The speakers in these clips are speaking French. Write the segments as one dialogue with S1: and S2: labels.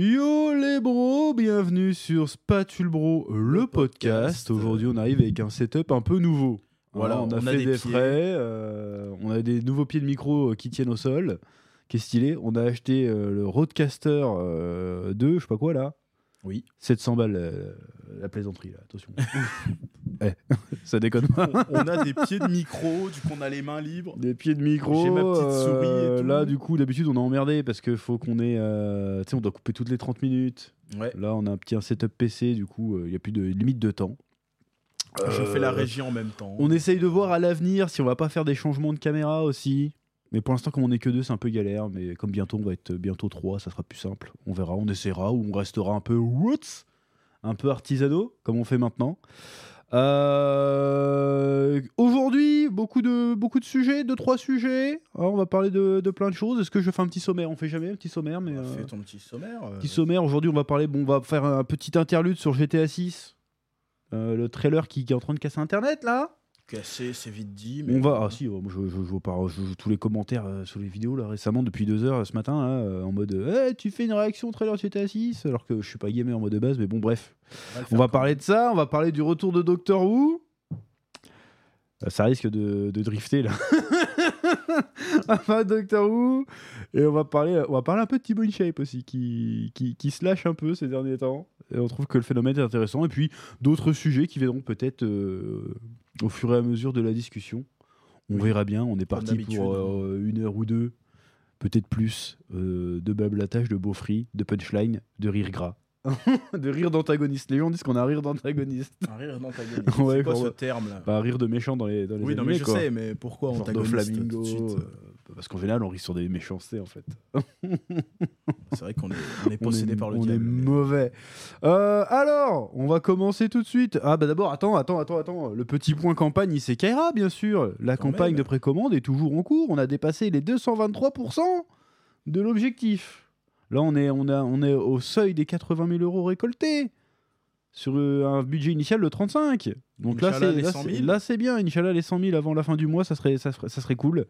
S1: Yo les bros, bienvenue sur Spatule Bro, le,
S2: Le
S1: podcast.
S2: podcast.
S1: Aujourd'hui, on arrive avec un setup un peu nouveau.
S2: Voilà,
S1: on a
S2: on a
S1: fait des
S2: des pieds.
S1: frais, euh, on a des nouveaux pieds de micro euh, qui tiennent au sol, qui est stylé. On a acheté euh, le Roadcaster euh, 2, je sais pas quoi là.
S2: Oui.
S1: 700 balles, euh, la plaisanterie là, attention. Eh, ça déconne pas.
S2: On, on a des pieds de micro, du coup on a les mains libres.
S1: Des pieds de micro.
S2: J'ai ma petite souris et
S1: euh,
S2: tout.
S1: Là, du coup, d'habitude, on est emmerdé parce que faut qu'on ait. euh, tu sais, on doit couper toutes les 30 minutes.
S2: Ouais.
S1: Là, on a un petit un setup PC, du coup, euh, il n'y a plus de limite de temps.
S2: Je
S1: Euh,
S2: Ah, fais la régie en même temps.
S1: On essaye de voir à l'avenir si on va pas faire des changements de caméra aussi. Mais pour l'instant, comme on est que deux, c'est un peu galère. Mais comme bientôt, on va être bientôt trois, ça sera plus simple. On verra, on essaiera ou on restera un peu roots, un peu artisanaux, comme on fait maintenant. Euh, Aujourd'hui, beaucoup de, beaucoup de sujets, deux, trois sujets. Alors, on va parler de, de plein de choses. Est-ce que je fais un petit sommaire On fait jamais un petit sommaire, mais.
S2: Ah,
S1: euh,
S2: Fais ton petit sommaire. euh.
S1: Petit sommaire, aujourd'hui on va parler, bon, on va faire un petit interlude sur GTA 6. Euh, le trailer qui, qui est en train de casser internet là.
S2: Cassé, c'est vite dit. Mais
S1: On va. Ah si, oh, moi, je, je, je vois par- je- je- tous les commentaires euh, sur les vidéos là récemment depuis deux heures euh, ce matin là, euh, en mode euh, Eh, tu fais une réaction au trailer de GTA 6 alors que je suis pas gamer en mode de base mais bon bref.
S2: va le
S1: On
S2: faire.
S1: va parler de ça, on va parler du retour de Doctor Who. Euh, Ça risque de, de drifter là. Enfin, Doctor Who. Et on va parler, on va parler un peu de Thibaut InShape aussi, qui, qui, qui se lâche un peu ces derniers temps. Et on trouve que le phénomène est intéressant. Et puis d'autres sujets qui viendront peut-être euh, au fur et à mesure de la discussion. On verra bien. On est parti
S2: d'habitude.
S1: pour euh, une heure ou deux, peut-être plus, euh, de blablatage, de beaufry, de punchline, de rire gras de rire d'antagoniste. Les gens disent qu'on a un rire d'antagoniste.
S2: Un rire dans ta gueule.
S1: Ouais,
S2: c'est quoi
S1: quand-
S2: ce terme là
S1: Pas Bah, un rire de méchant dans les dans les
S2: Oui, non,
S1: animés,
S2: mais je
S1: quoi.
S2: sais, mais pourquoi
S1: Genre
S2: on
S1: de flamingo.
S2: tout de suite euh,
S1: euh, parce qu'en général, on rit sur des méchancetés en fait.
S2: C'est vrai qu'on est, on est
S1: On
S2: possédé
S1: est-
S2: par le
S1: on est
S2: diable. mais-
S1: mauvais. Euh, alors, on va commencer tout de suite. Ah bah d'abord, attends, attends, attends, attends. Le petit point campagne, il s'écaillera bien sûr. La
S2: Quand
S1: campagne
S2: même.
S1: de précommande est toujours en cours. On a dépassé les 223% de l'objectif. Là, on est, on, a, on est au seuil des 80 000 euros récoltés sur euh, un budget initial de 35. Donc là,
S2: Inch'Allah,
S1: c'est-
S2: les
S1: là,
S2: 100
S1: c'est
S2: 000.
S1: là, c'est bien. Inch'Allah, les 100 000 avant la fin du mois, ça serait, ça serait, ça serait cool.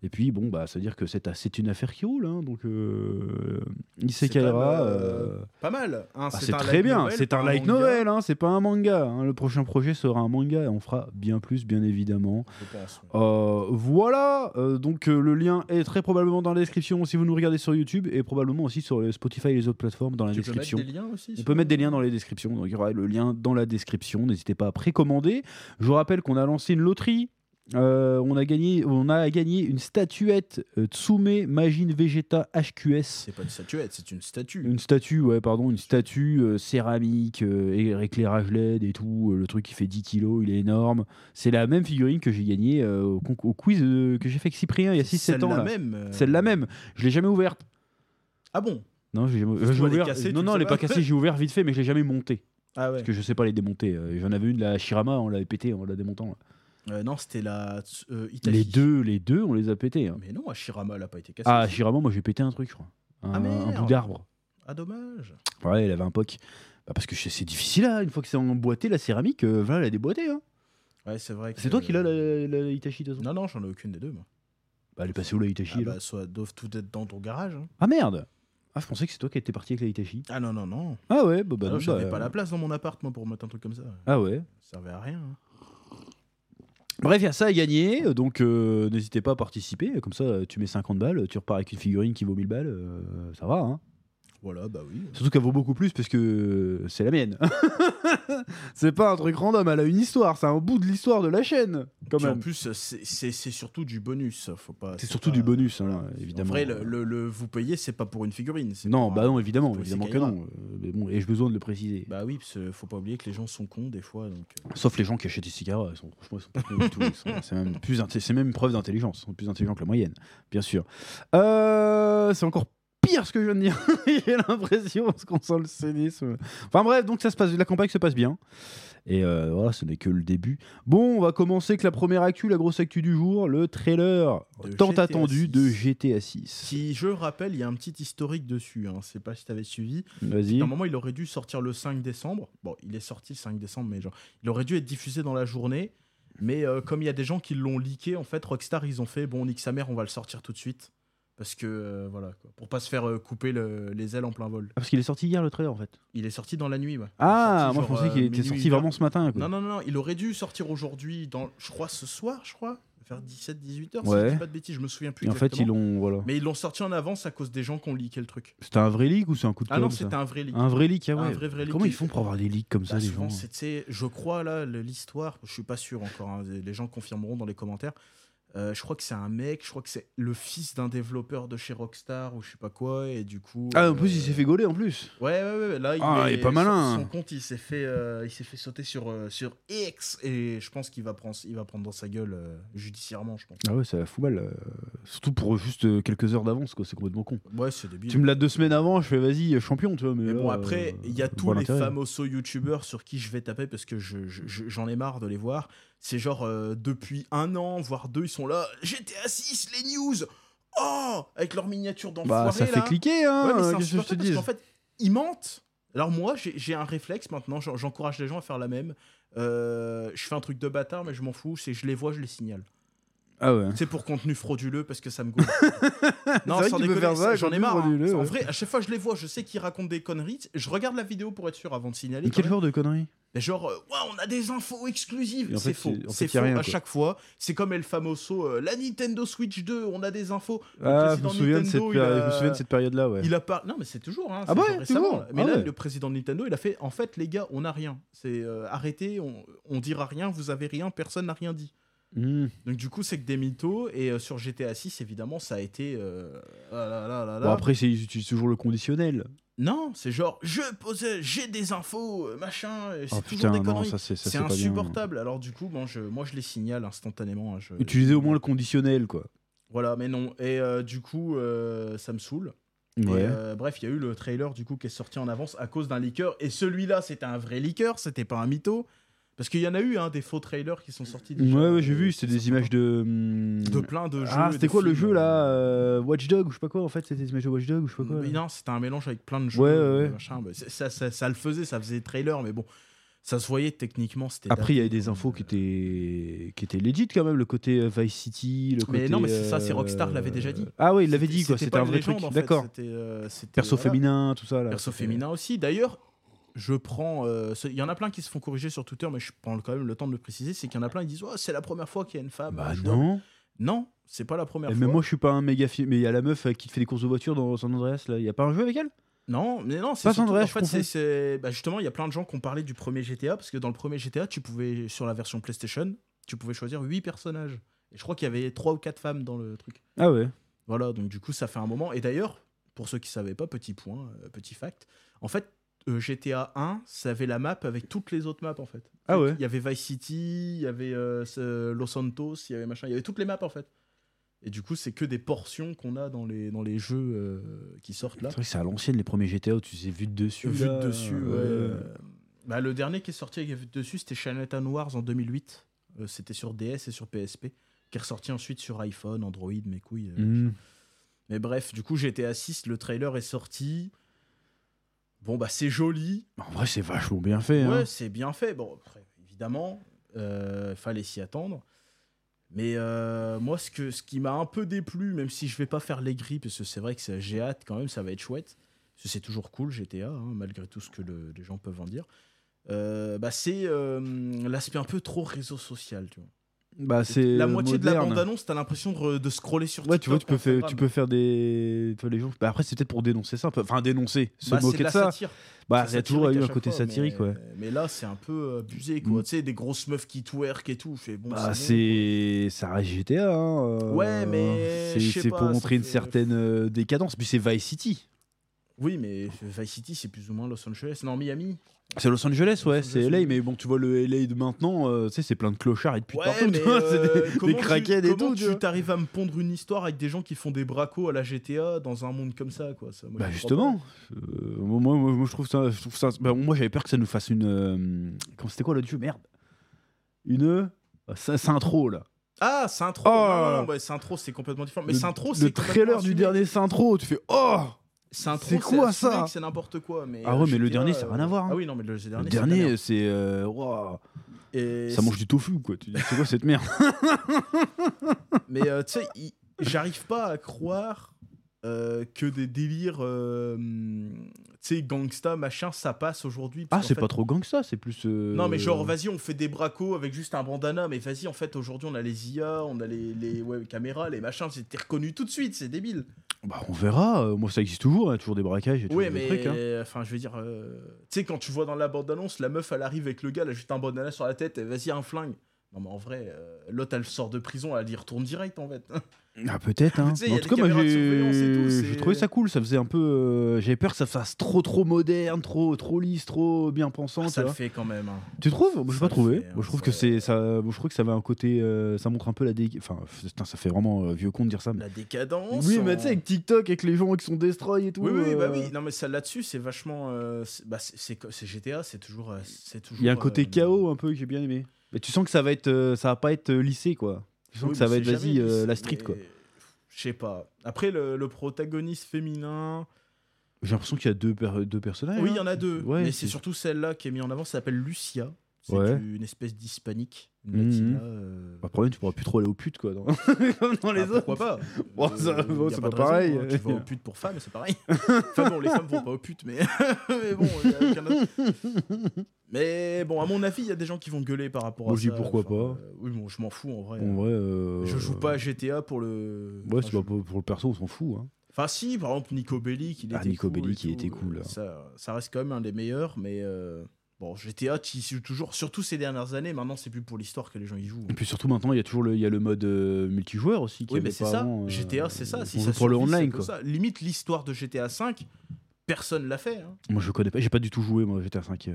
S1: Et puis, bon, bah, c'est-à-dire que c'est c'est une affaire qui roule. hein, donc, euh, il
S2: C'est
S1: s'écaillera.
S2: pas le-
S1: euh,
S2: Pas mal. hein,
S1: bah, c'est
S2: un
S1: très
S2: light
S1: bien.
S2: novel,
S1: C'est
S2: pas
S1: un light
S2: manga,
S1: novel, hein, c'est pas un manga. hein. Le prochain projet sera un manga et on fera bien plus, bien évidemment.
S2: Je pense.
S1: Euh, voilà. euh, donc, euh, le lien est très probablement dans la description si vous nous regardez sur YouTube et probablement aussi sur les Spotify et les autres plateformes dans la
S2: Tu peux mettre
S1: description.
S2: des liens aussi
S1: On
S2: sur-
S1: peut mettre des liens dans les descriptions, donc il y aura le lien dans la description. N'hésitez pas à précommander. Je vous rappelle qu'on a lancé une loterie. Euh, on, a gagné, on a gagné une statuette euh, Tsume Magine Vegeta HQS.
S2: C'est pas une statuette, c'est une statue.
S1: Une statue, ouais, pardon, une statue euh, céramique, euh, et- éclairage LED et tout. euh, le truc qui fait 10 kilos, il est énorme. C'est la même figurine que j'ai gagnée euh, au, conc- au quiz euh, que j'ai fait avec Cyprien il y a 6-7 ans.
S2: Celle-là
S1: là.
S2: même. euh,
S1: Celle-la même. Je l'ai jamais ouverte.
S2: Ah bon
S1: Non, j'ai jamais-
S2: Parce
S1: euh,
S2: que
S1: j'ai
S2: toi, elle est
S1: ouvert-
S2: cassée,
S1: non,
S2: tu
S1: non,
S2: le
S1: elle est
S2: sais
S1: pas
S2: pas.
S1: cassée. J'ai ouvert vite fait, mais je l'ai jamais montée.
S2: Ah ouais.
S1: Parce que je sais pas les démonter. euh, J'en avais une, la Shirama, on l'avait pété en la démontant. là.
S2: Euh, non, c'était la tsu- euh, Itachi.
S1: Les deux, les deux, on les a pétés. hein.
S2: Mais non, Ashirama, elle a pas été cassée.
S1: Ah, Shirama, moi j'ai pété un truc, je crois. Un,
S2: Ah,
S1: un
S2: merde.
S1: bout d'arbre.
S2: Ah, dommage.
S1: Ouais, elle avait un poc. Bah, parce que c'est c'est difficile, là, une fois que c'est emboîté, la céramique, euh, voilà, elle est déboîtée. hein.
S2: Ouais, c'est vrai. que-
S1: C'est toi qui l'as, la, la- la Hitachi, de toute façon
S2: Non, non, j'en ai aucune des deux, moi.
S1: Bah, Elle est passée où, la Hitachi
S2: Ah,
S1: là
S2: bah, soit doivent tout être dans ton garage. hein.
S1: Ah merde Ah, je pensais que c'est toi qui étais parti avec la Hitachi.
S2: Ah non, non, non.
S1: Ah ouais, bah, bah
S2: Ah
S1: non,
S2: non, J'avais
S1: bah,
S2: pas la place dans mon appart, moi, pour mettre un truc comme ça.
S1: Ah ouais.
S2: Ça servait à rien. hein.
S1: Bref, il y a ça à gagner, donc euh, n'hésitez pas à participer. Comme ça, euh, tu mets 50 balles, tu repars avec une figurine qui vaut 1000 balles, euh, ça va, hein
S2: Voilà, bah oui.
S1: Surtout qu'elle vaut beaucoup plus parce que c'est la mienne. c'est pas un truc random, elle a une histoire, c'est un bout de l'histoire de la chaîne, quand
S2: Puis en
S1: même.
S2: plus, c'est- c'est c'est surtout du bonus. Faut pas.
S1: C'est surtout
S2: pas-
S1: du bonus, hein, là, évidemment.
S2: En vrai, le, le- le- vous payez, c'est pas pour une figurine. c'est
S1: Non,
S2: pour
S1: bah
S2: un-
S1: non, évidemment,
S2: c'est
S1: évidemment que
S2: égal.
S1: non. Euh, mais bon, et j'ai besoin de le préciser.
S2: Bah oui, parce que faut pas oublier que les gens sont cons des fois. Donc... euh,
S1: Sauf les gens qui achètent des cigares, ils sont, franchement, ils sont pas cons du tout, ils sont- C'est même, plus inté- c'est même une preuve d'intelligence, ils sont plus intelligents que la moyenne, bien sûr. Euh, c'est encore pire ce que je viens de dire, j'ai l'impression, parce qu'on sent le cynisme. Enfin bref, donc ça se passe, la campagne se passe bien. Et euh, voilà, ce n'est que le début. Bon, on va commencer avec la première actu, la grosse actu du jour, le trailer
S2: De
S1: tant
S2: GTA
S1: attendu
S2: 6.
S1: de GTA 6.
S2: Qui, je rappelle, il y a un petit historique dessus. Hein. C'est pas si t'avais suivi.
S1: Vas-y.
S2: Normalement, il aurait dû sortir le 5 décembre. Bon, il est sorti le 5 décembre, mais genre, il aurait dû être diffusé dans la journée. Mais euh, comme il y a des gens qui l'ont leaké, en fait, Rockstar, ils ont fait bon, nique sa mère, on va le sortir tout de suite. Parce que, euh, voilà, quoi. pour pas se faire euh, couper le- les ailes en plein vol.
S1: Ah, parce qu'il est sorti hier le trailer en fait.
S2: Il est sorti dans la nuit, ouais. Il est
S1: Ah, moi je
S2: sorti genre,
S1: pensais
S2: euh,
S1: qu'il était
S2: minuit,
S1: sorti
S2: une heure.
S1: vraiment ce matin. quoi.
S2: Non, non, non, non, il aurait dû sortir aujourd'hui, dans, je crois ce soir, je crois, vers 17-18h, si
S1: Ouais.
S2: je dis pas de bêtises, je me souviens plus.
S1: Et en fait, ils
S2: exactement.
S1: l'ont. Voilà.
S2: Mais ils l'ont sorti en avance à cause des gens qui ont leaké le truc.
S1: C'était un vrai leak ou c'est un coup de
S2: Ah non,
S1: com, ça
S2: c'était un vrai leak.
S1: Un vrai leak, ah
S2: Un
S1: ouais.
S2: vrai, vrai leak.
S1: Comment ils font pour avoir des leaks comme ça,
S2: Bah,
S1: les
S2: souvent,
S1: gens
S2: c'est- tu sais, je crois, là, le- l'histoire, je suis pas sûr encore, hein, les gens confirmeront dans les commentaires. Euh, je crois que c'est un mec, je crois que c'est le fils d'un développeur de chez Rockstar ou je sais pas quoi, et du coup.
S1: Ah, en
S2: euh,
S1: plus, il s'est fait gauler en plus.
S2: Ouais, ouais, ouais, là, il,
S1: Ah, il est pas malin.
S2: Son, son compte, il s'est fait, euh, il s'est fait sauter sur, euh, sur X et je pense qu'il va prendre, il va prendre dans sa gueule euh, judiciairement, je pense.
S1: Ah ouais, ça fout mal. euh, Surtout pour juste euh, quelques heures d'avance, quoi. C'est complètement con.
S2: Ouais, c'est débile.
S1: Tu me l'as deux semaines avant, je fais vas-y, champion, tu vois. Mais,
S2: Mais bon,
S1: là, euh,
S2: après, il y a
S1: je
S2: tous
S1: vois
S2: les
S1: l'intérêt.
S2: fameux youtubeurs sur qui je vais taper parce que je- je- je- j'en ai marre de les voir. C'est genre, euh, depuis un an, voire deux, ils sont là. GTA 6, les news Oh Avec leur miniature d'enfoiré,
S1: Bah, ça fait
S2: là.
S1: cliquer, hein.
S2: Ouais, mais c'est
S1: euh, Qu'est-ce que je te
S2: insupportable parce
S1: dis
S2: qu'en fait, ils mentent. Alors moi, j'ai j'ai un réflexe maintenant, j'en- j'encourage les gens à faire la même. Euh, je fais un truc de bâtard, mais je m'en fous, c'est je les vois, je les signale.
S1: Ah ouais.
S2: C'est pour contenu frauduleux parce que ça me goûte. non,
S1: vrai
S2: sans
S1: que tu peux
S2: déconner,
S1: faire ça,
S2: c'est- j'en
S1: contenu
S2: ai marre. hein.
S1: frauduleux,
S2: En
S1: ouais.
S2: vrai, à chaque fois que je les vois, je sais qu'ils racontent des conneries. Je regarde la vidéo pour être sûr avant de signaler.
S1: Mais
S2: quand
S1: quel
S2: même.
S1: genre de conneries
S2: Mais genre, euh, Ouah, on a des infos exclusives.
S1: Et en fait,
S2: C'est faux.
S1: c'est- en
S2: C'est
S1: fait, y
S2: faux
S1: a rien,
S2: à
S1: quoi.
S2: chaque fois. C'est comme El Famoso, euh, la Nintendo Switch 2, on a des infos. Le
S1: Ah, je me
S2: président
S1: souviens de cette
S2: Nintendo, il
S1: période- je me
S2: a-
S1: souviens de cette période-là, ouais.
S2: il a pas. Non, mais c'est toujours. Hein,
S1: Ah
S2: c'est
S1: ouais,
S2: genre récemment,
S1: toujours.
S2: là. Mais
S1: Ah
S2: là,
S1: ouais.
S2: le président de Nintendo, il a fait. En fait, les gars, on n'a rien. C'est euh, arrêtez. On, on dira rien. Vous avez rien. Personne n'a rien dit.
S1: Hmm.
S2: Donc du coup, c'est que des mythos. Et euh, sur GTA 6, évidemment, ça a été. euh, ah là là là là.
S1: Bon, après, c'est- ils utilisent toujours le conditionnel.
S2: Non, c'est genre je posais, j'ai des infos, euh, machin. et C'est
S1: Oh
S2: toujours
S1: putain,
S2: des
S1: non,
S2: conneries.
S1: ça c'est ça,
S2: c'est
S1: c'est pas bien.
S2: insupportable. Alors du coup, bon, je, moi, je les signale instantanément. hein, je-
S1: Utilisez au moins le conditionnel, quoi.
S2: Voilà, mais non. Et euh, du coup, euh, ça me saoule. Et,
S1: Ouais.
S2: euh, bref, il y a eu le trailer du coup qui est sorti en avance à cause d'un leaker. Et celui-là, c'était un vrai leaker, c'était pas un mytho. Parce qu'il y en a eu hein, des faux trailers qui sont sortis. déjà,
S1: Ouais,
S2: euh,
S1: ouais, j'ai vu, c'était
S2: qui
S1: des
S2: sont
S1: images
S2: sortis
S1: de.
S2: de
S1: hmm,
S2: plein de jeux.
S1: Ah,
S2: et
S1: c'était
S2: de
S1: quoi le
S2: films,
S1: jeu là
S2: euh,
S1: euh, Watchdog ou je sais pas quoi en fait C'était des images de Watchdog ou je sais pas quoi
S2: mais
S1: là.
S2: Non, c'était un mélange avec plein de jeux.
S1: Ouais, ouais, ouais.
S2: machin. Bah, c'est- ça, ça, ça le faisait, ça faisait trailer, mais bon, ça se voyait techniquement. c'était
S1: Après, il y
S2: daté,
S1: avait des
S2: quoi.
S1: infos qui étaient, qui étaient legit quand même, le côté euh, Vice City, le
S2: Mais
S1: côté,
S2: non, mais c'est ça, c'est
S1: euh,
S2: Rockstar l'avait déjà dit.
S1: Ah oui, il l'avait dit quoi,
S2: pas
S1: c'était un
S2: une
S1: vrai
S2: légende,
S1: truc.
S2: en fait,
S1: D'accord.
S2: c'était, euh, c'était-
S1: Perso
S2: voilà.
S1: féminin, tout ça là.
S2: Perso
S1: c'était-
S2: féminin aussi. D'ailleurs, je prends. euh, ce- Il y en a plein qui se font corriger sur Twitter, mais je prends quand même le temps de le préciser. C'est qu'il y en a plein qui disent oh, c'est la première fois qu'il y a une femme.
S1: Bah
S2: Je vois-
S1: non.
S2: Non, c'est pas la première
S1: Et
S2: fois.
S1: même moi, je suis pas un méga fi- Mais il y a la meuf euh, qui te fait des courses de voiture dans San Andreas là. Il y a pas un jeu avec elle
S2: Non, mais non, c'est
S1: Pas
S2: surtout-
S1: Sandra,
S2: en
S1: je
S2: fait,
S1: confonds.
S2: c'est- c'est- bah, justement, il y a plein de gens qui ont parlé du premier GTA parce que dans le premier GTA, tu pouvais sur la version PlayStation, tu pouvais choisir 8 personnages. Et je crois qu'il y avait 3 ou 4 femmes dans le truc.
S1: Ah ouais.
S2: Voilà, donc du coup, ça fait un moment. Et d'ailleurs, pour ceux qui savaient pas, petit point, euh, petit fact, en fait, euh, GTA 1, ça avait la map avec toutes les autres maps en fait.
S1: Ah ouais.
S2: Il y avait Vice City, il y avait euh, ce- Los Santos, il y avait machin, il y avait toutes les maps en fait. Et du coup, c'est que des portions qu'on a dans les, dans les jeux euh, qui sortent là.
S1: C'est vrai que c'est à l'ancienne les premiers GTA où tu sais vu de dessus.
S2: Vu
S1: là,
S2: de dessus, ouais.
S1: euh,
S2: Bah, le dernier qui est sorti avec Vu de dessus, c'était Chinatown Wars en 2008. Euh, c'était sur DS et sur PSP. Qui est ressorti ensuite sur iPhone, Android, mes couilles. euh.
S1: hmm.
S2: Mais bref, du coup, GTA 6, le trailer est sorti. Bon, bah, c'est joli.
S1: En vrai, c'est vachement bien fait. hein.
S2: Ouais, c'est bien fait. Bon, après, évidemment, euh, fallait s'y attendre. Mais euh, moi, ce, que, ce qui m'a un peu déplu, même si je vais pas faire les grilles, parce que c'est vrai que ça- j'ai hâte quand même, ça va être chouette. Parce que c'est toujours cool, GTA, hein, malgré tout ce que le- les gens peuvent en dire. Euh, bah, c'est euh, l'aspect un peu trop réseau social. Tu vois.
S1: Bah c'est
S2: la moitié de la
S1: moderne. hein.
S2: bande-annonce, t'as l'impression de, re- de scroller sur
S1: Ouais, tu vois, tu
S2: TikTok,
S1: peux, faire,
S2: Instagram.
S1: tu peux faire des. Tu vois, les gens. Bah, après, c'est peut-être pour dénoncer ça. un peu. Enfin, dénoncer, se
S2: Bah, c'est
S1: moquer de,
S2: la
S1: ça.
S2: satire.
S1: Bah,
S2: C'est
S1: il y a toujours
S2: satirique
S1: eu
S2: à
S1: un
S2: chaque
S1: côté
S2: fois,
S1: satirique,
S2: mais-
S1: ouais.
S2: Mais là, c'est un peu euh, abusé, quoi.
S1: Mm.
S2: Tu sais, des grosses meufs qui twerk et tout. Fait, bon,
S1: Bah,
S2: c'est
S1: c'est.
S2: bon.
S1: Ça reste GTA, hein. euh,
S2: Ouais, mais
S1: c'est-
S2: je sais
S1: C'est
S2: pas,
S1: pour
S2: ça
S1: montrer une
S2: fait-
S1: certaine euh, décadence. Puis c'est Vice City.
S2: Oui, mais Vice City, c'est plus ou moins Los Angeles. Non, Miami.
S1: C'est Los Angeles,
S2: Los
S1: ouais,
S2: Angeles,
S1: c'est LA,
S2: oui.
S1: mais bon, tu vois, le LA de maintenant, euh, tu sais, c'est plein de clochards et de putes
S2: Ouais,
S1: partout,
S2: mais
S1: tu vois, c'est
S2: euh,
S1: des- des,
S2: comment tu-
S1: craquettes et
S2: comment
S1: tout, tu vois.
S2: tu t'arrives à me pondre une histoire avec des gens qui font des bracos à la GTA dans un monde comme ça, quoi. Ça, moi,
S1: Bah
S2: je comprends
S1: justement, Euh, moi, moi, moi, je trouve ça, je trouve ça. bah, moi j'avais peur que ça nous fasse une. euh, comment c'était quoi l'autre jeu Merde, une. C'est intro là.
S2: pas. Ah, c'est un trop.
S1: Oh.
S2: Non, non, non, ouais, c'est un trop, c'est complètement différent. Mais
S1: Le-
S2: c'est un trop, Oh, c'est
S1: Le
S2: complètement
S1: trailer du
S2: assumé.
S1: dernier Sintro, tu fais oh
S2: C'est un trop,
S1: c'est quoi,
S2: assumé
S1: ça
S2: que C'est n'importe quoi. Mais
S1: Ah
S2: euh,
S1: ouais, mais le
S2: GTA,
S1: dernier, ça a rien à voir, hein.
S2: Ah oui, non, mais le,
S1: Le
S2: dernier. c'est de la
S1: dernier,
S2: merde.
S1: c'est euh, waouh,
S2: Et
S1: ça mange du tofu quoi. Tu dis c'est quoi cette merde
S2: Mais euh, tu sais, il- j'arrive pas à croire euh, que des délires, euh, hum, tu sais, gangsta, machin, ça passe aujourd'hui.
S1: Ah,
S2: parce qu'en
S1: c'est
S2: fait-
S1: pas trop gangsta, c'est plus. euh,
S2: Non, mais genre, vas-y, on fait des bracos avec juste un bandana, mais vas-y, en fait, aujourd'hui, on a les IA, on a les, les ouais, caméras, les machins, c'est- t'es reconnu tout de suite, c'est débile.
S1: Bah, on verra. euh, Moi, ça existe toujours. hein, toujours des braquages et toujours
S2: Ouais,
S1: des
S2: mais
S1: trucs. hein.
S2: enfin, je veux dire, euh, tu sais, quand tu vois dans la bande-annonce, la meuf, elle arrive avec le gars, elle a juste un bandana sur la tête, et vas-y, un flingue. Non, mais en vrai, euh, l'autre, elle sort de prison, elle y retourne direct, en fait.
S1: Ah, peut-être. Hein.
S2: Tu sais, il y
S1: en
S2: a
S1: tout
S2: des
S1: cas, moi,
S2: caméras de surveillance et tout,
S1: j'ai
S2: c'est-
S1: j'ai trouvé ça cool. Ça faisait un peu. euh, J'avais peur que ça fasse trop, trop moderne, trop, trop lisse, trop bien pensant. tu
S2: Ah, ça le
S1: vois.
S2: fait quand même. hein.
S1: Tu trouves Moi, j'ai
S2: Ça
S1: pas
S2: le
S1: trouvé.
S2: fait, hein,
S1: Moi, je trouve
S2: ça-
S1: que c'est ça. moi, je trouve que ça avait un côté. euh, ça montre un peu la dé. Enfin, putain, ça fait vraiment euh, vieux con de dire ça. Mais...
S2: La décadence.
S1: Oui, mais
S2: en-
S1: tu sais, avec TikTok, avec les gens qui sont destroy et tout.
S2: Oui, oui, bah
S1: euh,
S2: oui. Non, mais ça là-dessus, c'est vachement. euh, c'est bah, c'est- c'est co- c'est GTA, c'est toujours. euh, c'est toujours.
S1: Il y a un
S2: euh,
S1: côté chaos hein. un peu que j'ai bien aimé. Mais tu sens que ça va être, euh, ça va pas être euh, lissé quoi. Tu sens
S2: oui,
S1: que ça
S2: mais
S1: va
S2: c'est
S1: être
S2: jamais
S1: vas-y euh,
S2: lisse,
S1: la street
S2: mais-
S1: quoi.
S2: Je sais pas. Après, le, le protagoniste féminin.
S1: J'ai l'impression qu'il y a deux, per- deux personnages.
S2: oui,
S1: hein.
S2: il y en a deux.
S1: Ouais,
S2: mais c'est
S1: c'est-
S2: surtout celle-là qui est mise en avant, ça s'appelle Lucia. C'est
S1: Ouais.
S2: une espèce d'hispanique. Une
S1: Mhm.
S2: latina. euh,
S1: Pas de problème, tu pourras plus trop aller aux putes quoi. Dans, comme dans les
S2: bah,
S1: autres.
S2: pourquoi pas
S1: Bon, ça-
S2: Euh,
S1: bon,
S2: y a
S1: c'est
S2: pas
S1: pas
S2: de raison,
S1: pareil.
S2: hein. Tu vas aux putes pour femmes, c'est pareil. enfin bon, les femmes vont pas aux putes, mais, mais bon, y a aucun autre. Mais bon, à mon avis, il y a des gens qui vont gueuler par rapport
S1: Moi,
S2: à
S1: je dis
S2: ça.
S1: pourquoi pas.
S2: euh, oui, bon, je m'en fous en vrai.
S1: En vrai. euh,
S2: Je joue pas à GTA pour le.
S1: Ouais,
S2: enfin,
S1: c'est pas
S2: je-
S1: pour pour le perso, on s'en fout. hein.
S2: Enfin, si, par exemple, Nico Bellic, il
S1: Ah,
S2: était
S1: Nico
S2: cool. et
S1: Bellic, il
S2: tout,
S1: était cool,
S2: euh,
S1: hein.
S2: Ça, ça reste quand même un des meilleurs, mais euh, bon, GTA, tu y joues toujours, surtout ces dernières années. Maintenant, c'est plus pour l'histoire que les gens y jouent. hein.
S1: Et puis surtout maintenant, il y a toujours le, il y a le mode euh, multijoueur aussi. qui
S2: Oui,
S1: avait
S2: mais c'est
S1: pas
S2: ça.
S1: avant, euh,
S2: GTA, c'est ça. Si
S1: on
S2: ça
S1: joue pour le
S2: survit, c'est
S1: online
S2: pour
S1: quoi.
S2: ça. Limite, l'histoire de GTA 5, personne l'a fait. hein.
S1: Moi je connais pas, j'ai pas du tout joué moi GTA 5.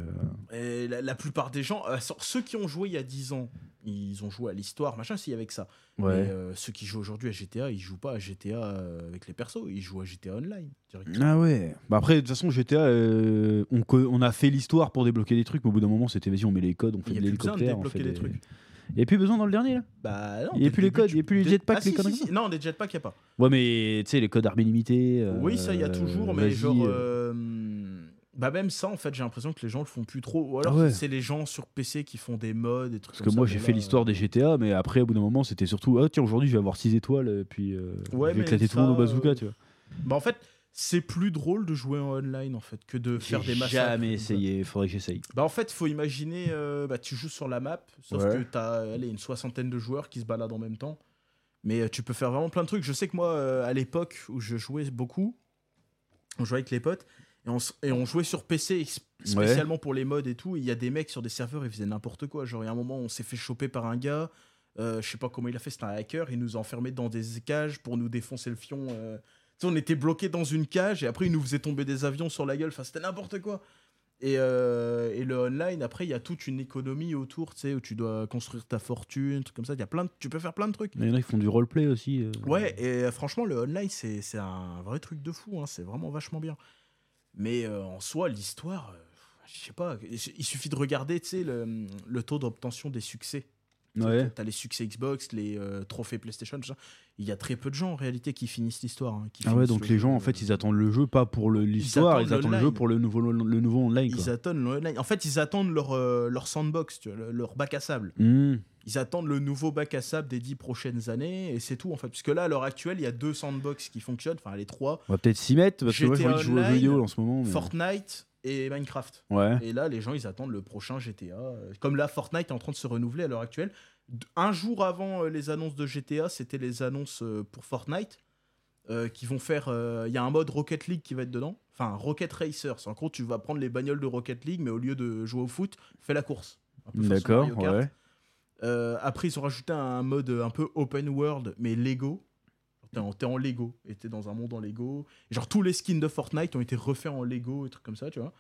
S2: Et la, la plupart des gens, euh, sans- ceux qui ont joué il y a 10 ans, ils ont joué à l'histoire, machin, s'il y avait que ça. Mais
S1: Ouais.
S2: euh, ceux qui jouent aujourd'hui à GTA, ils jouent pas à GTA euh, avec les persos, ils jouent à GTA Online. direct.
S1: Ah ouais. Bah après de toute façon GTA, euh, on, co- on a fait l'histoire pour débloquer des trucs, mais au bout d'un moment c'était vas-y on met les codes, on fait
S2: Il y
S1: de
S2: a plus besoin de
S1: l'hélicoptère, on fait
S2: débloquer les
S1: des-
S2: trucs.
S1: Il y a plus besoin dans le dernier là.
S2: Bah non.
S1: Il y a
S2: dès
S1: plus
S2: le
S1: les
S2: début,
S1: codes,
S2: tu-
S1: il y a plus les
S2: dès-
S1: jetpacks,
S2: Ah,
S1: les
S2: si,
S1: conneries
S2: si,
S1: comme
S2: si. Non, les jetpacks, il a pas.
S1: Ouais mais tu sais les codes armes illimitées. euh,
S2: Oui, ça, il y a toujours, mais
S1: vas-y,
S2: genre.
S1: euh,
S2: euh, Bah, même ça, en fait, j'ai l'impression que les gens le font plus trop. Ou alors,
S1: Ah ouais.
S2: c'est les gens sur PC qui font des mods, des trucs
S1: Parce que moi j'ai fait
S2: euh,
S1: l'histoire des GTA, mais après au bout d'un moment c'était surtout ah tiens aujourd'hui je vais avoir 6 étoiles et puis euh,
S2: Ouais,
S1: je vais
S2: mais
S1: éclater tout le monde au
S2: ça,
S1: bazooka
S2: euh,
S1: tu vois.
S2: Bah, en fait, c'est plus drôle de jouer en online, en fait, que de faire
S1: J'ai
S2: des massacres.
S1: jamais essayé, faudrait que j'essaye.
S2: Bah, en fait, faut imaginer, euh, bah, tu joues sur la map, sauf
S1: Ouais.
S2: que t'as allez, une soixantaine de joueurs qui se baladent en même temps. Mais euh, tu peux faire vraiment plein de trucs. Je sais que moi, euh, à l'époque où je jouais beaucoup, on jouait avec les potes et on, s- et on jouait sur PC ex-
S1: Ouais.
S2: spécialement pour les mods et tout. et Il y a des mecs sur des serveurs, ils faisaient n'importe quoi. Genre, il y a un moment, on s'est fait choper par un gars. euh, je sais pas comment il a fait, c'était un hacker. Il nous a enfermés dans des cages pour nous défoncer le fion. euh. Tu sais, on était bloqués dans une cage et après, il nous faisait tomber des avions sur la gueule. Enfin, c'était n'importe quoi. Et, euh, et le online, après, il y a toute une économie autour, tu sais, où tu dois construire ta fortune, un truc comme ça. Il Y a plein de- tu peux faire plein de trucs.
S1: Il y en a qui font du roleplay aussi. euh.
S2: Ouais, et euh, franchement, le online, c'est c'est un vrai truc de fou. hein, c'est vraiment vachement bien. Mais euh, en soi, l'histoire, euh, je sais pas. Il suffit de regarder, tu sais, le, le taux d'obtention des succès.
S1: Ouais.
S2: T'as les succès Xbox, les euh, trophées PlayStation, tout ça. Il y a très peu de gens, en réalité, qui finissent l'histoire. hein, qui
S1: Ah ouais,
S2: finissent
S1: donc
S2: le
S1: les gens
S2: jeu,
S1: en fait
S2: euh,
S1: ils attendent le jeu pas pour le- l'histoire, ils,
S2: attendent
S1: attendent le
S2: l'online.
S1: jeu pour le nouveau, le nouveau online
S2: Ils
S1: quoi.
S2: attendent l'online. En fait, ils attendent leur, euh, leur sandbox, tu vois, le- leur bac à sable.
S1: Hmm.
S2: Ils attendent le nouveau bac à sable des dix prochaines années et c'est tout en fait. Parce que là, à l'heure actuelle, il y a deux sandbox qui fonctionnent, enfin les trois
S1: On va peut-être s'y mettre parce que moi j'ai
S2: GTA
S1: envie de jouer aux jeux
S2: Online,
S1: vidéo en ce moment. mais-
S2: Fortnite et Minecraft.
S1: Ouais.
S2: Et là, les gens, ils attendent le prochain GTA. Euh, Comme là, Fortnite est en train de se renouveler à l'heure actuelle. D- Un jour avant euh, les annonces de GTA, c'était les annonces euh, pour Fortnite euh, qui vont faire. euh, Il y a un mode Rocket League qui va être dedans. Enfin, Rocket Racer. C'est En gros, tu vas prendre les bagnoles de Rocket League, mais au lieu de jouer au foot, fais la course. Un peu façon
S1: D'accord,
S2: Mario Kart.
S1: ouais.
S2: Euh, après, ils ont rajouté un mode un peu open world, mais Lego. T'es en, t'es en Lego, et t'es dans un monde en Lego. Et genre, tous les skins de Fortnite ont été refaits en Lego et trucs comme ça, tu vois.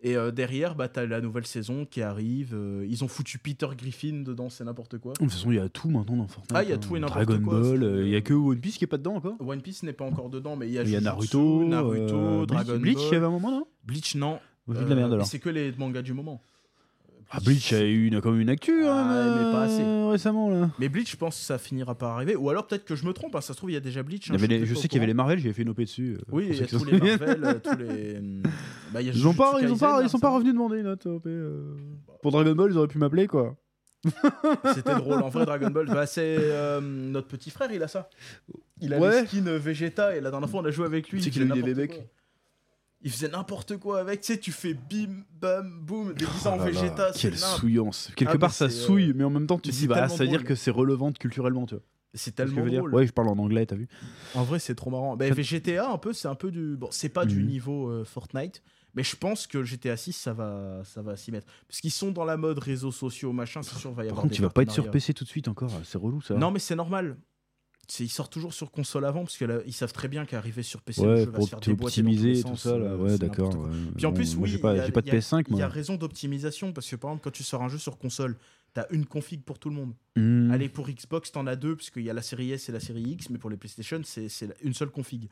S2: Et euh, derrière, bah, t'as la nouvelle saison qui arrive. euh, ils ont foutu Peter Griffin dedans, c'est n'importe quoi.
S1: De toute façon, il y a tout maintenant dans Fortnite.
S2: Ah, il y a
S1: hein.
S2: tout et n'importe
S1: Dragon
S2: quoi,
S1: Ball,
S2: c'est-
S1: euh, il y a que One Piece qui est pas dedans encore.
S2: One Piece n'est pas encore dedans, mais il y a,
S1: Il y a
S2: Jujutsu,
S1: Naruto,
S2: Naruto,
S1: euh,
S2: Dragon
S1: Bleach, Bleach, il y
S2: Ball.
S1: avait un moment non
S2: Bleach, non.
S1: Ou j'ai de la
S2: Euh,
S1: merde
S2: mais
S1: alors.
S2: C'est que les mangas du moment.
S1: Ah, Bleach a eu une, quand même une actu
S2: Ah,
S1: hein,
S2: mais pas assez.
S1: euh, récemment là.
S2: Mais Bleach, je pense que ça finira par arriver. Ou alors peut-être que je me trompe, hein, ça se trouve, il y a déjà Bleach.
S1: Il y
S2: hein,
S1: avait
S2: suis
S1: les- je
S2: peut-être pas
S1: sais
S2: au
S1: qu'il y avait les
S2: courant.
S1: Marvel, j'ai fait une OP dessus. euh,
S2: Oui,
S1: pour
S2: il y
S1: ceux
S2: a
S1: qui
S2: tous
S1: sont-
S2: les Marvel, euh, tous les. Bah, il y a
S1: Ils ont
S2: Jujutsu
S1: pas, ils ont
S2: Kaisen,
S1: pas,
S2: hein,
S1: ils sont
S2: ça
S1: pas
S2: va.
S1: revenus demander une note OP. euh. Pour Dragon Ball, ils auraient pu m'appeler quoi.
S2: C'était drôle. En vrai, Dragon Ball, bah, c'est euh, notre petit frère, il a ça. Il a
S1: Ouais.
S2: le skin euh, Vegeta et la dernière fois, on a joué avec lui.
S1: Tu sais
S2: il
S1: qu'il
S2: faisait
S1: a eu des
S2: n'importe
S1: becs.
S2: quoi. Il faisait n'importe quoi avec. Tu sais, tu fais bim, bam, boum, déguisé en
S1: Oh là là,
S2: Vegeta. c'est
S1: Quelle
S2: nimp.
S1: souillance. Quelque
S2: mais
S1: part, ça
S2: c'est, euh,
S1: souille, mais en même temps, tu
S2: mais
S1: te dis,
S2: c'est
S1: bah,
S2: tellement
S1: ça veut dire
S2: drôle.
S1: que c'est relevant culturellement, tu vois.
S2: C'est
S1: Tu vois ce que
S2: tellement
S1: je veux dire
S2: drôle.
S1: Ouais, je parle en anglais, t'as vu
S2: En vrai, c'est trop marrant. Bah,
S1: Ça-
S2: VGTA, un peu, c'est un peu du. Bon, c'est pas du
S1: Mhm.
S2: niveau euh, Fortnite, mais je pense que le GTA 6, ça va, ça va s'y mettre. Parce qu'ils sont dans la mode réseaux sociaux, machin, c'est sûr, il va y
S1: Par
S2: avoir.
S1: contre,
S2: des
S1: tu vas pas être sur
S2: partenariats.
S1: PC tout de suite encore, euh, c'est relou ça.
S2: Non, mais c'est normal. C'est- Ils sortent toujours sur console avant, parce qu'ils savent très bien qu'arriver sur PC, le
S1: ouais,
S2: jeu va se
S1: pour
S2: faire déboîter dans tous les
S1: optimiser et tout
S2: sens,
S1: ça, là,
S2: euh,
S1: ouais,
S2: c'est
S1: d'accord.
S2: n'importe quoi.
S1: ouais.
S2: Puis en
S1: Bon,
S2: plus,
S1: moi,
S2: oui,
S1: j'ai
S2: il y
S1: pas,
S2: a-
S1: j'ai pas
S2: il
S1: de
S2: y a-
S1: PS5,
S2: Il y a
S1: moi.
S2: raison d'optimisation, parce que par exemple, quand tu sors un jeu sur console, t'as une config pour tout le monde.
S1: Hmm.
S2: Allez, pour Xbox, t'en as deux, parce qu'il y a la série S et la série X, mais pour les PlayStation, c'est c'est la- une seule config.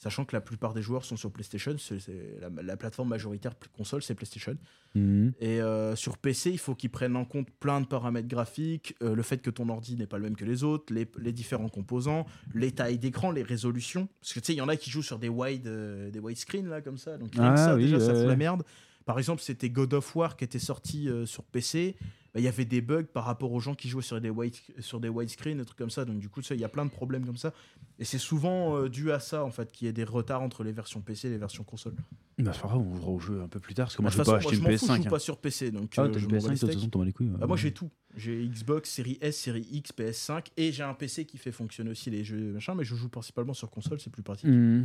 S2: Sachant que la plupart des joueurs sont sur PlayStation, c'est c'est la, la plateforme majoritaire plus console, c'est PlayStation.
S1: Hmm.
S2: Et euh, sur PC, il faut qu'ils prennent en compte plein de paramètres graphiques, euh, le fait que ton ordi n'est pas le même que les autres, les, les différents composants, les tailles d'écran, les résolutions. Parce que tu sais, il y en a qui jouent sur des wide, euh, des wide screen là comme ça. Donc rien que
S1: Ah
S2: ça,
S1: oui,
S2: déjà, ça
S1: ouais,
S2: fout
S1: ouais.
S2: la merde. Par exemple, c'était God of War qui était sorti euh, sur PC. Bah, Il y avait des bugs par rapport aux gens qui jouaient sur des wide, sur des wide screen, des trucs comme ça. Donc du coup, ça, il y a plein de problèmes comme ça. Et c'est souvent euh, dû à ça en fait, qu'il y ait des retards entre les versions PC et les versions console.
S1: Bah, c'est pas grave, on jouera au jeu un peu plus tard, parce que moi,
S2: Bah,
S1: je
S2: De toute
S1: vais pas
S2: façon,
S1: acheter une
S2: moi, je m'en fous, je
S1: PS5.
S2: joue
S1: hein.
S2: pas sur PC, donc
S1: Ah,
S2: euh,
S1: t'as
S2: je
S1: une
S2: m'en bats les
S1: PS5, de toute
S2: steaks.
S1: façon, t'en bats les couilles. hein.
S2: Bah, moi j'ai tout. J'ai Xbox, série S, série X, PS5 et j'ai un PC qui fait fonctionner aussi les jeux machin, mais je joue principalement sur console, c'est plus pratique.
S1: Hmm.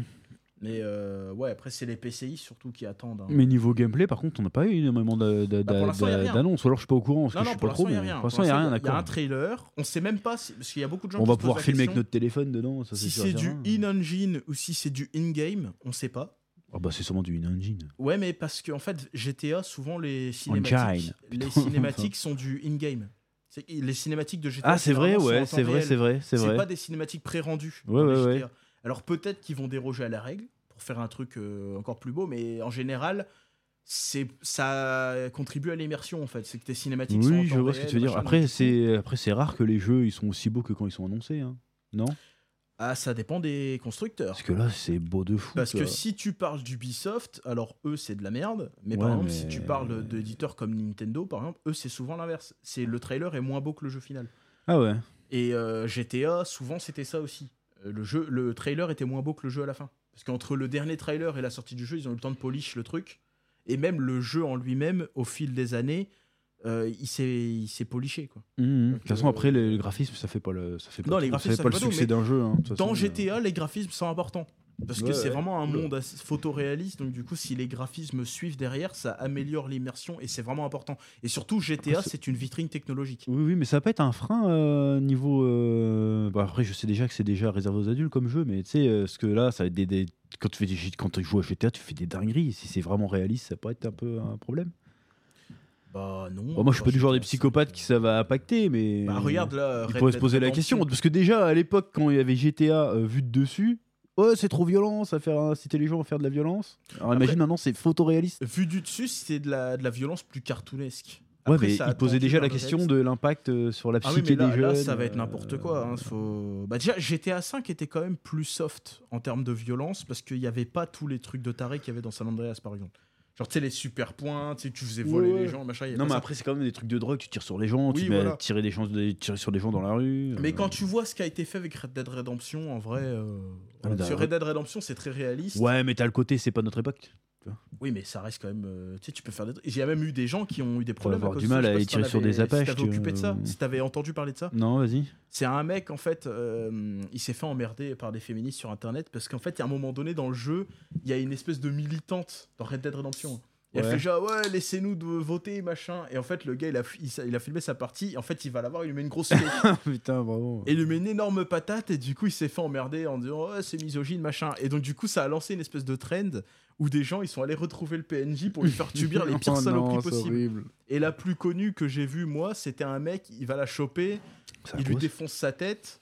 S2: Mais euh, ouais, après c'est les PCI surtout qui attendent. hein.
S1: Mais niveau gameplay, par contre, on n'a pas eu énormément d'a- d'a-
S2: Bah, pour l'instant, y a
S1: d'a-
S2: rien.
S1: d'annonces. Ou alors, je suis pas au courant, parce
S2: Non,
S1: que je
S2: non,
S1: suis pas
S2: pour
S1: trop.
S2: l'instant il y a
S1: mais
S2: rien.
S1: Pour l'instant, il y a rien,
S2: Il y a un
S1: d'accord.
S2: trailer, on sait même pas, si- parce qu'il y a beaucoup de gens
S1: On
S2: qui
S1: va
S2: se posent
S1: pouvoir
S2: la
S1: filmer avec
S2: question,
S1: notre téléphone dedans, ça c'est
S2: Si
S1: sûr
S2: c'est
S1: et
S2: du
S1: certain.
S2: in-engine ou si c'est du in-game, on sait pas.
S1: Ah bah, c'est sûrement du in-engine.
S2: Ouais, mais parce qu'en en fait, GTA, souvent les cinématiques,
S1: Engine.
S2: les
S1: Putain.
S2: cinématiques sont du in-game. C'est- Les cinématiques de GTA.
S1: Ah, c'est vrai,
S2: généralement, sont
S1: ouais,
S2: en temps
S1: c'est vrai,
S2: réel.
S1: c'est vrai, c'est
S2: C'est
S1: vrai.
S2: pas des cinématiques pré-rendues.
S1: Ouais,
S2: dans les
S1: ouais,
S2: GTA. Alors peut-être qu'ils vont déroger à la règle pour faire un truc euh, encore plus beau, mais en général, c'est ça contribue à l'immersion en fait. C'est que tes cinématiques sont. en
S1: Oui, je
S2: temps
S1: vois ce que
S2: réel,
S1: tu veux dire.
S2: machin,
S1: Après,
S2: donc,
S1: c'est après c'est rare que les jeux ils sont aussi beaux que quand ils sont annoncés, hein. non
S2: Ah, ça dépend des constructeurs.
S1: Parce que euh, là, c'est beau de fou.
S2: Parce
S1: tu
S2: que
S1: vois.
S2: si tu parles d'Ubisoft, alors eux c'est de la merde, mais par
S1: Ouais,
S2: exemple
S1: mais-
S2: si tu parles d'éditeurs comme Nintendo, par exemple, eux c'est souvent l'inverse. C'est le trailer est moins beau que le jeu final.
S1: ah ouais.
S2: Et euh, GTA, souvent, c'était ça aussi. Euh, Le, jeu, le trailer était moins beau que le jeu à la fin. Parce qu'entre le dernier trailer et la sortie du jeu, ils ont eu le temps de polish le truc. Et même le jeu en lui-même, au fil des années, euh, il s'est il s'est poliché. Quoi.
S1: Mhm. De toute
S2: Donc,
S1: façon,
S2: euh,
S1: après les, les graphismes, ça fait pas le ça fait pas
S2: Non,
S1: tout,
S2: les
S1: ça
S2: graphismes,
S1: fait
S2: ça
S1: pas
S2: fait
S1: le
S2: pas tout,
S1: succès d'un jeu. hein, de toute
S2: Dans
S1: façon,
S2: GTA, les graphismes sont importants. Parce que
S1: Ouais,
S2: c'est
S1: ouais.
S2: vraiment un
S1: Oula.
S2: monde assez photoréaliste, donc du coup, si les graphismes suivent derrière, ça améliore l'immersion et c'est vraiment important. Et surtout, GTA,
S1: Après, c'est-
S2: c'est une vitrine technologique.
S1: Oui, oui, mais ça peut être un frein euh, niveau. euh, bah, après, je sais déjà que c'est déjà réservé aux adultes comme jeu, mais tu sais, euh, ce que là, ça va être des, des- quand tu fais des... quand tu joues à GTA, tu fais des dingueries. Si c'est vraiment réaliste, ça peut être un peu un problème.
S2: Bah non.
S1: Bon, moi, je suis
S2: bah,
S1: pas du genre des
S2: GTA, c'est-
S1: psychopathes qui ça va impacter, mais.
S2: Bah regarde
S1: Il
S2: là. Red
S1: pourrait
S2: Dead
S1: se poser la
S2: Redemption.
S1: question, parce que déjà à l'époque, quand il y avait GTA euh, vu de dessus, oh c'est trop violent, ça fait inciter les gens à faire de la violence. Alors
S2: Après-
S1: imagine maintenant c'est photoréaliste.
S2: vu du dessus, c'est de la, de la violence plus cartoonesque.
S1: Ouais,
S2: Après,
S1: mais
S2: ça a
S1: il posait
S2: tendu
S1: déjà la
S2: vers le
S1: question
S2: reste.
S1: de l'impact euh, sur la
S2: Ah
S1: psyché
S2: oui, mais là,
S1: des
S2: là,
S1: jeunes.
S2: ça va être
S1: euh,
S2: n'importe quoi. hein, faut- Bah, déjà, GTA V était quand même plus soft en termes de violence parce qu'il n'y avait pas tous les trucs de taré qu'il y avait dans San Andreas, par exemple. Genre, tu sais, les super points, tu sais, tu faisais voler
S1: Ouais,
S2: les
S1: ouais.
S2: gens, machin. il y a
S1: Non,
S2: pas
S1: mais
S2: ça.
S1: après, c'est quand même des trucs de drogue, tu tires sur les gens,
S2: Oui,
S1: tu mets à
S2: voilà.
S1: tirer, des gens, des- tirer sur des gens dans la rue.
S2: Mais
S1: euh,
S2: quand tu vois ce qui a été fait avec Red Dead Redemption, en vrai. euh,
S1: Ah, mais
S2: parce que
S1: d'accord.
S2: Red Dead Redemption, c'est très réaliste.
S1: Ouais, mais t'as le côté, c'est pas notre époque.
S2: Oui, mais ça reste quand même. euh, tu sais, tu peux faire des trucs. Il y a même eu des gens qui ont eu des
S1: vas
S2: problèmes. à
S1: avoir
S2: cause
S1: du
S2: de ça,
S1: mal
S2: je sais
S1: à
S2: pas
S1: les
S2: si
S1: tirer
S2: t'en
S1: sur des
S2: avais-
S1: apaches, euh.
S2: Si t'avais
S1: tu-
S2: occupé de ça, si t'avais entendu parler de ça.
S1: Non, vas-y.
S2: C'est un mec, en fait, euh, il s'est fait emmerder par des féministes sur Internet parce qu'en fait, à un moment donné, dans le jeu, il y a une espèce de militante dans Red Dead Redemption. Et Elle
S1: Ouais.
S2: fait genre, ouais, laissez-nous de voter, machin. Et en fait, le gars, il a, il, s- il a filmé sa partie. Et en fait, il va la voir, il lui met une grosse flèche.
S1: Putain, bravo.
S2: et il lui met une énorme patate. Et du coup, il s'est fait emmerder en disant, ouais, c'est misogyne, machin. Et donc, du coup, ça a lancé une espèce de trend où des gens, ils sont allés retrouver le PNJ pour lui faire tubir les pires
S1: Oh non,
S2: saloperies
S1: c'est
S2: possibles.
S1: horrible.
S2: Et la plus connue que j'ai vue, moi, c'était un mec, il va la choper.
S1: Ça
S2: Il lui
S1: cause.
S2: défonce sa tête.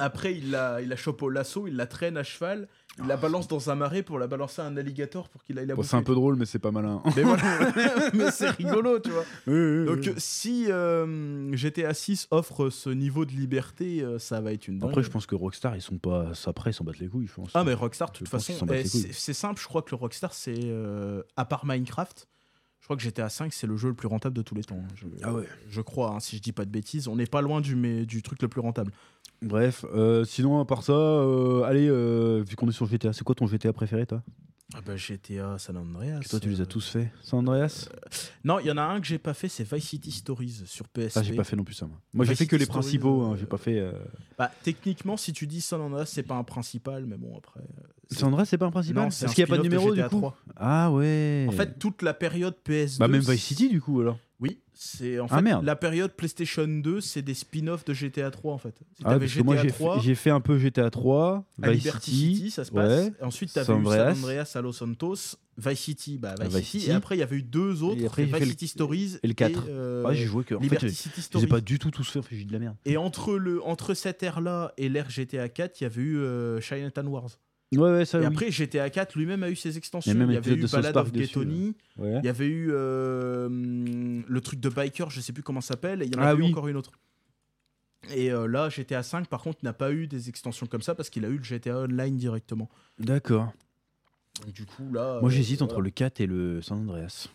S2: Après, il la, il la chope au lasso, il la traîne à cheval, il la balance dans un marais pour la balancer à un alligator pour qu'il aille la
S1: Ah. Bon,
S2: bouffer.
S1: c'est un peu drôle, mais c'est pas malin.
S2: Mais voilà, mais c'est rigolo, tu vois.
S1: Oui, oui, oui.
S2: Donc, euh, si euh, GTA 6 offre ce niveau de liberté, euh, ça va être une dingue.
S1: Après, je pense que Rockstar, ils sont pas ça prêt, ils s'en battent les couilles, je pense.
S2: Ah, mais Rockstar, de toute
S1: Je pense
S2: façon,
S1: qu'ils s'en battent
S2: eh,
S1: les couilles.
S2: c'est c'est simple, je crois que le Rockstar, c'est. euh, à part Minecraft, Je crois que GTA 5, c'est le jeu le plus rentable de tous les temps. hein. Je,
S1: Ah ouais.
S2: je crois, hein, si je dis pas de bêtises. On n'est pas loin du, mais, du truc le plus rentable.
S1: Bref, euh, sinon, à part ça, euh, allez, euh, vu qu'on est sur GTA, c'est quoi ton GTA préféré, toi
S2: Ah bah, GTA San Andreas.
S1: Parce que Toi, tu les
S2: euh,
S1: as tous faits. San Andreas
S2: Non, il y en a un que j'ai pas fait, c'est Vice City Stories sur PSP.
S1: Ah, j'ai pas fait non plus ça, moi. Moi, j'ai
S2: Vice
S1: fait que
S2: City
S1: les
S2: Stories,
S1: principaux, hein,
S2: euh,
S1: j'ai pas fait. euh,
S2: Bah, techniquement, si tu dis San Andreas, c'est pas un principal, mais bon, après. euh, c'est-
S1: San Andreas, c'est pas un principal
S2: Non,
S1: Parce
S2: c'est un
S1: qu'il n'y a pas de
S2: spin-off
S1: numéro, du
S2: GTA
S1: coup
S2: 3.
S1: Ah ouais
S2: En fait, toute la période PS2.
S1: Bah, même
S2: c'est-
S1: Vice City, du coup, alors.
S2: Oui, c'est en fait
S1: Ah, merde.
S2: la période PlayStation 2 , c'est des spin-offs de GTA 3 en fait.
S1: Ah,
S2: Si
S1: ouais,
S2: t'avais
S1: parce que moi,
S2: GTA
S1: j'ai fait,
S2: 3
S1: j'ai fait un peu GTA 3,
S2: à
S1: Vice
S2: Ah, Liberty City, ça se passe.
S1: ouais.
S2: Et Ensuite, t'avais
S1: San
S2: eu
S1: Andreas.
S2: San Andreas à Los Santos, Vice City, bah, Vice,
S1: Ah, Vice
S2: City.
S1: City.
S2: Et après, il y avait eu deux autres,
S1: après, j'ai
S2: Vice
S1: fait le-
S2: City Stories
S1: et le quatre.
S2: euh,
S1: Ah, j'ai joué que. En fait,
S2: Liberty
S1: je
S2: City
S1: je les
S2: Stories.
S1: ai pas du tout tous faits, enfin, j'ai de la merde.
S2: Et entre, le, entre cette ère-là et l'ère GTA 4, il y avait eu euh, Chinatown Wars.
S1: Ouais, ouais, ça,
S2: et
S1: Ah oui.
S2: après, GTA 4 lui-même a eu ses extensions.
S1: Il y a même
S2: Il y
S1: un
S2: avait
S1: épisode
S2: eu
S1: de South
S2: Ballad
S1: Park
S2: of
S1: dessus,
S2: Ghettonie.
S1: Ouais.
S2: Il y avait eu euh, hum, le truc de biker, je sais plus comment ça s'appelle, et il y en a
S1: Ah
S2: eu
S1: oui.
S2: encore une autre. Et euh, là, GTA 5 par contre n'a pas eu des extensions comme ça parce qu'il a eu le GTA Online directement.
S1: D'accord.
S2: Donc du coup là.
S1: Moi
S2: euh,
S1: j'hésite entre
S2: voilà.
S1: le 4 et le San Andreas.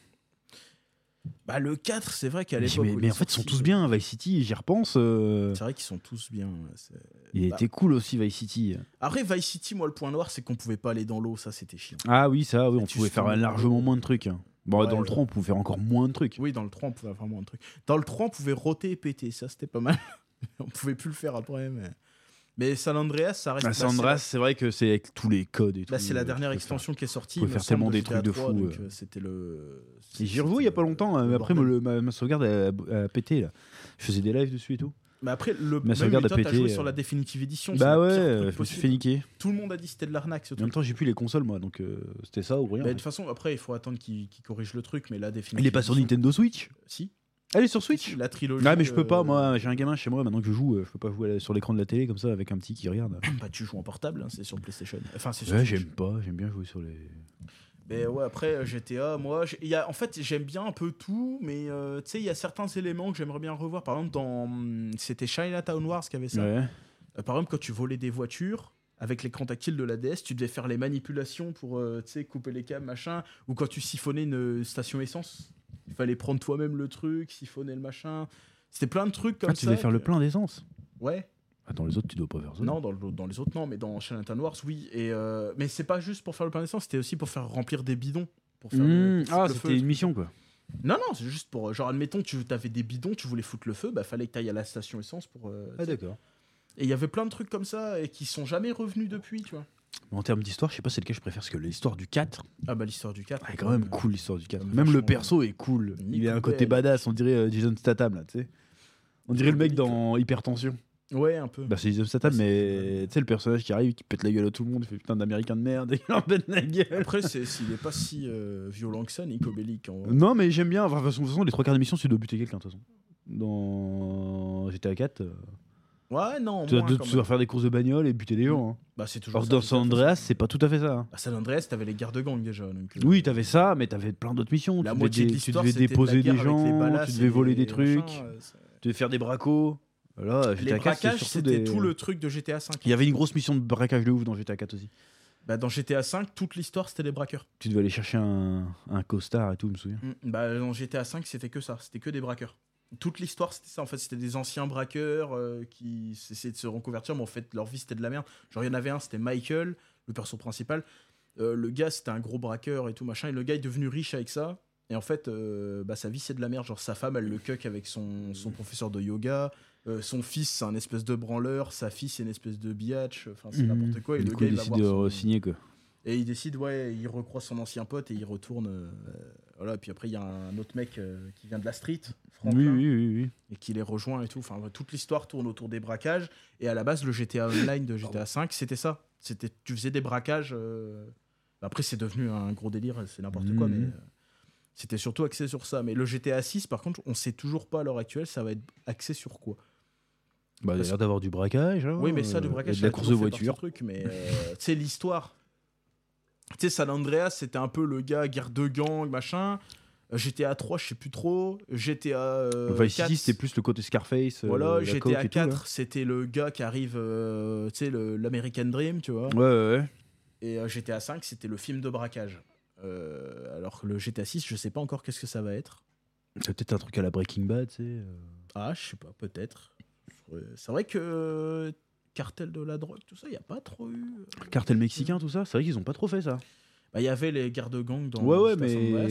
S2: Bah, le 4, c'est vrai qu'à
S1: Mais,
S2: l'époque. où
S1: mais-
S2: il
S1: mais
S2: est
S1: en fait ils sont
S2: sorti,
S1: tous bien, Vice City, j'y repense. euh,
S2: C'est vrai qu'ils sont tous bien. ouais, c'est-
S1: il
S2: bah.
S1: était cool aussi Vice City.
S2: Après, Vice City, moi, le point noir, c'est qu'on pouvait pas aller dans l'eau, ça c'était chiant.
S1: Ah oui, ça, oui, on
S2: tu
S1: pouvait
S2: te
S1: faire
S2: fous.
S1: largement moins de trucs. hein. Bon,
S2: Ouais,
S1: dans le
S2: ouais.
S1: 3, on pouvait faire encore moins de trucs.
S2: Oui, dans le 3, on pouvait vraiment un truc. Dans le 3, on pouvait roter et péter, ça c'était pas mal. on pouvait plus le faire après, mais. Mais San Andreas, ça reste.
S1: Ah, San
S2: bah, c'est-
S1: Andreas, c'est vrai que c'est avec tous les codes et tout.
S2: Là, c'est la
S1: euh,
S2: dernière
S1: je peux
S2: extension qui est sortie.
S1: pouvez
S2: il me
S1: faire
S2: semble,
S1: tellement des
S2: GTA
S1: trucs de
S2: 3,
S1: fou,
S2: donc,
S1: euh.
S2: euh, C'était le.
S1: faire. Et j'y revois il y a pas longtemps, hein, mais après moi,
S2: bordel.
S1: le- ma, ma sauvegarde a, a pété là. Je faisais des lives dessus et tout.
S2: Mais après, le.
S1: Ma
S2: même
S1: sauvegarde
S2: lui,
S1: a
S2: toi, t'as
S1: pété,
S2: joué
S1: euh.
S2: sur la définitive édition.
S1: Bah ouais,
S2: le
S1: je me suis fait niquer.
S2: Tout le monde a dit que c'était de l'arnaque ce
S1: En même
S2: truc.
S1: temps, j'ai plus les consoles moi, donc euh, c'était ça ou rien.
S2: Mais de toute façon, après, il faut attendre qu'il qu'il corrige le truc. Mais la définitive.
S1: Il est pas sur
S2: édition-
S1: Nintendo Switch
S2: Si.
S1: Elle est sur Switch
S2: La trilogie.
S1: Non mais je peux pas,
S2: euh,
S1: moi j'ai un gamin chez moi, maintenant que je joue, euh, je peux pas jouer à la- sur l'écran de la télé comme ça avec un petit qui regarde.
S2: Bah, tu joues en portable, hein, c'est sur PlayStation. Enfin, c'est sur.
S1: Ouais,
S2: Switch.
S1: j'aime pas, j'aime bien jouer sur les...
S2: Mais ouais, après euh, GTA, moi, j'ai- il y a, en fait, j'aime bien un peu tout, mais euh, tu sais, il y a certains éléments que j'aimerais bien revoir. Par exemple, dans. hum, C'était Chinatown Wars qui avait ça.
S1: Ouais.
S2: Euh, par exemple, quand tu volais des voitures, avec l'écran tactile de la DS, tu devais faire les manipulations pour euh, tu sais, couper les câbles, machin. Ou quand tu siphonnais une euh, station essence, il fallait prendre toi-même le truc, siphonner le machin. C'était plein de trucs comme
S1: Ah,
S2: ça.
S1: tu devais faire
S2: que-
S1: le plein d'essence
S2: Ouais.
S1: Attends, les autres tu dois pas faire ça
S2: Non, dans, le- dans les autres, non, mais dans Chinatown Wars, oui. Et, euh, mais c'est pas juste pour faire le plein d'essence, c'était aussi pour faire remplir des bidons. Pour faire le-
S1: Mmh,
S2: foutre
S1: Ah,
S2: le feu.
S1: c'était une mission quoi.
S2: Non, non, c'est juste pour. euh, Genre, admettons, tu avais des bidons, tu voulais foutre le feu, bah fallait que t'ailles à la station essence pour. euh, tu sais.
S1: Ah, d'accord.
S2: et il y avait plein de trucs comme ça et qui sont jamais revenus depuis, tu vois.
S1: En termes d'histoire, je sais pas c'est lequel je préfère, parce que l'histoire du 4
S2: Ah bah l'histoire du 4.
S1: elle est quand même cool, l'histoire du 4.
S2: Ouais,
S1: Même le
S2: franchement,
S1: perso est cool. Il a un
S2: Nickel.
S1: côté badass, on dirait euh, Jason Statham là, tu sais. On dirait le mec dans Hypertension.
S2: Ouais, un peu.
S1: Bah c'est Jason Statham,
S2: Ouais, c'est-
S1: mais tu sais le personnage qui arrive, qui pète la gueule à tout le monde, il fait putain d'américain de merde, il en pète la gueule.
S2: Après, c'est- s'il n'est pas si euh, violent que ça, Nico Bellic. en vrai.
S1: Non, mais j'aime bien. Enfin, de toute façon- de toute façon, les trois quarts d'émission, tu dois buter quelqu'un, de toute façon. Dans GTA 4, euh,
S2: Ouais, non,
S1: tu, dois,
S2: moins,
S1: tu
S2: quand
S1: dois
S2: même.
S1: faire des courses de bagnole et buter des gens. hein.
S2: Bah, c'est toujours.
S1: Or,
S2: ça,
S1: dans
S2: de toute
S1: San
S2: façon.
S1: Andreas, c'est pas tout à fait ça. hein.
S2: À San Andreas, t'avais les gardes de gang déjà. Donc, euh,
S1: Oui, t'avais ça, mais t'avais plein d'autres missions.
S2: La
S1: tu devais,
S2: moitié
S1: dé-
S2: de
S1: tu
S2: l'histoire,
S1: devais
S2: c'était de la
S1: déposer
S2: guerre
S1: des
S2: avec les
S1: gens,
S2: balas
S1: tu
S2: et
S1: devais voler des
S2: les
S1: trucs, Bah,
S2: machins, euh, c'est-
S1: tu devais faire des bracos. Là,
S2: Les
S1: GTA 4, c'était
S2: braquages,
S1: surtout
S2: c'était
S1: des-
S2: tout le truc de GTA V.
S1: Il y avait une grosse mission de braquage de ouf dans GTA 4 aussi.
S2: Bah, dans GTA V, toute l'histoire, c'était les braqueurs.
S1: Tu devais aller chercher un, un costard et tout, je me souviens.
S2: Mm. Bah, dans GTA V, c'était que ça. C'était que des braqueurs. Toute l'histoire, c'était ça. En fait, c'était des anciens braqueurs euh, qui essayaient de se reconvertir, mais en fait, leur vie, c'était de la merde. Genre, il y en avait un, c'était Michael, le perso principal. Euh, le gars, c'était un gros braqueur et tout, machin. Et le gars est devenu riche avec ça. Et en fait, euh, bah, sa vie, c'est de la merde. Genre, sa femme, elle le cuck avec son, son professeur de yoga. Euh, son fils, c'est un espèce de branleur. Sa fille, c'est une espèce de biatch. Enfin,
S1: Mhm.
S2: c'est n'importe quoi. Et
S1: Mm. du
S2: le
S1: coup,
S2: gars,
S1: il
S2: il va
S1: décide
S2: voir
S1: de
S2: son-
S1: signer quoi.
S2: et il décide, ouais, il recroise son ancien pote et il retourne. euh, voilà, et puis après, il y a un autre mec euh, qui vient de la street,
S1: Oui,
S2: Franklin,
S1: oui, oui, oui.
S2: et qui les rejoint et tout. Enfin, toute l'histoire tourne autour des braquages. Et à la base, le GTA Online de GTA V, c'était ça. C'était, tu faisais des braquages. euh, Après, c'est devenu un gros délire, c'est n'importe quoi,
S1: Mhm.
S2: mais euh, c'était surtout axé sur ça. Mais le GTA 6, par contre, on sait toujours pas à l'heure actuelle, ça va être axé sur quoi.
S1: Bah, il y a
S2: Parce-
S1: l'air d'avoir du braquage. hein,
S2: Oui, mais ça,
S1: euh,
S2: le braquage,
S1: et De la
S2: ça a
S1: course de
S2: toujours fait partie
S1: voiture.
S2: du Truc, mais euh, tu sais, l'histoire. Tu sais, San Andreas, c'était un peu le gars guerre de gang, machin. Euh, GTA 3, je sais plus trop. GTA euh,
S1: Vice
S2: 4,
S1: City, c'était plus le côté Scarface. euh,
S2: Voilà,
S1: la coke
S2: GTA
S1: et tout, là.
S2: 4, c'était le gars qui arrive, euh, tu sais, le- l'American Dream, tu vois.
S1: Ouais, ouais, ouais.
S2: Et euh, GTA 5, c'était le film de braquage. Euh, alors que le GTA 6, je sais pas encore qu'est-ce que ça va être.
S1: C'est peut-être un truc à la Breaking Bad, tu sais. euh.
S2: Ah, je sais pas, peut-être. Euh, C'est vrai que euh, cartel de la drogue, tout ça, il y a pas trop eu.
S1: Cartel mexicain, tout ça. C'est vrai qu'ils ont pas trop fait ça.
S2: Bah, il y avait les gardes gangs dans
S1: ouais, ouais,
S2: Los Angeles,
S1: mais
S2: Ah,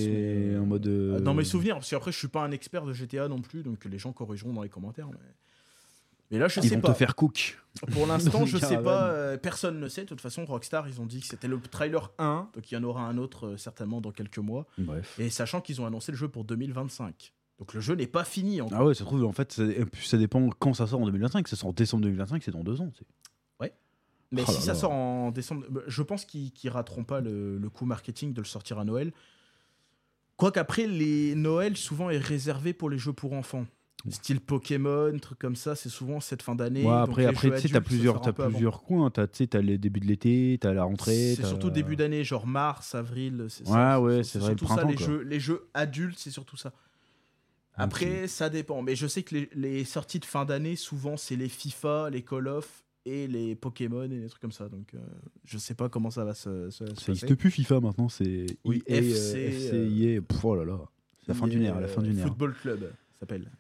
S2: mais,
S1: en mode. euh,
S2: Dans mes souvenirs, parce qu'après, je suis pas un expert de GTA non plus, donc les gens corrigeront dans les commentaires. Mais, mais là, je
S1: Ils
S2: sais
S1: vont
S2: pas.
S1: te faire cook.
S2: Pour
S1: dans
S2: l'instant,
S1: une
S2: je sais pas,
S1: caravane.
S2: euh, personne ne sait. De toute façon, Rockstar, ils ont dit que c'était le trailer 1, donc il y en aura un autre euh, certainement dans quelques mois.
S1: Bref.
S2: Et sachant qu'ils ont annoncé le jeu pour 2025. Donc le jeu n'est pas fini encore.
S1: Ah ouais, ça se trouve, en fait, ça, et puis ça dépend quand ça sort en 2025. Ça sort en décembre 2025, c'est dans deux ans. tu sais.
S2: Mais
S1: Oh
S2: si
S1: là
S2: ça
S1: là.
S2: sort en décembre, bah, je pense qu'ils qu'ils rateront pas le, le coup marketing de le sortir à Noël. Quoique après, les Noël souvent est réservé pour les jeux pour enfants. Style Pokémon, trucs comme ça, c'est souvent cette fin d'année.
S1: Ouais,
S2: donc
S1: après,
S2: les
S1: après
S2: jeux
S1: tu sais, t'as
S2: adultes se
S1: plusieurs,
S2: sortent
S1: t'as
S2: un peu avant.
S1: plusieurs coins. T'as, tu sais, t'as les débuts de l'été, t'as la rentrée.
S2: C'est
S1: t'as-
S2: surtout début d'année, genre mars, avril. c'est
S1: Ouais,
S2: ça,
S1: ouais, c'est vrai, le
S2: surtout ça.
S1: printemps,
S2: Les
S1: quoi.
S2: jeux, les jeux adultes, c'est surtout ça. Après, ça dépend. Mais je sais que les, les sorties de fin d'année, souvent, c'est les FIFA, les Call of et les Pokémon et les trucs comme ça. Donc, euh, je sais pas comment ça va se, se- se
S1: Ça
S2: passer.
S1: existe plus FIFA maintenant, c'est
S2: Oui,
S1: EA, euh,
S2: FC,
S1: FC,
S2: euh,
S1: EA, pff, oh là là. C'est la fin d'une ère, la fin d'une
S2: Euh,
S1: ère.
S2: Football E Club ça s'appelle.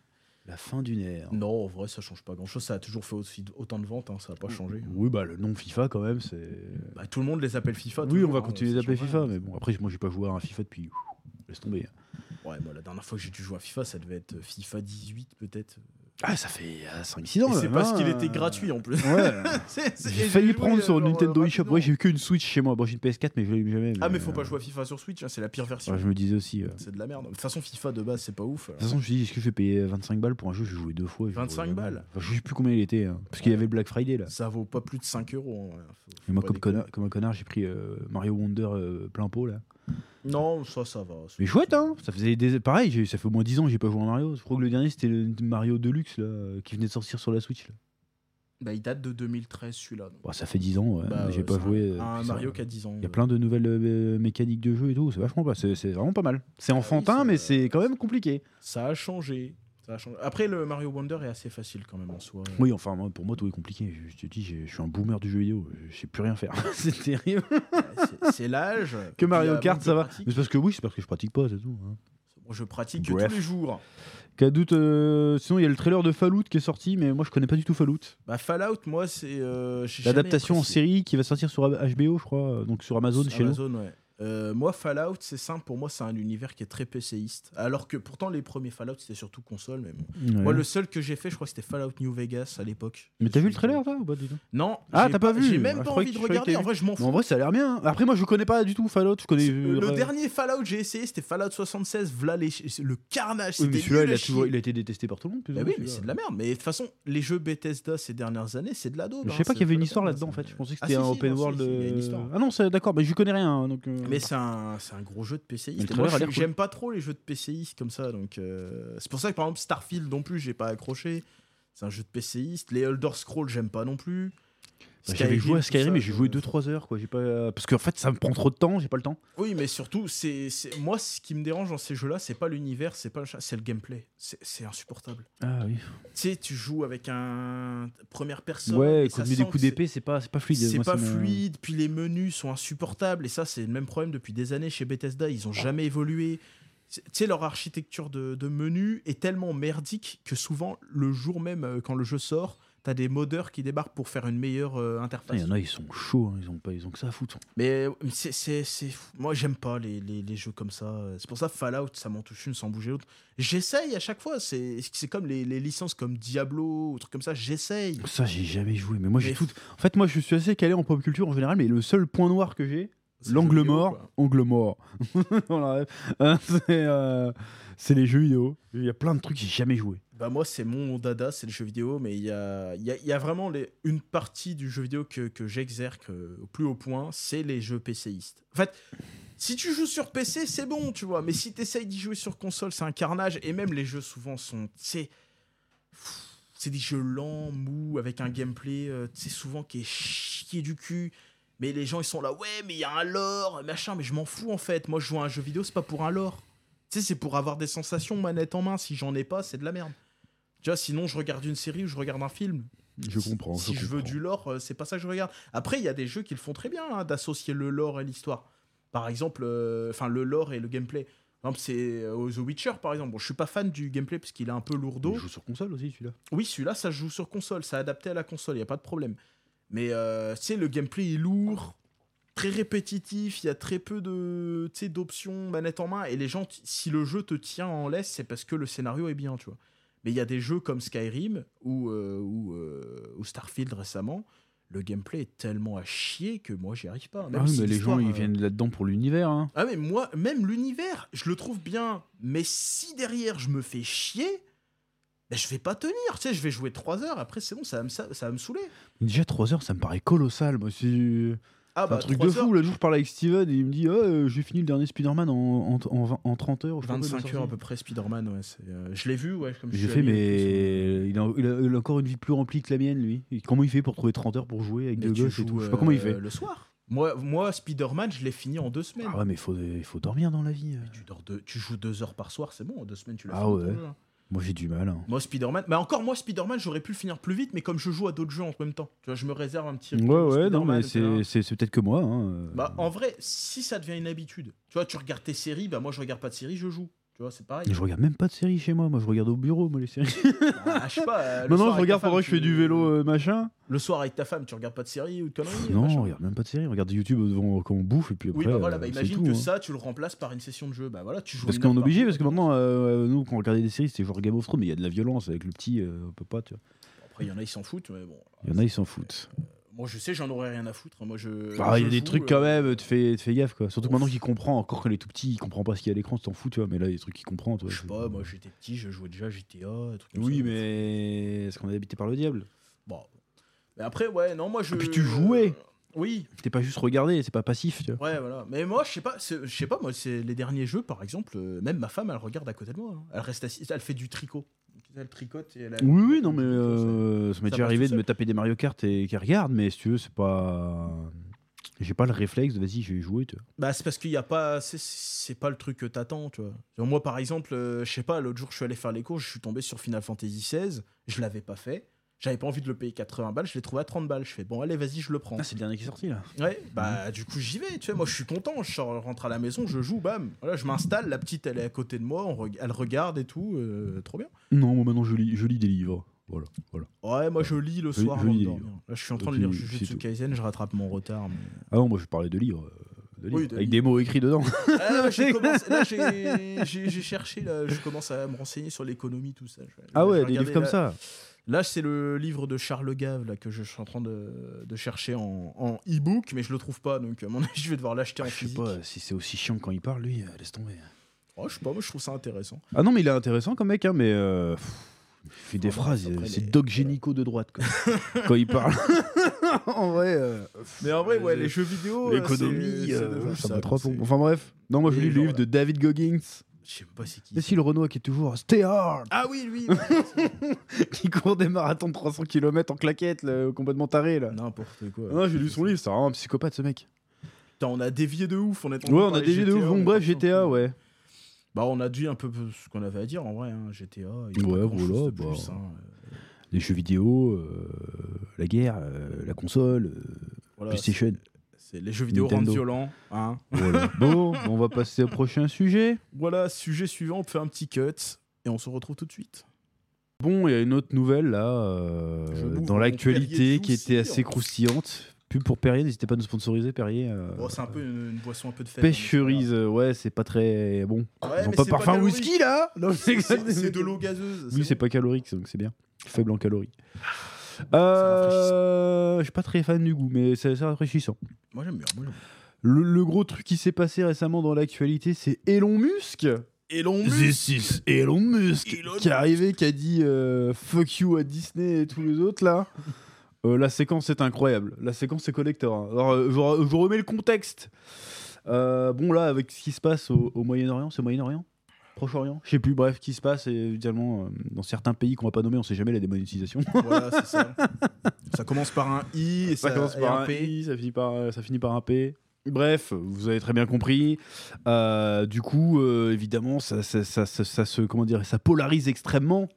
S1: La fin d'une ère.
S2: Non, en vrai, ça change pas grand-chose. Ça a toujours fait aussi- autant de ventes, hein, ça a pas changé.
S1: Oui, bah le nom FIFA quand même, c'est.
S2: Bah, tout le monde les appelle FIFA.
S1: oui,
S2: toujours,
S1: on va
S2: hein,
S1: continuer
S2: ça
S1: d'appeler
S2: change
S1: FIFA,
S2: rien.
S1: mais bon, après, moi j'ai pas joué à un FIFA depuis. Laisse tomber.
S2: Ouais, moi, la dernière fois que j'ai dû jouer à FIFA, ça devait être FIFA 18, peut-être.
S1: Ah, ça fait 5-6 ans
S2: Et
S1: là.
S2: c'est
S1: même,
S2: parce
S1: hein.
S2: qu'il était gratuit en plus.
S1: Ouais.
S2: C'est- c'est-
S1: J'ai
S2: et
S1: failli
S2: joué,
S1: prendre sur
S2: euh, genre,
S1: Nintendo
S2: euh,
S1: eShop.
S2: rapidement.
S1: Ouais, j'ai eu qu'une Switch chez moi. Bon, j'ai une PS4, mais je l'ai eu jamais.
S2: Ah, mais faut pas jouer à FIFA sur Switch, hein, c'est la pire version.
S1: Ouais, je me disais aussi. ouais. De
S2: C'est de la merde. De toute façon, FIFA de base, c'est pas ouf. alors.
S1: toute façon, je me suis dit, est-ce que je vais payer 25 balles pour un jeu J'ai joué deux fois. et je
S2: 25
S1: jouais-
S2: balles
S1: Enfin, Je sais plus combien il était. hein, Parce qu'il y avait le Black Friday là.
S2: Ça vaut pas plus de 5 euros. hein, ouais. Faut- faut
S1: Et moi,
S2: pas
S1: comme,
S2: déconner.
S1: connard, comme un connard, j'ai pris euh, Mario Wonder euh, plein pot là.
S2: Non, ça, ça va.
S1: Mais chouette, hein Ça faisait des... pareil, j'ai- ça fait au moins 10 ans que j'ai pas joué à Mario. Je crois que le dernier c'était le Mario Deluxe là, euh, qui venait de sortir sur la Switch. Là.
S2: Bah, il date de 2013, celui-là. donc.
S1: Bon, ça fait 10 ans, ouais,
S2: Bah,
S1: mais j'ai
S2: ouais,
S1: pas
S2: c'est
S1: joué. euh,
S2: Un, un
S1: depuis ça.
S2: Mario qui a 10 ans.
S1: Il y a plein de nouvelles euh, mécaniques de jeu et tout, c'est vachement pas, c'est c'est vraiment pas mal. C'est enfantin,
S2: Ah ça-
S1: mais c'est quand même compliqué.
S2: Ça a changé. Ça a changé. Après, le Mario Wonder est assez facile quand même en soi.
S1: Oui, enfin, moi, pour moi, tout est compliqué. Je, je te dis, j'ai- je suis un boomer du jeu vidéo, je sais plus rien faire. c'est terrible.
S2: Ouais, c'est- C'est l'âge.
S1: Que
S2: Et
S1: Mario
S2: puis, la
S1: Kart,
S2: manque
S1: ça
S2: de
S1: va.
S2: pratique.
S1: Mais c'est parce que oui, c'est parce que je pratique pas, c'est tout. hein.
S2: Moi, je pratique
S1: Bref.
S2: tous les jours.
S1: Qu'à doute, euh, sinon, il y a le trailer de Fallout qui est sorti, mais moi, je connais pas du tout Fallout.
S2: Bah, Fallout, moi, c'est. euh, j'ai jamais
S1: L'adaptation en
S2: apprécié.
S1: série qui va sortir sur HBO, je crois, euh, donc sur Amazon chez nous.
S2: Amazon, ouais. Euh, moi, Fallout, c'est simple. Pour moi, c'est un univers qui est très PCiste. Alors que pourtant, les premiers Fallout, c'était surtout console. Mais bon.
S1: Ouais.
S2: Moi, le seul que j'ai fait, je crois que c'était Fallout New Vegas à l'époque.
S1: Mais t'as vu le trailer, toi, ou pas du tout
S2: Non.
S1: Ah,
S2: j'ai
S1: t'as pas vu
S2: J'ai
S1: Ah,
S2: même
S1: je
S2: pas
S1: croyais que-
S2: envie de
S1: je croyais que
S2: regarder.
S1: t'avais
S2: En vrai, je m'en
S1: Mais en
S2: fous.
S1: vrai, ça a l'air bien. hein. Après, moi, je connais pas du tout Fallout. Je connais.
S2: Le
S1: euh, Ouais.
S2: dernier Fallout que j'ai essayé, c'était Fallout 76. V'là les... c'est le carnage.
S1: Oui, mais
S2: c'était
S1: celui-là,
S2: nul
S1: il
S2: à
S1: a, toujours,
S2: chier.
S1: il a été détesté par tout le monde. plus ou
S2: Bah
S1: moins,
S2: oui, mais
S1: celui-là.
S2: c'est de la merde. Mais de toute façon, les jeux Bethesda ces dernières années, c'est de la daube.
S1: Je
S2: hein,
S1: sais pas
S2: c'est
S1: qu'il y avait une
S2: la
S1: histoire
S2: daube,
S1: là-dedans, en
S2: hein,
S1: fait.
S2: c'est-
S1: Je pensais que
S2: Ah,
S1: c'était
S2: si,
S1: un
S2: si,
S1: open
S2: non, si,
S1: world.
S2: si, il y a une
S1: euh,
S2: histoire.
S1: Ah non, c'est- d'accord, mais je connais rien. hein, donc, euh,
S2: Mais c'est un, c'est un gros jeu de PCiste.
S1: Mais le
S2: Et Moi,
S1: trailer a
S2: je-
S1: l'air cool.
S2: j'aime pas trop les jeux de PCiste comme ça. Donc, euh, c'est pour ça que par exemple Starfield non plus, j'ai pas accroché. C'est un jeu de PCiste. Les Elder Scrolls, j'aime pas non plus.
S1: bah, J'avais joué à
S2: tout
S1: Skyrim
S2: ça,
S1: mais j'ai
S2: je-
S1: joué 2-3 heures. quoi. J'ai pas... Parce qu'en fait, ça me prend trop de temps, j'ai pas le temps.
S2: Oui, mais surtout, c'est c'est- moi ce qui me dérange dans ces jeux-là, c'est pas l'univers, c'est pas le chat, c'est le gameplay. C'est c'est insupportable.
S1: Ah oui.
S2: Tu sais, tu joues avec un première personne.
S1: Ouais,
S2: et ça
S1: quand tu mets des
S2: sent que
S1: coups
S2: c'est-
S1: d'épée, c'est pas, c'est pas fluide.
S2: C'est
S1: moi, ça
S2: pas
S1: me-
S2: fluide, puis les menus sont insupportables, et ça, c'est le même problème depuis des années chez Bethesda, ils ont jamais évolué. C'est- Tu sais, leur architecture de, de menu est tellement merdique que souvent, le jour même, euh, quand le jeu sort, t'as des modeurs qui débarquent pour faire une meilleure euh,
S1: Putain, Ah, Il
S2: interface.
S1: y en a, ils sont chauds, hein, ils, ont pas... ils ont que ça à foutre.
S2: Mais euh, c'est, c'est, c'est- moi, j'aime pas les, les- les jeux comme ça. euh, C'est pour ça Fallout, ça m'en touche une sans bouger l'autre. J'essaye à chaque fois, c'est, c'est comme les, les licences comme Diablo ou trucs comme ça, j'essaye.
S1: Ça, j'ai jamais joué, mais moi j'ai
S2: Mais-
S1: tout. En fait, moi je suis assez calé en pop culture en général, mais le seul point noir que j'ai,
S2: C'est
S1: l'angle
S2: jeu vidéo,
S1: mort,
S2: quoi.
S1: angle mort. On la rêve. Hein, c'est, euh, c'est les jeux vidéo. Il y a plein de trucs que j'ai jamais joué.
S2: Bah moi c'est mon dada, c'est le jeu vidéo, mais il y a, il y a- il y a vraiment les- une partie du jeu vidéo que, que j'exerce euh, au plus haut point, c'est les jeux PCistes. En fait, si tu joues sur PC, c'est bon, tu vois, mais si t'essayes d'y jouer sur console, c'est un carnage, et même les jeux souvent sont... C'est c'est des jeux lents, mous, avec un gameplay, euh, tu sais, souvent qui est chier du cul. Mais les gens, ils sont là, ouais, mais il y a un lore, machin, mais je m'en fous en fait. Moi, je joue à un jeu vidéo, c'est pas pour un lore. Tu sais, c'est pour avoir des sensations manette en main. Si j'en ai pas, c'est de la merde. Tu vois, sinon, je regarde une série ou je regarde un film.
S1: Je comprends.
S2: Si je veux
S1: comprends.
S2: du lore, euh, c'est pas ça que je regarde. Après, il y a des jeux qui le font très bien, hein, d'associer le lore et l'histoire. Par exemple, euh, enfin le lore et le gameplay. Par exemple, c'est euh, The Witcher, par exemple. Bon, je suis pas fan du gameplay parce qu'il est un peu lourdeau.
S1: Il joue sur console aussi, celui-là.
S2: Oui, celui-là, ça se joue sur console, ça adapté à la console, il a pas de problème. Mais euh, tu sais, le gameplay est lourd, très répétitif, il y a très peu de tu sais, d'options manette en main. Et les gens, t- si le jeu te tient en laisse, c'est parce que le scénario est bien, tu vois. Mais il y a des jeux comme Skyrim ou, euh, ou, euh, ou Starfield récemment, le gameplay est tellement à chier que moi, j'y arrive pas. Même
S1: Ah oui,
S2: si
S1: mais les gens,
S2: l'histoire, euh,
S1: ils viennent là-dedans pour l'univers. Hein.
S2: ah mais moi, même l'univers, je le trouve bien. Mais si derrière je me fais chier, ben je vais pas tenir. Tu sais, je vais jouer 3 heures. Après c'est bon, ça va me, sa- ça va me saouler.
S1: Déjà, 3 heures, ça me paraît colossal. Moi, c'est
S2: Ah
S1: c'est un truc de
S2: trois
S1: fou. L'autre jour, je parlais avec Steven et il me dit oh, euh, J'ai fini le dernier Spider-Man en, en, en, 20 en 30 heures. je sais pas
S2: heures,
S1: quoi, il est
S2: 25 heures à
S1: sorti.
S2: peu près Spider-Man. Ouais, c'est, euh, je l'ai vu, ouais. Comme je
S1: J'ai
S2: suis
S1: fait,
S2: allé,
S1: mais il a, il a- il a encore une vie plus remplie que la mienne, lui. Et comment il fait pour trouver 30 heures pour jouer avec
S2: mais
S1: deux
S2: tu
S1: gosses et tout
S2: joues,
S1: Je sais pas comment il
S2: euh,
S1: fait.
S2: Le soir. Moi, moi Spider-Man, je l'ai fini en deux semaines.
S1: Ah ouais, mais faut, il faut dormir dans la vie. euh.
S2: Mais tu, dors deux, tu joues 2 heures par soir, c'est bon. En deux semaines, tu l'as
S1: Ah
S2: fini,
S1: ouais.
S2: ton jeu, hein.
S1: Moi, j'ai du mal. hein.
S2: Moi, Spider-Man. Mais encore, moi, Spider-Man, j'aurais pu le finir plus vite, mais comme je joue à d'autres jeux en même temps, tu vois, je me réserve un petit.
S1: Ouais,
S2: rythme
S1: ouais, non,
S2: Spider-Man,
S1: mais
S2: etc.
S1: c'est c'est- c'est peut-être que moi. hein.
S2: Bah, en vrai, si ça devient une habitude, tu vois, tu regardes tes séries, bah moi je regarde pas de séries, je joue. Tu vois, c'est pareil.
S1: Je regarde même pas de séries chez moi. Moi, je regarde au bureau, moi, les séries.
S2: Bah, je sais pas. euh, le
S1: Non, non,
S2: soir
S1: je
S2: avec ta
S1: regarde
S2: femme,
S1: pendant que je
S2: tu-
S1: fais du vélo, euh, machin.
S2: Le soir avec ta femme, tu regardes pas de séries ou de conneries
S1: non,
S2: machin.
S1: on regarde même pas de série, on regarde YouTube devant quand on bouffe et puis après.
S2: Oui, bah voilà,
S1: euh,
S2: bah
S1: c'est
S2: imagine
S1: tout,
S2: que
S1: hein.
S2: ça, tu le remplaces par une session de jeu. Bah voilà, tu joues.
S1: Parce
S2: une
S1: qu'on
S2: heure
S1: est
S2: par
S1: obligé,
S2: jour,
S1: parce que
S2: bah,
S1: maintenant, euh, nous, quand on regardait des séries, c'était genre Game of Thrones, mais il y a de la violence avec le petit, euh, on peut pas, tu vois.
S2: Après, il y en a, ils s'en foutent, mais bon.
S1: Il y en a, ils s'en foutent.
S2: Moi, je sais, j'en aurais rien à foutre. hein, Moi, je.
S1: Ah, il y a
S2: je
S1: des
S2: joue,
S1: trucs
S2: euh,
S1: quand même, tu fais, tu fais gaffe, quoi. Surtout que
S2: ouf.
S1: maintenant qu'il comprend, encore quand il est tout petit, il comprend pas ce qu'il y a à l'écran, tu t'en fous, tu vois, mais là, il y a des trucs qu'il comprend, tu vois.
S2: Je sais pas, moi j'étais petit, je jouais déjà à GTA, des trucs comme
S1: Oui,
S2: ça.
S1: mais est-ce qu'on est habité par le diable
S2: Bon. Mais après, ouais, non, moi je.
S1: Ah, puis tu jouais.
S2: Oui,
S1: T'es pas juste regardé, c'est pas passif, tu vois.
S2: Ouais, voilà. Mais moi, je sais pas, c'est- je sais pas, moi, c'est les derniers jeux, par exemple, euh, même ma femme, elle regarde à côté de moi. hein. Elle reste assise, elle fait du tricot. Elle tricote et elle.
S1: Oui, oui, non, mais
S2: Ça,
S1: euh, ça m'est
S2: ça
S1: déjà
S2: passe
S1: arrivé
S2: tout
S1: de me taper des Mario Kart et qu'elle regarde, mais si tu veux, c'est pas. J'ai pas le réflexe de vas-y, je vais y jouer, tu vois.
S2: Bah, c'est parce qu'il y a pas. C'est, c'est pas le truc que t'attends, tu vois. Genre, moi, par exemple, euh, je sais pas, l'autre jour, je suis allé faire les courses, je suis tombé sur Final Fantasy XVI, je l'avais pas fait. J'avais pas envie de le payer 80 balles, je l'ai trouvé à 30 balles. Je fais bon, allez, vas-y, je le prends.
S1: Ah, c'est le dernier qui est sorti là.
S2: Ouais, bah du coup j'y vais, tu vois, moi je suis content, je sors- rentre à la maison, je joue, bam, voilà, je m'installe, la petite elle est à côté de moi, on reg- elle regarde et tout, euh, trop bien.
S1: Non, moi maintenant je lis, je lis des livres. Voilà. voilà.
S2: Ouais, moi je lis le
S1: Je-
S2: soir
S1: je
S2: avant de
S1: lis,
S2: dormir. Là, je suis en train de
S1: puis,
S2: lire
S1: c'est
S2: Jujutsu
S1: tout.
S2: Kaisen, je rattrape mon retard. mais-
S1: Ah non, moi je parlais de livres. euh, de livres,
S2: Oui, de
S1: avec
S2: livres.
S1: des mots écrits dedans.
S2: Ah, ouais, j'ai commencé- là, j'ai j'ai- j'ai cherché, là, je commence à me renseigner sur l'économie, tout ça. Je-
S1: ah
S2: je
S1: ouais, des
S2: regardais,
S1: livres comme
S2: là-
S1: ça.
S2: Là, c'est le livre de Charles Gave là, que je suis en train de, de chercher en en e-book, mais je le trouve pas, donc à mon avis, je vais devoir l'acheter en
S1: Ah, je sais
S2: physique.
S1: pas si c'est aussi chiant que quand il parle, lui, euh, laisse tomber.
S2: Oh, je sais pas, moi je trouve ça intéressant.
S1: Ah non, mais il est intéressant comme mec, hein, mais. euh, pff, il fait des
S2: Ouais,
S1: phrases,
S2: après,
S1: euh,
S2: les-
S1: c'est Doc Génico de droite quoi, quand il parle. en vrai, euh,
S2: Mais en vrai, ouais, les jeux vidéo. euh, c'est-
S1: l'économie,
S2: c'est
S1: euh,
S2: devenu
S1: ça
S2: ça,
S1: m'a trop
S2: c'est-
S1: pompe. Enfin bref, non, moi je
S2: Et
S1: lis le
S2: genre,
S1: livre de David Goggins.
S2: Je sais même pas c'est qui.
S1: Et si le Renoir qui est toujours Stay Hard
S2: Ah oui, lui
S1: qui court des marathons de 300 km en claquette, là, complètement taré là.
S2: N'importe quoi.
S1: Non, j'ai lu son livre, c'est vraiment un psychopathe ce mec.
S2: Putain, on a dévié de ouf. On est en train
S1: Ouais,
S2: de
S1: on a
S2: parler
S1: des vidéos.
S2: GTA,
S1: Bon,
S2: on est
S1: bref,
S2: parti en
S1: GTA,
S2: couille.
S1: ouais.
S2: Bah, on a dit un peu ce qu'on avait à dire en vrai. hein, GTA. Il
S1: Ouais,
S2: ouais,
S1: voilà,
S2: voilà.
S1: bah.
S2: Plus, hein, euh,
S1: Les jeux vidéo, euh, la guerre, euh, la console, euh,
S2: voilà,
S1: PlayStation.
S2: Ah, c'est- C'est les jeux vidéo rendent
S1: Nintendo.
S2: violents. Hein.
S1: Voilà. bon, on va passer au prochain sujet.
S2: Voilà, sujet suivant. On fait un petit cut et on se retrouve tout de suite.
S1: Bon, il y a une autre nouvelle là, euh,
S2: Je m'ouvre
S1: dans
S2: mon Perrier
S1: l'actualité qui
S2: Juicy,
S1: était assez
S2: hein.
S1: croustillante. Pub pour Perrier, n'hésitez pas à nous sponsoriser, Perrier. euh,
S2: Bon, c'est un peu une, une boisson un peu de fête. hein,
S1: Pêcherise, euh, ouais, c'est pas très bon.
S2: Ouais,
S1: Bon,
S2: mais
S1: pas
S2: c'est
S1: parfum
S2: calorique.
S1: whisky là Non,
S2: C'est c'est de l'eau gazeuse.
S1: Oui, c'est
S2: bon.
S1: pas calorique, donc c'est bien. Faible en calories.
S2: rafraîchissant.
S1: Euh, je suis pas très fan du goût, mais c'est c'est rafraîchissant.
S2: Moi j'aime bien. Moi, j'aime bien.
S1: Le, le gros truc qui s'est passé récemment dans l'actualité, c'est Elon Musk.
S2: Elon Musk.
S1: This is Elon Musk
S2: Elon
S1: qui est arrivé, qui a dit euh, fuck you à Disney et tous les autres là. Euh, la séquence est incroyable. La séquence est collector. hein. Alors, euh, je, re- je vous remets le contexte. Euh, bon, là, avec ce qui se passe au, au Moyen-Orient, c'est au Moyen-Orient Proche-Orient Je sais plus, bref, ce qui se passe, et, évidemment, euh, dans certains pays qu'on va pas nommer, on sait jamais la démonétisation.
S2: Voilà, c'est ça. ça commence par un i et ça, et un p.
S1: I, ça finit par, ça finit par un P. Bref, vous avez très bien compris. Euh, du coup, euh, évidemment, ça, ça, ça, ça- ça se comment dire, ça polarise extrêmement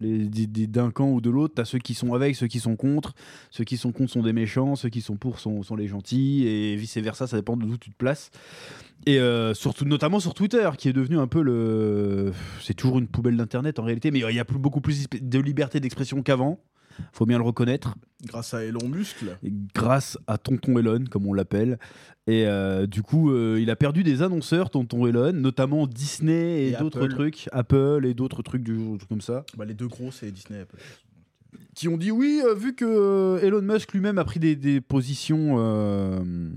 S1: les- des- des- d'un camp ou de l'autre. T'as ceux qui sont avec, ceux qui sont contre. Ceux qui sont contre sont des méchants, ceux qui sont pour sont, sont les gentils, et vice-versa, ça dépend d'où tu te places. Et euh, surtout, notamment sur Twitter, qui est devenu un peu le... C'est toujours une poubelle d'Internet en réalité, mais il y a plus, beaucoup plus de liberté d'expression qu'avant, faut bien le reconnaître
S2: Grâce à Elon Muscle.
S1: grâce à Tonton Elon, comme on l'appelle. Et euh, du coup, euh, il a perdu des annonceurs, Tonton Elon, notamment Disney et,
S2: Et
S1: d'autres
S2: Apple.
S1: trucs, Apple et d'autres trucs du trucs comme ça,
S2: Bah, les deux gros, c'est Disney. Apple.
S1: qui ont dit oui, euh, vu que euh, Elon Musk lui-même a pris des, des positions. euh,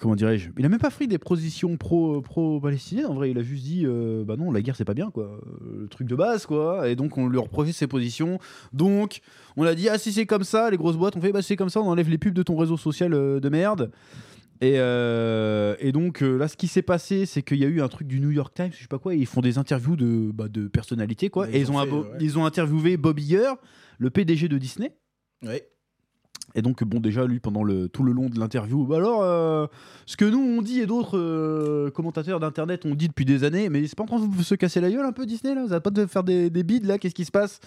S1: comment dirais-je Il a même pas pris des positions pro- pro-palestiniennes, en vrai, il a juste dit euh, bah non, la guerre c'est pas bien, quoi. Euh, Le truc de base, quoi. Et donc, on lui reprochait ses positions. Donc, on a dit ah si c'est comme ça, les grosses boîtes, on fait bah si c'est comme ça, on enlève les pubs de ton réseau social euh, de merde. Et, euh, et donc euh, là, ce qui s'est passé, c'est qu'il y a eu un truc du New York Times, je sais pas quoi, et ils font des interviews de, bah, de personnalités quoi.
S2: Bah,
S1: et ils ont,
S2: fait,
S1: abo-
S2: ouais.
S1: ils ont interviewé Bob Iger, le PDG de Disney.
S2: Ouais.
S1: Et donc bon, déjà lui pendant le tout le long de l'interview, bah alors euh, ce que nous on dit et d'autres euh, commentateurs d'internet ont dit depuis des années, mais c'est pas en train de vous- se casser la gueule un peu Disney là, vous allez pas de faire des, des bides là, qu'est-ce qui se passe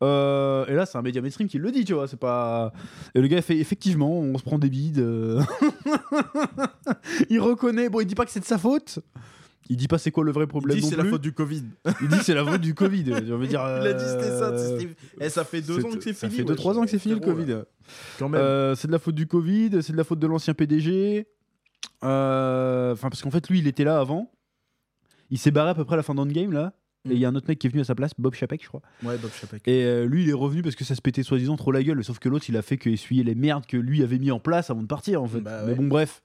S1: Euh, Et là c'est un média mainstream qui le dit, tu vois, c'est pas. Et le gars fait effectivement, on se prend des bides. euh. il reconnaît, bon il dit pas que c'est de sa faute. Il dit pas c'est quoi le vrai
S2: Il
S1: problème
S2: dit
S1: non
S2: c'est la
S1: plus.
S2: faute du Covid.
S1: Il dit que c'est la faute du Covid. Je veux dire.
S2: Il a dit c'était ça.
S1: euh,
S2: c'était- Eh, ça fait deux ans que c'est
S1: ça
S2: fini.
S1: fait 2-3 ans que c'est fini le Covid.
S2: Quand même.
S1: Euh, c'est de la faute du Covid, c'est de la faute de l'ancien PDG. Euh, Enfin, parce qu'en fait, lui, il était là avant. Il s'est barré à peu près à la fin d'Endgame, là. Et il y a un autre mec qui est venu à sa place, Bob Chapek, je crois.
S2: Ouais, Bob Chapek.
S1: Et euh, lui, il est revenu parce que ça se pétait soi-disant trop la gueule. Sauf que l'autre, il a fait que essuyer les merdes que lui avait mis en place avant de partir, en fait.
S2: Bah
S1: Mais
S2: ouais.
S1: bon, bref.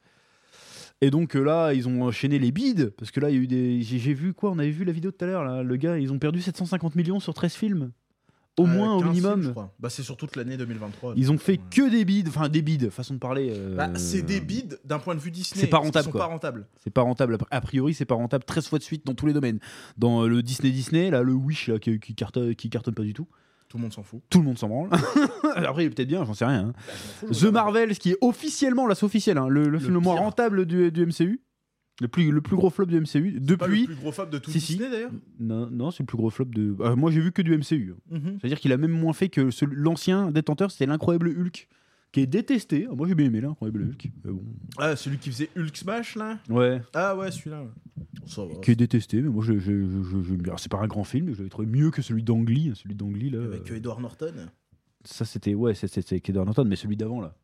S1: Et donc euh, là, ils ont enchaîné les bides. Parce que là, il y a eu des. J'ai j'ai vu quoi On avait vu la vidéo tout à l'heure, là. Le gars, ils ont perdu 750 millions sur 13 films. Au
S2: Euh,
S1: moins, au
S2: 15
S1: minimum.
S2: films, je crois. Bah, c'est sur toute l'année 2023.
S1: Ils ont fait
S2: Ouais.
S1: que des bides, enfin des bides, façon de parler. euh,
S2: Bah, c'est des bides d'un point de vue Disney.
S1: C'est pas
S2: parce qu'ils
S1: rentable,
S2: sont
S1: quoi.
S2: pas rentables.
S1: C'est pas rentable. A priori, c'est pas rentable 13 fois de suite dans tous les domaines. Dans euh, le Disney Disney, là, le Wish là, qui, qui cartonne, qui cartonne pas du tout.
S2: Tout le monde s'en fout.
S1: Tout le monde s'en branle. Après, il est peut-être bien, j'en sais rien. hein.
S2: Bah, je m'en fous, je
S1: The
S2: regarde.
S1: Marvel, ce qui est officiellement, là, c'est officiel, hein, le, le film le moins
S2: pire.
S1: rentable du, du MCU. Le plus, le plus gros flop du MCU.
S2: C'est pas le
S1: Depuis.
S2: plus gros fab de tout
S1: Si, si.
S2: Disney d'ailleurs.
S1: Non, non c'est le plus gros flop de. Ah, moi, j'ai vu que du MCU. hein.
S2: Mhm.
S1: C'est-à-dire qu'il a même moins fait que celui- l'ancien détenteur, c'était l'incroyable Hulk, qui est détesté. Ah, moi, j'ai bien aimé l'incroyable Hulk. mais bon.
S2: Ah, celui qui faisait Hulk Smash là
S1: Ouais.
S2: Ah ouais, celui-là. ouais. Ça va.
S1: qui est détesté, mais moi je, je, je- je- j'aime bien. Alors, C'est pas un grand film, mais je l'avais trouvé mieux que celui d'Angly. hein, Celui d'Angly là.
S2: Avec
S1: euh,
S2: euh, Edward Norton.
S1: Ça c'était ouais, c'est- c'est c'est Edward Norton, mais celui d'avant là.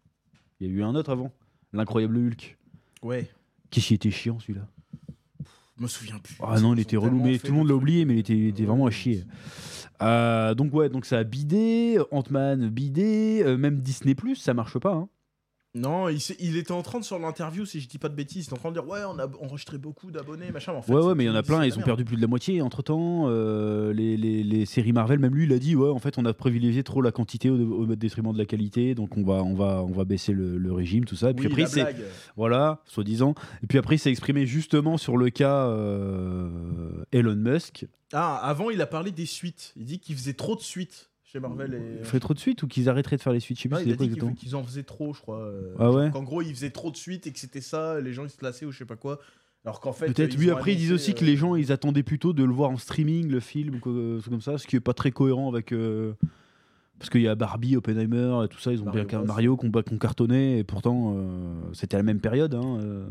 S1: Il y a eu un autre avant, l'incroyable Hulk.
S2: Ouais.
S1: Qu'est-ce qui était chiant celui-là
S2: Je me souviens plus.
S1: Ah non, il
S2: Ils ont
S1: était relou,
S2: tellement
S1: mais
S2: fait
S1: tout le monde
S2: de
S1: l'a
S2: trucs.
S1: oublié, mais il était, il était
S2: Ouais,
S1: vraiment à
S2: c'est-
S1: chier. Euh, donc ouais, donc ça a bidé, Ant-Man bidé, euh, même Disney Plus, ça marche pas. hein.
S2: Non, il, s'est- il était en train de, sur l'interview, si je dis pas de bêtises, il était en train de dire Ouais, on a enregistré beaucoup d'abonnés, machin. mais en fait,
S1: ouais
S2: c'est
S1: ouais, mais il y en a
S2: tout, c'est
S1: plein,
S2: de
S1: ils
S2: la
S1: ont
S2: merde.
S1: perdu plus de la moitié. Entre temps, les, les- les séries Marvel, même lui, il a dit ouais, en fait, on a privilégié trop la quantité au, au détriment de la qualité, donc on va on va on va baisser le, le régime, tout ça. Et puis
S2: Oui,
S1: après,
S2: la
S1: c'est
S2: blague.
S1: Voilà, soi-disant. Et puis après, il s'est exprimé justement sur le cas euh, Elon Musk.
S2: Ah, avant, il a parlé des suites. Il dit qu'il faisait trop de suites chez Marvel. Et...
S1: Il ferait trop de suites ou qu'ils arrêteraient de faire les suites Je sais plus
S2: Non,
S1: c'était
S2: il a
S1: quoi
S2: dit qu'ils
S1: exactement.
S2: qu'ils en faisaient trop, je crois. euh,
S1: Ah ouais
S2: Qu'en gros, ils faisaient trop de suites et que c'était ça, les gens ils se lassaient ou je sais pas quoi. Alors qu'en fait.
S1: Peut-être,
S2: euh,
S1: oui,
S2: ont
S1: après, ils disent
S2: annoncé,
S1: aussi que
S2: euh,
S1: les gens, ils attendaient plutôt de le voir en streaming, le film, ou quoi, euh, truc comme ça, ce qui est pas très cohérent avec. euh, Parce qu'il y a Barbie, Oppenheimer et tout ça, ils ont
S2: Mario
S1: bien
S2: Bros.
S1: Mario qu'on qu'on cartonnait, et pourtant, euh, c'était à la même période. hein, euh.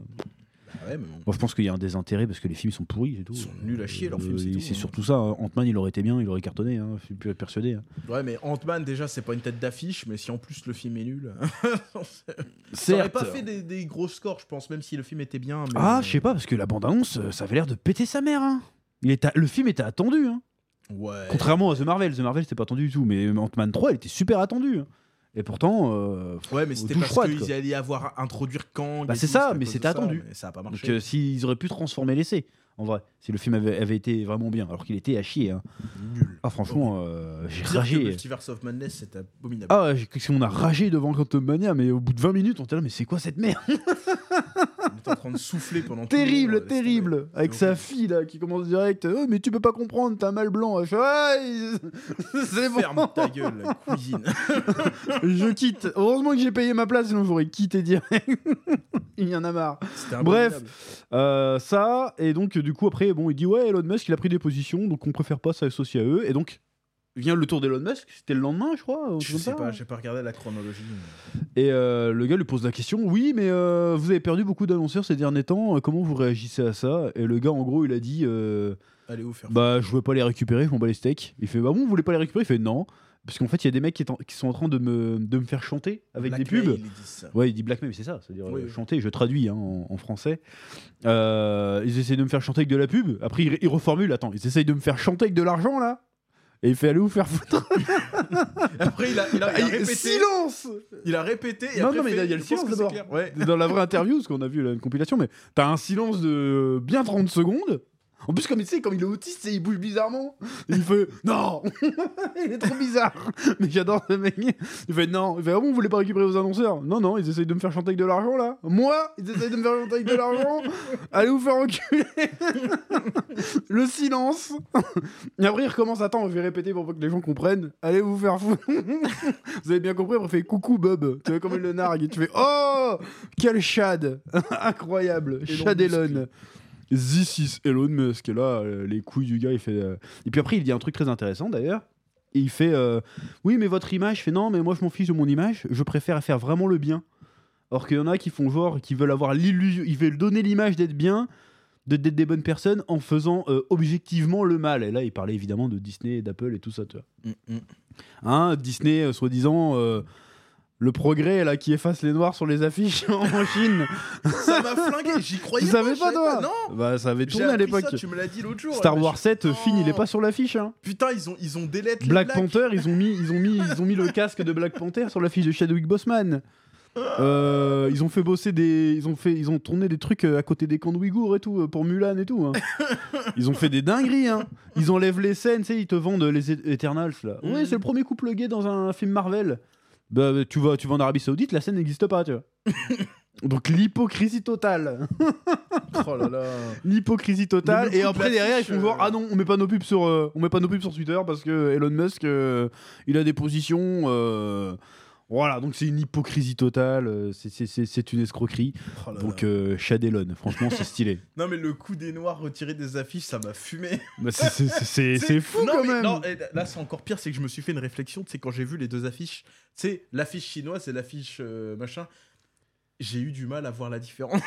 S2: Ah ouais, mais bon.
S1: Moi, je pense qu'il y a un désintérêt parce que les films sont pourris, c'est tout.
S2: Ils sont nuls à chier, leurs
S1: Euh,
S2: films, c'est
S1: et
S2: tout, hein.
S1: surtout ça. hein. Ant-Man, il aurait été bien, il aurait cartonné, hein, je suis plus persuadé. hein.
S2: Ouais, mais Ant-Man, déjà, c'est pas une tête d'affiche, mais si en plus le film est nul. ça aurait
S1: Certes.
S2: pas fait des, des gros scores, je pense, même si le film était bien. mais-
S1: Ah, je sais pas, parce que la bande-annonce, euh, ça avait l'air de péter sa mère. hein. Il était- le film était attendu. hein.
S2: Ouais.
S1: Contrairement à The Marvel, The Marvel, c'était pas attendu du tout. Mais Ant-Man 3, il était super attendu. hein. Et pourtant, euh,
S2: Ouais, mais c'était
S1: douche
S2: parce
S1: froide,
S2: qu'ils
S1: quoi.
S2: allaient avoir introduire Kang.
S1: Bah,
S2: et
S1: c'est
S2: tout,
S1: ça,
S2: à
S1: mais
S2: cause de
S1: c'était
S2: ça,
S1: attendu.
S2: mais Ça a pas
S1: donc,
S2: marché.
S1: euh, s'ils auraient pu transformer l'essai, en vrai, si le film avait, avait été vraiment bien, alors qu'il était à chier. hein.
S2: Nul.
S1: Ah, franchement, euh, j'ai
S2: Mm. Dire que
S1: ragé.
S2: Multiverse of Madness, c'est abominable.
S1: Ah, j'ai- qu'est-ce qu'on a ragé devant Quantum Mania, mais au bout de 20 minutes, on était là, mais c'est quoi cette merde
S2: On était en train de souffler pendant tout le long,
S1: Ah. Terrible,
S2: laisse
S1: terrible Avec
S2: C'est
S1: sa
S2: horrible.
S1: fille là qui commence direct, Oh, mais tu peux pas comprendre, t'as un mal blanc. Je fais, Ouais, c'est
S2: tomber.
S1: bon.
S2: Ferme ta gueule, cuisine.
S1: Je quitte. Heureusement que j'ai payé ma place, sinon j'aurais quitté direct. il y en a marre.
S2: C'était
S1: Bref.
S2: abominable.
S1: Euh, ça, et donc euh, du coup après, bon, il dit ouais, Elon Musk, il a pris des positions, donc on préfère pas s'associer à eux. Et donc, vient le tour d'Elon Musk, c'était le lendemain, je crois. ou
S2: Je
S1: comme
S2: sais
S1: ça,
S2: pas,
S1: hein.
S2: j'ai pas regardé la chronologie. mais-
S1: Et euh, le gars lui pose la question Oui, mais euh, vous avez perdu beaucoup d'annonceurs ces derniers temps, euh, comment vous réagissez à ça Et le gars, en gros, il a dit euh,
S2: Allez vous faire.
S1: Bah, je veux pas les récupérer, je m'en bats les steaks. Il fait Bah, bon, vous voulez pas les récupérer Il fait Non. Parce qu'en fait, il y a des mecs qui, est en- qui sont en train de me, de me faire chanter avec
S2: Black
S1: des pubs.
S2: Mail, ils disent ça.
S1: Ouais, il dit black mais c'est ça, c'est-à-dire
S2: Oui,
S1: euh,
S2: oui.
S1: chanter, je traduis hein, en, en français. Euh, ils essayent de me faire chanter avec de la pub, après ils, ils reformulent, attends, ils essayent de me faire chanter avec de l'argent là Et il fait aller vous faire foutre
S2: Après, il a, il a- il a répété.
S1: Silence
S2: Il a répété. Et
S1: Non,
S2: après,
S1: non, mais il y a- il y a
S2: fait,
S1: le
S2: je
S1: silence
S2: pense que c'est
S1: d'abord.
S2: clair. Ouais.
S1: Dans la vraie interview, parce qu'on a vu là, une compilation, mais t'as un silence de euh, bien 30 secondes. En plus, comme il sait, comme il est autiste, il bouge bizarrement. Et il fait Non Il est trop bizarre Mais j'adore ce mec. Il fait Non Il fait Ah bon, vous voulez pas récupérer vos annonceurs Non, non, ils essayent de me faire chanter avec de l'argent là. Moi Ils essayent de me faire chanter avec de l'argent Allez vous faire reculer Le silence Et après, il recommence Attends, je vais répéter pour pas que les gens comprennent. Allez vous faire foutre Vous avez bien compris, après, il fait Coucou Bob Tu vois comme il le nargue. Et tu fais Oh quel Chad Incroyable
S2: Elon
S1: Chad
S2: Musk.
S1: Elon This is Elon Musk. Et là, euh, les couilles du gars, il fait. euh, Et puis après, il dit un truc très intéressant d'ailleurs. Et il fait euh, Oui, mais votre image. Il fait Non, mais moi, je m'en fiche de mon image. Je préfère faire vraiment le bien. Or qu'il y en a qui font genre, qui veulent avoir l'illusion. Ils veulent donner l'image d'être bien, de- d'être des bonnes personnes en faisant euh, objectivement le mal. Et là, il parlait évidemment de Disney et d'Apple et tout ça, tu vois.
S2: Mm, mm.
S1: Hein, Disney, euh, soi-disant, euh, le progrès là qui efface les noirs sur les affiches en Chine.
S2: Ça m'a flingué, j'y croyais
S1: Tu
S2: pas.
S1: savais
S2: je
S1: pas, toi
S2: savais Non
S1: Bah, ça avait
S2: J'ai
S1: tourné à
S2: appris
S1: l'époque.
S2: ça, Tu me l'as dit l'autre jour.
S1: Star
S2: là,
S1: Wars 7, euh, Finn, il
S2: Oh.
S1: est pas sur l'affiche. Hein.
S2: je- Putain, ils ont, ils ont délète
S1: Black
S2: les
S1: Panther, ils ont mis, ils ont mis, ils ont mis le casque de Black Panther sur l'affiche de Chadwick Boseman. Euh, ils ont fait bosser des, ils ont fait, ils ont tourné des trucs euh, à côté des camps de Ouïghours et tout euh, pour Mulan et tout. hein. Ils ont fait des dingueries. hein. Ils enlèvent les scènes, tu sais, ils te vendent euh, les É- Eternals là. Ouais,
S2: Mhm.
S1: c'est le premier couple gay dans un film Marvel. Bah bah, tu vas, tu vas en Arabie Saoudite, la scène n'existe pas, tu vois. Donc l'hypocrisie totale,
S2: Oh là là.
S1: l'hypocrisie
S2: Le
S1: totale.
S2: coup
S1: Et
S2: de
S1: après derrière ils
S2: l'affiche,
S1: font genre
S2: euh,
S1: ah non on met pas nos pubs sur, euh, on met pas nos pubs sur Twitter parce que Elon Musk euh, il a des positions. euh, voilà, donc c'est une hypocrisie totale, euh, c'est- c'est- c'est c'est une escroquerie.
S2: Oh là
S1: Donc,
S2: là.
S1: euh, Shad Elon, franchement, c'est stylé.
S2: Non, mais le coup des noirs retiré des affiches, ça m'a fumé.
S1: Bah, c'est- c'est- c'est c'est fou
S2: Non,
S1: quand
S2: mais-
S1: même.
S2: Non, et là, c'est encore pire, c'est que je me suis fait une réflexion. Tu sais, quand j'ai vu les deux affiches, tu sais, l'affiche chinoise et l'affiche euh, machin, j'ai eu du mal à voir la différence.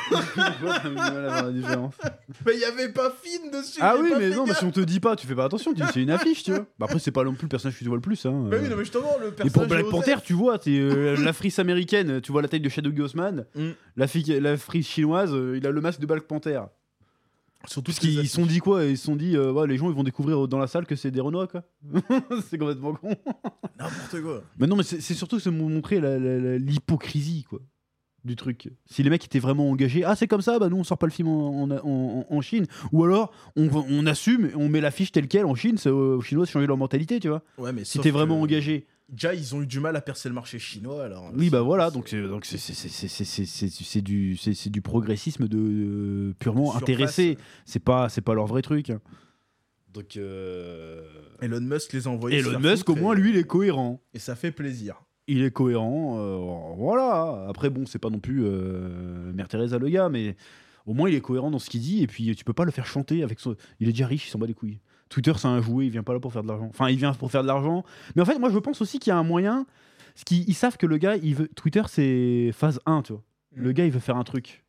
S2: mais il y avait pas fine dessus.
S1: ah
S2: j'ai
S1: oui,
S2: pas
S1: mais
S2: fait
S1: non, mais
S2: gaffe.
S1: si on te dit pas, tu fais pas attention, tu dis c'est une affiche, tu vois. Bah, après, c'est pas non plus le personnage que tu vois le plus. Hein.
S2: Bah oui, non, mais justement, le personnage.
S1: Et pour
S2: de
S1: Black
S2: Joseph-
S1: Panther, tu vois, t'es euh, la frise américaine, tu vois la taille de Shadow Gosman,
S2: Mm.
S1: la, fi- la frise chinoise, euh, il a le masque de Black Panther.
S2: Surtout
S1: Parce qu'ils ils se sont dit quoi Ils se sont dit, euh, ouais, les gens ils vont découvrir euh, dans la salle que c'est des Renois, quoi. c'est complètement con.
S2: N'importe quoi.
S1: Mais non, mais c'est c'est surtout se mou- montrer la- la- la- l'hypocrisie, quoi, du truc. Si les mecs étaient vraiment engagés, ah c'est comme ça, bah nous on sort pas le film en, en- en- en Chine. Ou alors on, va- on assume, et on met l'affiche telle quelle en Chine, c'est euh, aux Chinois de changer leur mentalité, tu vois.
S2: Ouais, mais
S1: Si
S2: sauf
S1: t'es vraiment
S2: que-
S1: engagé.
S2: Déjà, ils ont eu du mal à percer le marché chinois, alors.
S1: Oui, bah voilà,
S2: c'est-
S1: donc c'est donc c'est- c'est- c'est- c'est- c'est- c'est- c'est du, c'est- c'est du progressisme de, euh, purement
S2: Surface.
S1: intéressé. C'est pas, c'est pas leur vrai truc. hein. Donc. euh,
S2: Elon Musk les a envoyés. se
S1: Elon
S2: faire
S1: Musk, au
S2: foutre,
S1: moins,
S2: et-
S1: lui, il est cohérent.
S2: Et ça fait plaisir.
S1: il est cohérent. euh, voilà. Après, bon, c'est pas non plus euh, Mère Teresa le gars, mais au moins il est cohérent dans ce qu'il dit. Et puis tu peux pas le faire chanter avec son. Il est déjà riche, il s'en bat les couilles. Twitter, c'est un jouet, il vient pas là pour faire de l'argent. Enfin, il vient pour faire de l'argent. Mais en fait, moi, je pense aussi qu'il y a un moyen. Parce qu'ils ils savent que le gars, il veut... Twitter, c'est phase 1, tu vois. Le
S2: Mm.
S1: gars, il veut faire un truc.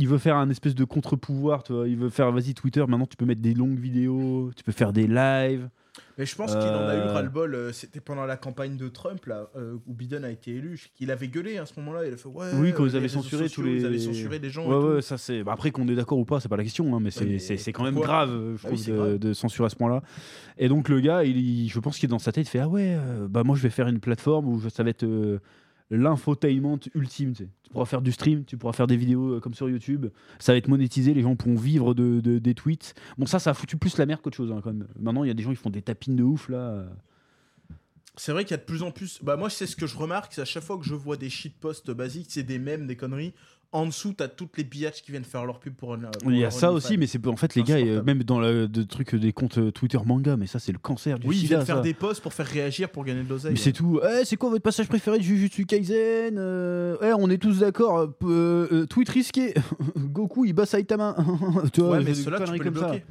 S1: Il veut faire un espèce de contre-pouvoir, tu vois. Il veut faire, vas-y, Twitter, maintenant, tu peux mettre des longues vidéos, tu peux faire des lives.
S2: Mais je pense qu'il en a eu
S1: Euh.
S2: ras-le-bol. euh, C'était pendant la campagne de Trump, là, euh, où Biden a été élu. Il avait gueulé à ce moment-là. Il a fait Ouais.
S1: Oui, quand
S2: euh,
S1: ils avaient
S2: les réseaux
S1: censuré
S2: sociaux,
S1: tous les-
S2: Ils avaient censuré les gens. et
S1: Ouais,
S2: tout.
S1: ouais, ça c'est. bah, après, qu'on est d'accord ou pas, c'est pas la question, hein, mais c'est
S2: mais
S1: c'est- c'est quand même
S2: pourquoi
S1: grave, euh, je
S2: Bah oui,
S1: trouve,
S2: c'est
S1: de,
S2: grave.
S1: de censurer à ce point-là. Et donc, le gars, il, il- je pense qu'il est dans sa tête, il fait Ah ouais, euh, bah moi je vais faire une plateforme où je- ça va être euh, l'infotainment ultime. Tu, sais. Tu pourras faire du stream, tu pourras faire des vidéos euh, comme sur YouTube, ça va être monétisé, les gens pourront vivre de, de- des tweets. Bon, ça, ça a foutu plus la merde qu'autre chose, hein, quand même. Maintenant, il y a des gens qui font des tapines de ouf, là.
S2: C'est vrai qu'il y a de plus en plus. Bah, moi, c'est ce que je remarque. C'est à chaque fois que je vois des shitposts basiques, c'est des mèmes, des conneries. En dessous, t'as toutes les biatches qui viennent faire leur pub pour. un- euh, pour
S1: Il y a
S2: leur
S1: ça
S2: OnlyFans.
S1: aussi, mais c'est en fait les gars,
S2: Insupportable.
S1: euh, même dans le de trucs des comptes euh, Twitter manga, mais ça c'est le cancer du
S2: Oui, ils
S1: sida.
S2: viennent faire
S1: ça.
S2: des posts pour faire réagir, pour gagner de l'oseille.
S1: Mais c'est tout. Eh, c'est quoi votre passage préféré de Jujutsu Kaisen Euh, eh, On est tous d'accord. euh, p- euh, euh, tweet risqué. Goku il bat Saitama. tu vois,
S2: Ouais, mais
S1: des
S2: ceux-là, tu
S1: conneries
S2: peux les bloquer.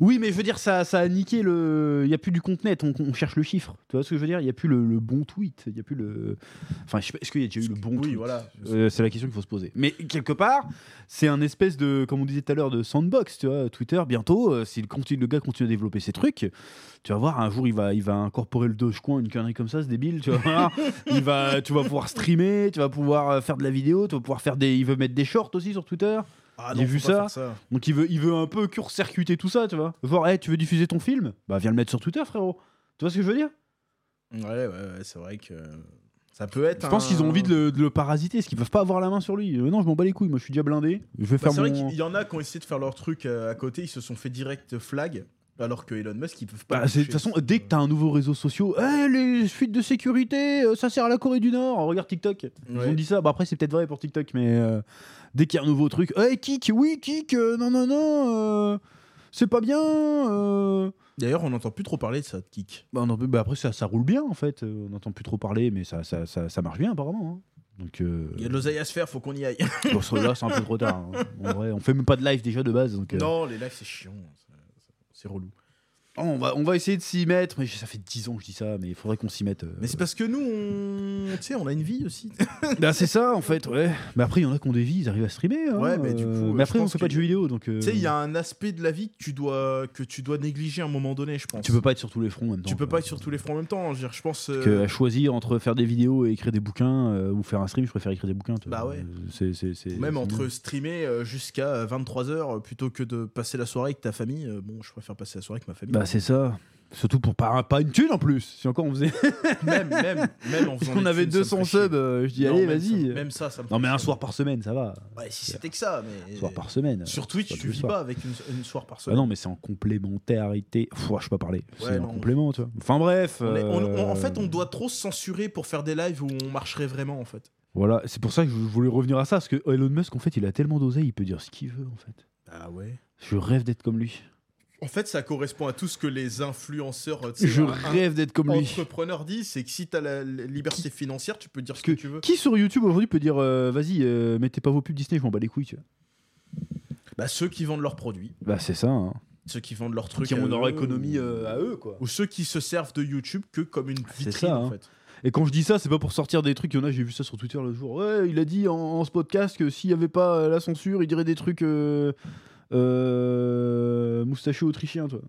S1: Oui, mais je veux dire, ça, ça a niqué le. Il n'y a plus du compte net, on, on cherche le chiffre. Tu vois ce que je veux dire Il n'y a plus le, le bon tweet. Il n'y a plus le. Enfin, je sais pas, est-ce qu'il y a déjà eu le bon
S2: Oui,
S1: tweet
S2: voilà.
S1: Euh, c'est la question qu'il faut se poser. Mais quelque part, c'est un espèce de, comme on disait tout à l'heure, de sandbox, tu vois. Twitter, bientôt, euh, si le, continue, le gars continue à développer ses trucs, tu vas voir, un jour, il va, il va incorporer le Dogecoin, une connerie comme ça, ce débile, tu vas voir. il va, tu vas pouvoir streamer, tu vas pouvoir euh, faire de la vidéo, tu vas pouvoir faire des, il veut mettre des shorts aussi sur Twitter.
S2: Ah,
S1: J'ai
S2: non,
S1: vu
S2: faut pas
S1: ça.
S2: faire ça.
S1: Donc il veut, il veut un peu court-circuiter tout ça, tu vois. Voir, hey, tu veux diffuser ton film Bah viens le mettre sur Twitter, frérot. Tu vois ce que je veux dire
S2: Ouais, ouais, ouais, c'est vrai que ça peut être.
S1: Je pense
S2: un- Bah,
S1: qu'ils ont envie de le, de le parasiter, parce qu'ils peuvent pas avoir la main sur lui. Euh, non, je m'en bats les couilles, moi je suis déjà blindé. Je vais
S2: Bah,
S1: faire
S2: c'est vrai
S1: mon-
S2: qu'il y en a qui ont essayé de faire leur truc euh, à côté, ils se sont fait direct flag, alors que Elon Musk, ils peuvent pas.
S1: Bah, c'est- de toute façon, dès que t'as un nouveau réseau social, Eh, les fuites de sécurité, euh, ça sert à la Corée du Nord. Regarde TikTok. Ils
S2: Ouais.
S1: ont dit ça. Bah, après, c'est peut-être vrai pour TikTok, mais euh, dès qu'il y a un nouveau truc, hey, kick, oui, kick, euh, non, non, non, euh, c'est pas bien. euh.
S2: D'ailleurs, on n'entend plus trop parler de ça, de Kik.
S1: Bah, on en peut- bah, après, ça, ça roule bien en fait. Euh, On n'entend plus trop parler, mais ça, ça, ça, ça marche bien apparemment. hein. Donc, euh,
S2: Il y a de l'oseille à se faire, faut qu'on y aille.
S1: bon, ça, là, c'est un peu trop tard. hein. En vrai, on fait même pas de live déjà de base. Donc, euh,
S2: Non, les lives, c'est chiant. ça- ça- C'est relou.
S1: Oh, on, va, on va essayer de s'y mettre. Mais ça fait 10 ans que je dis ça, mais il faudrait qu'on s'y mette. euh.
S2: Mais c'est parce que nous, on. Tu sais, on a une vie aussi.
S1: Bah, c'est ça en fait, ouais. Mais après, il y en a qui ont des vies, ils arrivent à streamer. hein.
S2: Ouais, mais du coup,
S1: Euh,
S2: euh,
S1: Mais
S2: je
S1: après, on
S2: pense
S1: fait pas de
S2: que-
S1: jeux vidéo donc. euh,
S2: tu sais, il y a un aspect de la vie que tu dois, que tu dois négliger à un moment donné, je pense.
S1: Tu peux pas être sur tous les fronts en même temps.
S2: Tu peux
S1: quoi.
S2: pas être sur tous les fronts en même temps. Je, veux dire, je pense.
S1: Parce
S2: euh,
S1: que à choisir entre faire des vidéos et écrire des bouquins euh, ou faire un stream, je préfère écrire des bouquins. tu vois.
S2: Bah ouais.
S1: Euh, c'est- c'est- c'est-
S2: Même
S1: c'est
S2: entre
S1: mieux.
S2: streamer euh, jusqu'à 23h plutôt que de passer la soirée avec ta famille, euh, bon, je préfère passer la soirée avec ma famille.
S1: Bah c'est ça. Surtout pour pas, pas une thune en plus. Si encore on faisait.
S2: même, même, même en faisant
S1: on
S2: des
S1: avait
S2: thunes, ça me
S1: 200
S2: ferait chier.
S1: subs, euh, je dis
S2: Non,
S1: allez,
S2: même ça-
S1: vas-y.
S2: Même ça, ça
S1: Non,
S2: me ferait
S1: mais un
S2: chier.
S1: soir par semaine, ça va.
S2: Ouais, si c'était que ça, mais.
S1: Un soir par semaine.
S2: Sur Twitch,
S1: pas
S2: tu
S1: tous les
S2: vis
S1: soirs.
S2: pas avec une, une soir par
S1: Ah
S2: semaine.
S1: non, mais c'est en complémentarité. Pff, je peux pas parler.
S2: Ouais,
S1: C'est en
S2: non.
S1: complément, tu vois. Enfin bref.
S2: On est- on- on- en fait,
S1: euh,
S2: on doit trop se censurer pour faire des lives où on marcherait vraiment, en fait.
S1: Voilà, c'est pour ça que je voulais revenir à ça, parce que Elon Musk, en fait, il a tellement d'oseille, il peut dire ce qu'il veut, en fait.
S2: Ah ouais.
S1: Je rêve d'être comme lui.
S2: En fait, ça correspond à tout ce que les influenceurs, euh, tu sais,
S1: Je
S2: un-
S1: rêve d'être
S2: un
S1: comme lui.
S2: entrepreneur dit, c'est que si t'as la la liberté financière, tu peux dire ce
S1: Que-
S2: que tu veux.
S1: Qui sur YouTube aujourd'hui peut dire euh, vas-y, euh, mettez pas vos pubs Disney, je m'en bats les couilles, tu vois.
S2: Bah, ceux qui vendent leurs produits,
S1: Bah, c'est ça, hein.
S2: ceux qui vendent leurs trucs.
S1: Qui ont
S2: à
S1: leur
S2: eux,
S1: économie
S2: ou-
S1: euh, à eux, quoi.
S2: Ou ceux qui se servent de YouTube que comme une
S1: c'est
S2: vitrine,
S1: ça,
S2: en
S1: hein.
S2: fait.
S1: Et quand je dis ça, c'est pas pour sortir des trucs. Il y en a, j'ai vu ça sur Twitter le jour. Ouais, il a dit en, en ce podcast que s'il y avait pas euh, la censure, il dirait des trucs euh, euh, moustachés autrichiens, toi.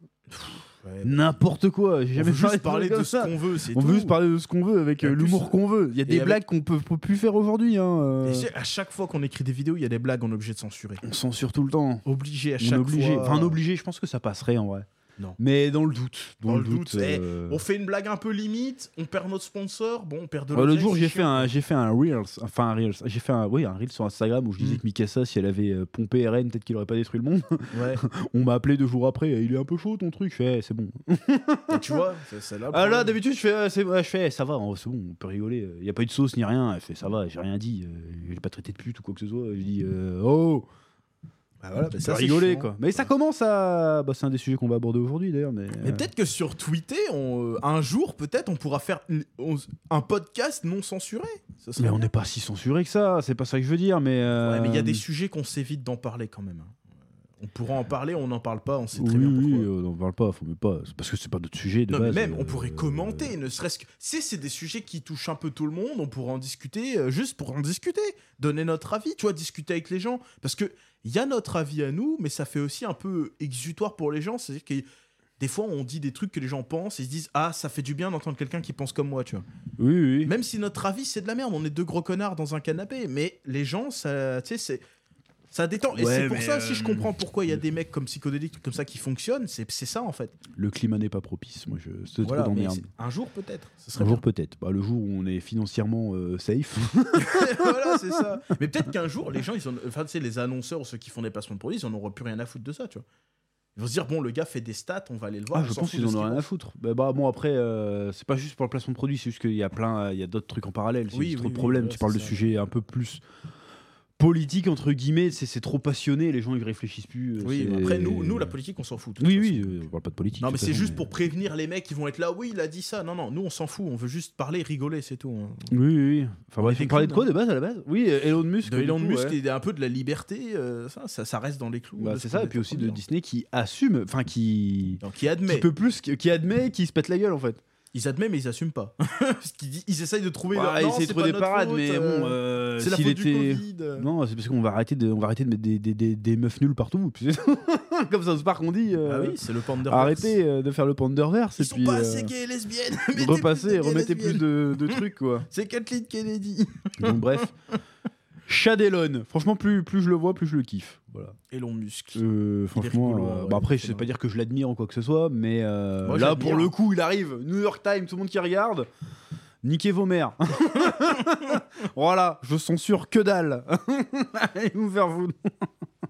S2: Ouais.
S1: N'importe quoi. J'ai
S2: On
S1: jamais parlé
S2: veut juste parler
S1: trucs
S2: de
S1: comme
S2: ce
S1: ça.
S2: qu'on veut, c'est
S1: On
S2: tout.
S1: veut juste parler de ce qu'on veut avec
S2: Et
S1: euh,
S2: en plus,
S1: l'humour qu'on veut. Il y a des
S2: avec-
S1: blagues qu'on peut peut plus faire aujourd'hui. hein, euh.
S2: Et c'est- à chaque fois qu'on écrit des vidéos, il y a des blagues, on est obligé de censurer.
S1: On censure tout le temps.
S2: Obligé à
S1: On est
S2: chaque
S1: obligé.
S2: fois.
S1: Enfin, un obligé, je pense que ça passerait en vrai.
S2: Non.
S1: Mais dans le doute. Dans, le doute.
S2: eh,
S1: euh,
S2: On fait une blague un peu limite, on perd notre sponsor, bon, on perd de
S1: Euh, L'autre
S2: l'audience,
S1: jour,
S2: c'est
S1: j'ai
S2: chiant.
S1: fait un, j'ai fait un reels, enfin un reels, j'ai fait un, oui, un reel sur Instagram où je disais
S2: Mm.
S1: que Mikasa, si elle avait euh, pompé RN, peut-être qu'il aurait pas détruit le monde.
S2: Ouais.
S1: On m'a appelé deux jours après, eh, il est un peu chaud ton truc. Je fais, eh, c'est bon.
S2: Et tu vois, c'est- c'est là. le
S1: Ah là,
S2: problème.
S1: d'habitude, je fais, ah, c'est, ouais, je fais, eh, ça va, on- c'est bon, on peut rigoler. Il y a pas eu de sauce ni rien. Elle fait, ça va, j'ai rien dit, euh, j'ai pas traité de pute ou quoi que ce soit. Je dis, euh, oh,
S2: Bah voilà, bah
S1: on
S2: ça,
S1: peut
S2: c'est
S1: rigoler
S2: chiant.
S1: quoi. Mais ça commence à, bah, c'est un des sujets qu'on va aborder aujourd'hui d'ailleurs, mais.
S2: Mais
S1: euh,
S2: peut-être que sur Twitter, on- euh, un jour, peut-être, on pourra faire une- on- un podcast non censuré. Ce serait
S1: Mais on
S2: bien.
S1: n'est pas si censuré que ça. C'est pas ça que je veux dire, mais.
S2: Ouais, mais il y a
S1: euh,
S2: des sujets qu'on s'évite d'en parler quand même. hein. On pourra en parler, on n'en parle pas, on sait
S1: Oui,
S2: très bien pourquoi.
S1: oui, on en parle pas, faut même pas. C'est parce que c'est pas notre sujet de
S2: Non,
S1: base.
S2: mais même, on
S1: euh,
S2: pourrait commenter, ne serait-ce que. Si c'est des sujets qui touchent un peu tout le monde, on pourrait en discuter, euh, juste pour en discuter, donner notre avis, tu vois, discuter avec les gens. Parce que il y a notre avis à nous, mais ça fait aussi un peu exutoire pour les gens. C'est-à-dire que des fois, on dit des trucs que les gens pensent et ils se disent Ah, ça fait du bien d'entendre quelqu'un qui pense comme moi, tu vois.
S1: Oui, oui, oui.
S2: Même si notre avis, c'est de la merde, on est deux gros connards dans un canapé, mais les gens, ça, tu sais, c'est. Ça détend. Et
S1: Ouais,
S2: c'est pour
S1: mais,
S2: ça aussi,
S1: euh,
S2: je comprends pourquoi il y a des mecs comme psychodéliques, trucs comme ça, qui fonctionnent. C'est c'est ça, en fait.
S1: Le climat n'est pas propice. Moi, je c'est
S2: Voilà,
S1: trop
S2: mais
S1: d'emmerde.
S2: c'est- un jour, peut-être. Ce serait
S1: Un
S2: bien.
S1: jour peut-être. Bah, le jour où on est financièrement euh, safe.
S2: voilà, c'est ça. Mais peut-être qu'un jour, les gens, ils en... enfin, tu sais, les annonceurs ou ceux qui font des placements de produits, ils en auront plus rien à foutre de ça, tu vois. Ils vont se dire, bon, le gars fait des stats, on va aller le voir.
S1: Ah,
S2: Bah, on
S1: je
S2: s'en
S1: pense
S2: fout
S1: qu'ils
S2: de
S1: en
S2: ce
S1: ont
S2: qu'il
S1: rien
S2: pense.
S1: à foutre. Bah, bah, bon après, euh, c'est pas juste pour le placement de produit, c'est juste qu'il y a plein, euh, il y a d'autres trucs en parallèle. C'est
S2: Oui,
S1: juste
S2: oui,
S1: trop de
S2: oui,
S1: problèmes.
S2: voilà,
S1: tu parles
S2: c'est
S1: de
S2: ça.
S1: sujets un peu plus politique entre guillemets, c'est c'est trop passionné, les gens ils réfléchissent plus. euh,
S2: Oui,
S1: c'est-
S2: après, nous, nous, la politique, on s'en fout. de toute
S1: Oui,
S2: façon.
S1: oui, euh, on parle pas de politique.
S2: Non,
S1: de
S2: mais
S1: toute
S2: c'est
S1: façon,
S2: juste pour prévenir les mecs qui vont être là. Oui, il a dit ça. Non, non, nous, on s'en fout. On veut juste parler, rigoler, c'est tout. hein.
S1: Oui, oui, oui. Enfin bref,
S2: était
S1: on parlait de
S2: clean,
S1: quoi de base à la base Oui, euh, Elon Musk.
S2: De
S1: du
S2: Elon
S1: coup,
S2: Musk
S1: ouais.
S2: et un peu de la liberté, euh, ça, ça, ça reste dans les clous.
S1: Bah,
S2: de ce
S1: c'est
S2: qu'on
S1: ça, et puis
S2: était
S1: aussi
S2: en train
S1: de Disney qui assume, enfin qui.
S2: dire. Donc, qui admet.
S1: Qui peut plus, qui qui admet, qui se pète la gueule en fait.
S2: Ils admettent, mais ils assument pas. Parce qu'ils disent- ils essayent de trouver. leur-
S1: Ouais,
S2: Non,
S1: Bah, c'est
S2: c'est
S1: trop
S2: pas
S1: des
S2: notre
S1: parades,
S2: faute,
S1: mais
S2: euh,
S1: bon, euh,
S2: c'est la
S1: s'il
S2: faute du
S1: était.
S2: Covid. euh.
S1: Non, c'est parce qu'on va arrêter de, on va arrêter de mettre des, des, des, des meufs nulles partout. puis c'est tout. Comme ça, Spark, on dit.
S2: Ah
S1: euh,
S2: oui, c'est le Panderverse.
S1: Arrêtez euh, de faire le panderverse
S2: Ils
S1: et
S2: sont
S1: puis
S2: pas
S1: euh,
S2: assez gays et lesbiennes. Mettez plus de
S1: repasser,
S2: gays et
S1: remettez plus
S2: lesbiennes.
S1: de, de trucs quoi.
S2: C'est Kathleen Kennedy.
S1: Donc bref, Shadelon, franchement plus plus je le vois, plus je le kiffe. Voilà.
S2: Elon Musk.
S1: Euh, franchement,
S2: rigolo,
S1: euh,
S2: ouais,
S1: bah après je
S2: c'est
S1: sais pas
S2: marrant.
S1: dire que je l'admire ou quoi que ce soit, mais euh,
S2: Moi,
S1: là
S2: j'admire.
S1: pour le coup il arrive, New York Times, tout le monde qui regarde. Niquez vos mères. voilà, je censure que dalle. Allez vous faire vous. Euh.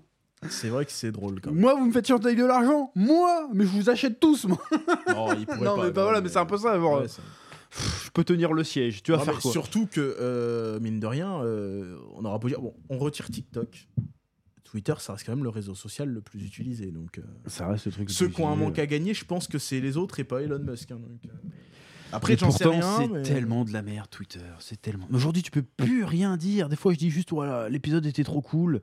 S2: C'est vrai que c'est drôle quand même.
S1: Moi, vous me faites chanter avec de l'argent Moi Mais je vous achète tous, moi
S2: Non, il pourrait
S1: Non, mais bah, voilà, mais c'est un peu ça. genre,
S2: Ouais, ça-
S1: pff, je peux tenir le siège. Tu vas
S2: Non,
S1: faire
S2: mais
S1: quoi
S2: Surtout que, euh, mine de rien, euh, on aura beau dire. Bon, on retire TikTok. Twitter, ça reste quand même le réseau social le plus utilisé. Donc, euh,
S1: Ça reste le truc.
S2: ceux qui ont un
S1: utilisé,
S2: manque
S1: euh.
S2: à gagner, je pense que c'est les autres et pas Elon Musk. hein, donc, euh. Après,
S1: Mais
S2: j'en sais
S1: pourtant,
S2: rien.
S1: C'est
S2: mais-
S1: tellement de la merde, Twitter. C'est tellement. Aujourd'hui, tu peux plus rien dire. Des fois, je dis juste, voilà, l'épisode était trop cool.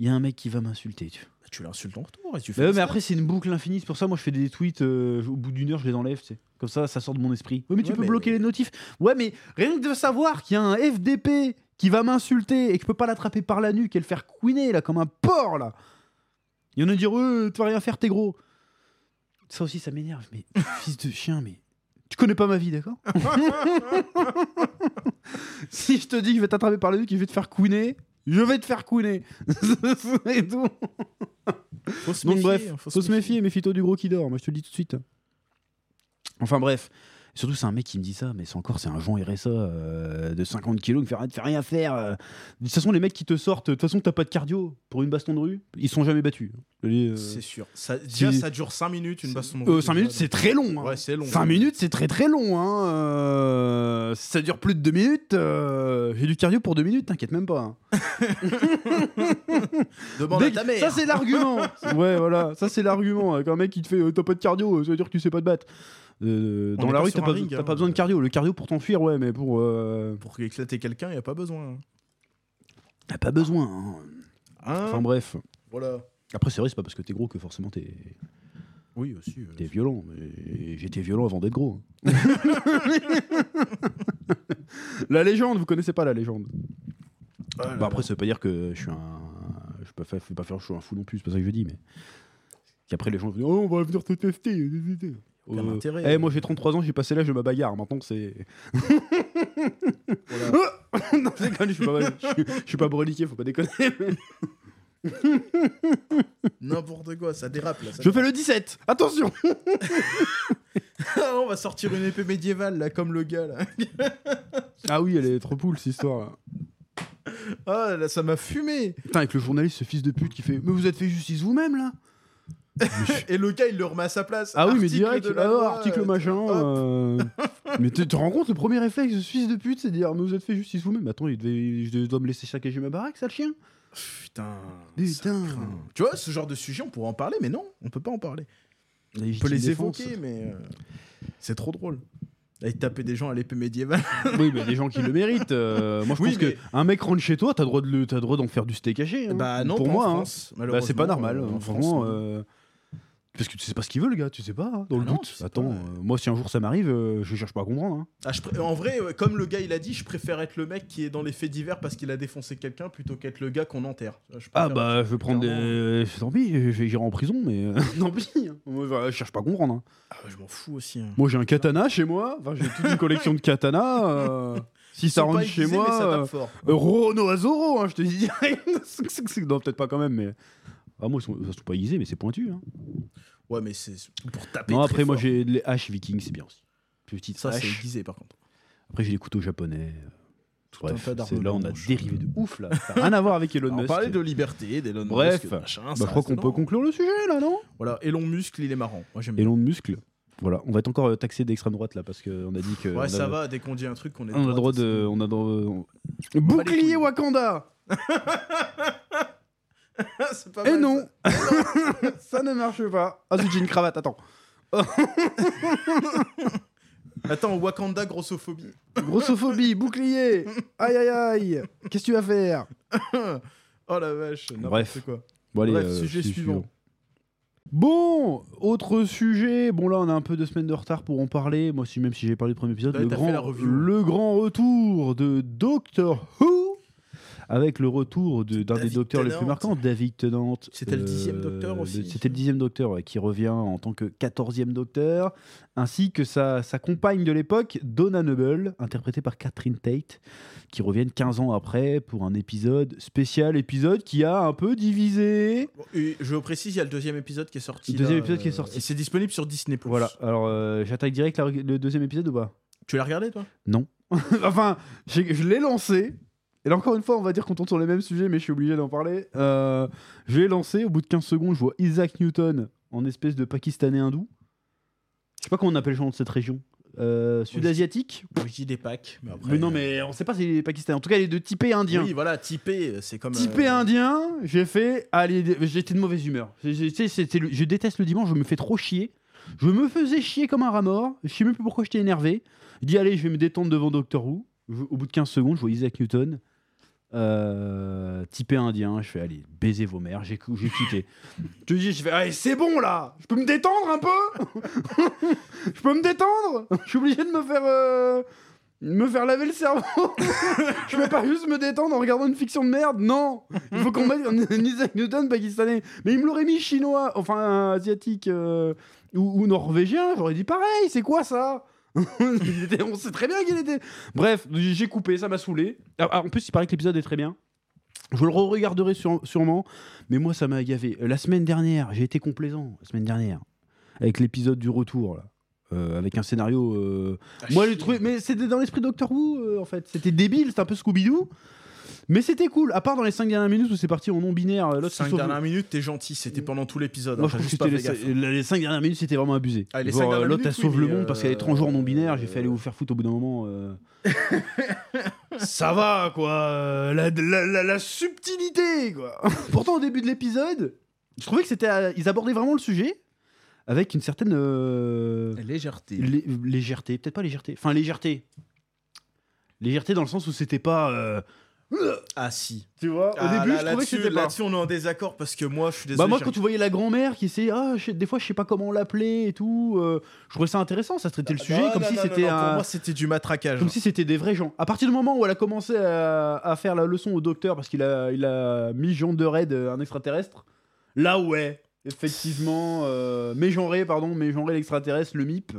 S1: Il y a un mec qui va m'insulter. tu vois.
S2: Bah, tu l'insultes en retour et tu fais.
S1: Mais, ouais,
S2: ça.
S1: mais après, c'est une boucle infinie. C'est pour ça, moi, je fais des tweets. euh, au bout d'une heure, je les enlève. tu sais. Comme ça, ça sort de mon esprit. Oui, mais tu
S2: Ouais,
S1: peux
S2: mais-
S1: bloquer les notifs. Ouais, mais rien que de savoir qu'il y a un FDP qui va m'insulter et que je peux pas l'attraper par la nuque et le faire couiner, là, comme un porc, là. Il y en a qui dire, euh, tu vas rien faire, t'es gros. Ça aussi, ça m'énerve. Mais fils de chien, mais. Tu connais pas ma vie, d'accord Si je te dis que je vais t'attraper par la nuque et que je vais te faire couiner, je vais te faire couiner. et tout.
S2: faut se
S1: Donc
S2: méfier,
S1: bref,
S2: hein,
S1: faut, se méfier, méfie-toi du gros qui dort, moi je te le dis tout de suite. Enfin bref, Et surtout c'est un mec qui me dit ça, mais c'est encore c'est un Jean RSA euh, de 50 kilos qui me fait rien, te fait rien faire. euh. De toute façon les mecs qui te sortent, de toute façon t'as pas de cardio pour une baston de rue, ils sont jamais battus. Je dis, euh,
S2: C'est sûr. Ça, déjà, ça dure 5 minutes, une baston. de
S1: euh,
S2: rue,
S1: cinq
S2: déjà,
S1: minutes
S2: donc-
S1: c'est très long. hein.
S2: Ouais, c'est long.
S1: 5 minutes, c'est très très long. Hein. Euh, si ça dure plus de 2 minutes, euh, j'ai du cardio pour 2 minutes, t'inquiète même pas. hein.
S2: Demande
S1: Dès
S2: à
S1: que-
S2: ta mère.
S1: Ça, c'est l'argument. ouais, voilà. Ça, c'est l'argument. Quand un mec qui te fait euh, t'as pas de cardio, euh, ça veut dire que tu sais pas te battre. Euh,
S2: On
S1: dans
S2: est
S1: la
S2: pas
S1: rue,
S2: sur
S1: t'as
S2: un
S1: pas,
S2: ring,
S1: t'as
S2: hein.
S1: pas besoin de cardio. Le cardio pour t'enfuir, ouais, mais pour. euh,
S2: Pour éclater quelqu'un, il a pas besoin.
S1: T'as pas besoin. hein.
S2: Hein
S1: Enfin, bref.
S2: voilà.
S1: Après, c'est vrai, c'est pas parce que t'es gros que forcément t'es
S2: Oui, aussi. euh,
S1: t'es violent. mais J'étais violent avant d'être gros. hein. la légende, vous connaissez pas la légende.
S2: ah là
S1: Bah,
S2: là.
S1: après, ça veut pas dire que je suis un. Je peux pas, faut pas faire, je suis un fou non plus, c'est pas ça que je dis, mais. Qu'après, les gens vont dire Oh, on va venir te tester.
S2: Aucun
S1: Euh,
S2: intérêt.
S1: eh, moi j'ai 33 ans, j'ai passé l'âge de ma bagarre. Maintenant c'est.
S2: Voilà.
S1: non, je déconne, je suis pas, je suis- je suis pas broliqué, faut pas déconner.
S2: N'importe quoi, ça dérape là. ça
S1: Je fais le 17, attention
S2: dérape. Ah, on va sortir une épée médiévale là, comme le gars là.
S1: Ah oui, elle est trop cool cette histoire là.
S2: Ah là, ça m'a fumé.
S1: Putain, avec le journaliste, ce fils de pute qui fait Mais vous êtes fait justice vous-même là
S2: Et le gars, il le remet à sa place.
S1: Ah oui, mais
S2: Article
S1: direct,
S2: de la
S1: ah,
S2: loi,
S1: article
S2: euh,
S1: machin.
S2: hop.
S1: euh, mais tu te rends compte, le premier réflexe de ce fils de pute, c'est de dire Mais vous êtes fait justice vous-même. Attends, il devait, je dois me laisser saccager ma baraque, ça le chien
S2: Putain.
S1: Putain
S2: Putain. Tu vois, ce genre de sujet, on pourrait en parler, mais non, on peut pas en parler. On peut les
S1: hein.
S2: évoquer, mais euh, c'est trop drôle. Là, il tapait des gens à l'épée médiévale.
S1: Oui, mais des gens qui le méritent. euh, moi, je
S2: Oui,
S1: pense
S2: mais-
S1: que un mec rentre chez toi, t'as droit de le, t'as droit d'en faire du steak haché. hein.
S2: bah non,
S1: pour
S2: pas
S1: moi,
S2: en
S1: hein.
S2: France,
S1: Bah, c'est pas normal.
S2: malheureusement,
S1: euh,
S2: en France,
S1: franchement,
S2: non.
S1: euh, parce que tu sais pas ce qu'il veut, le gars. Tu sais pas. hein, dans
S2: Ah
S1: le
S2: non,
S1: doute.
S2: tu sais
S1: Attends,
S2: pas.
S1: euh, moi, si un jour ça m'arrive, euh, je cherche pas à comprendre. hein.
S2: Ah, je pré- En vrai, ouais, comme le gars il a dit, je préfère être le mec qui est dans les faits divers parce qu'il a défoncé quelqu'un plutôt qu'être le gars qu'on enterre. Je
S1: Ah
S2: préfère-
S1: bah, je vais prendre des. euh, Tant pis, je vais j'irai en prison, mais euh, tant pis. hein. Moi, je- je cherche pas à comprendre. hein.
S2: Ah, je m'en fous aussi. hein.
S1: Moi, j'ai un katana chez moi. Enfin, j'ai toute une collection de katanas. euh, si
S2: Ils
S1: ça
S2: sont
S1: rentre
S2: pas
S1: chez
S2: aiguisés,
S1: moi,
S2: mais ça tape
S1: euh,
S2: fort.
S1: Euh, Rono à Zoro, hein, je te dis direct. non, peut-être pas quand même, mais. Ah, moi, ils sont, ils sont pas aiguisés, mais c'est pointu. hein.
S2: Ouais, mais c'est c'est pour taper.
S1: Non,
S2: très
S1: après, moi,
S2: fort.
S1: j'ai les haches vikings, c'est bien aussi. Petite
S2: Ça, c'est
S1: hache.
S2: aiguisé par contre.
S1: Après, j'ai les couteaux japonais.
S2: un
S1: Bref,
S2: tas d'armes
S1: c'est là, on a
S2: blanches.
S1: dérivé de ouf, là. Ça a rien à voir avec Elon
S2: Alors, on
S1: Musk.
S2: parlait de liberté, d'Elon
S1: Bref.
S2: Musk, machin.
S1: Bah,
S2: ça
S1: je crois
S2: reste
S1: qu'on peut
S2: dans-
S1: conclure le sujet, là, non
S2: Voilà, Elon Musk, il est marrant. Moi, j'aime bien.
S1: Elon Musk. Voilà, on va être encore euh, taxé d'extrême droite, là, parce qu'on a dit que. euh, on
S2: Ouais,
S1: a-
S2: ça va, dès qu'on dit un truc, on est.
S1: On a
S2: droite,
S1: droit de.
S2: c'est-
S1: On a droit.
S2: bat les
S1: Bouclier
S2: couilles.
S1: Wakanda
S2: C'est pas
S1: Et
S2: mal,
S1: Eh non Ça ne marche pas. Ah zut, j'ai une cravate, attends.
S2: ça. Attends, Wakanda grossophobie.
S1: Grossophobie, bouclier Aïe aïe aïe Qu'est-ce que tu vas faire
S2: oh la vache, n'importe
S1: Bref.
S2: quoi.
S1: Bon, euh,
S2: Bref, sujet suivant.
S1: Bon, autre sujet. Bon, là, on a un peu deux semaines de retard pour en parler. Moi, si, même si j'ai parlé du premier épisode,
S2: Ouais,
S1: le
S2: t'as fait
S1: grand,
S2: la review. hein.
S1: le grand retour de Doctor Who. Avec le retour de- d'un des
S2: David
S1: docteurs les
S2: Tennant.
S1: plus marquants, David Tennant.
S2: C'était le dixième docteur
S1: de-
S2: aussi.
S1: C'était Euh, le dixième docteur ouais, qui revient en tant que quatorzième docteur, ainsi que sa, sa compagne de l'époque, Donna Noble, interprétée par Catherine Tate, qui reviennent 15 ans après pour un épisode spécial, épisode qui a un peu divisé.
S2: Bon, et je précise, il y a le deuxième épisode qui est sorti.
S1: Le deuxième
S2: là,
S1: épisode qui est
S2: euh,
S1: sorti.
S2: Et c'est disponible sur Disney+.
S1: Voilà, alors euh, j'attaque direct la- le deuxième épisode ou pas
S2: Tu l'as regardé, toi
S1: Enfin, j'ai- je l'ai lancé. Et là, encore une fois, on va dire qu'on tourne sur les mêmes sujets, mais je suis obligé d'en parler. Euh, je l'ai lancé, au bout de 15 secondes, je vois Isaac Newton en espèce de Pakistanais hindou. Je sais pas comment on appelle les gens de cette région. Euh, Sud-asiatique
S2: Moi, Je dis des packs, mais après... euh,
S1: Mais non, mais on sait pas si les Pakistanais. En tout cas, les deux typés indiens.
S2: Oui, voilà, typé, c'est comme...
S1: Typé
S2: euh,
S1: indien, j'ai fait. Allez, j'étais de mauvaise humeur. J'ai- j'ai- tu sais, c'était le- je déteste le dimanche, je me fais trop chier. Je me faisais chier comme un rat mort. Je sais même plus pourquoi j'étais énervé. Je dis, allez, je vais me détendre devant Doctor Who. Je- au bout de 15 secondes, je vois Isaac Newton. Euh, typé indien, je fais allez, baisez vos mères, j'ai cou- j'ai quitté. je te dis, je fais allez, c'est bon là, je peux me détendre un peu, je peux me détendre, je suis obligé de me faire euh, me faire laver le cerveau. Je vais pas juste me détendre en regardant une fiction de merde, non Il faut qu'on mette un un Isaac Newton pakistanais. Mais il me l'aurait mis chinois, enfin euh, asiatique euh, ou, ou norvégien, j'aurais dit pareil, c'est quoi ça Il était- On sait très bien qu'il était. Bref, j'ai coupé, ça m'a saoulé. Ah, ah, en plus, il paraît que l'épisode est très bien. Je le re-regarderai sur- sûrement, mais moi ça m'a gavé. Euh, La semaine dernière, j'ai été complaisant, la semaine dernière, avec l'épisode du retour, là. Euh, avec un scénario euh,
S2: à
S1: moi, j'ai
S2: chier.
S1: trouvé. Mais c'était dans l'esprit Doctor Who, euh, en fait. C'était débile, c'était un peu Scooby-Doo. Mais c'était cool, à part dans les 5 dernières minutes où c'est parti en non binaire. euh, L'autre se
S2: Cinq
S1: sauve-
S2: dernières minutes, t'es gentil, c'était pendant tout l'épisode.
S1: Moi,
S2: hein,
S1: je
S2: t'as
S1: trouve que
S2: juste pas
S1: c'était les,
S2: fait gaffe.
S1: 5 dernières minutes, c'était vraiment abusé.
S2: Ah, les
S1: Genre,
S2: cinq dernières
S1: euh, L'autre, elle
S2: minutes, oui,
S1: sauve le
S2: mais,
S1: monde parce qu'elle est
S2: euh,
S1: étrangère en non binaire. J'ai fait
S2: euh,
S1: aller vous faire foutre au bout d'un moment. euh. Ça va, quoi. euh, La, la- la- la subtilité, quoi. Pourtant, au début de l'épisode, je trouvais que c'était. euh, Ils abordaient vraiment le sujet avec une certaine. euh,
S2: Légèreté.
S1: Lé- légèreté, peut-être pas légèreté. Enfin, légèreté. Légèreté dans le sens où c'était pas. euh,
S2: Ah si.
S1: Tu vois, au
S2: Ah,
S1: début,
S2: là-
S1: je trouvais que
S2: là-dessus-
S1: c'était pas.
S2: Là-dessus, on est en désaccord parce que moi, je suis désolé.
S1: Bah moi
S2: j'ai
S1: quand tu voyais la grand-mère qui essayait ah je sais- des fois je sais pas comment l'appeler et tout euh, je trouvais ça intéressant ça se traitait le sujet
S2: Ah, Non,
S1: comme
S2: non,
S1: si
S2: non,
S1: c'était
S2: non, non, Pour
S1: un-
S2: moi, c'était du matraquage. hein.
S1: comme si c'était des vrais gens à partir du moment où elle a commencé à, à faire la leçon au docteur parce qu'il a il a mis Jean de Red euh, un extraterrestre là ouais effectivement euh, mégenré pardon mégenré l'extraterrestre le MIP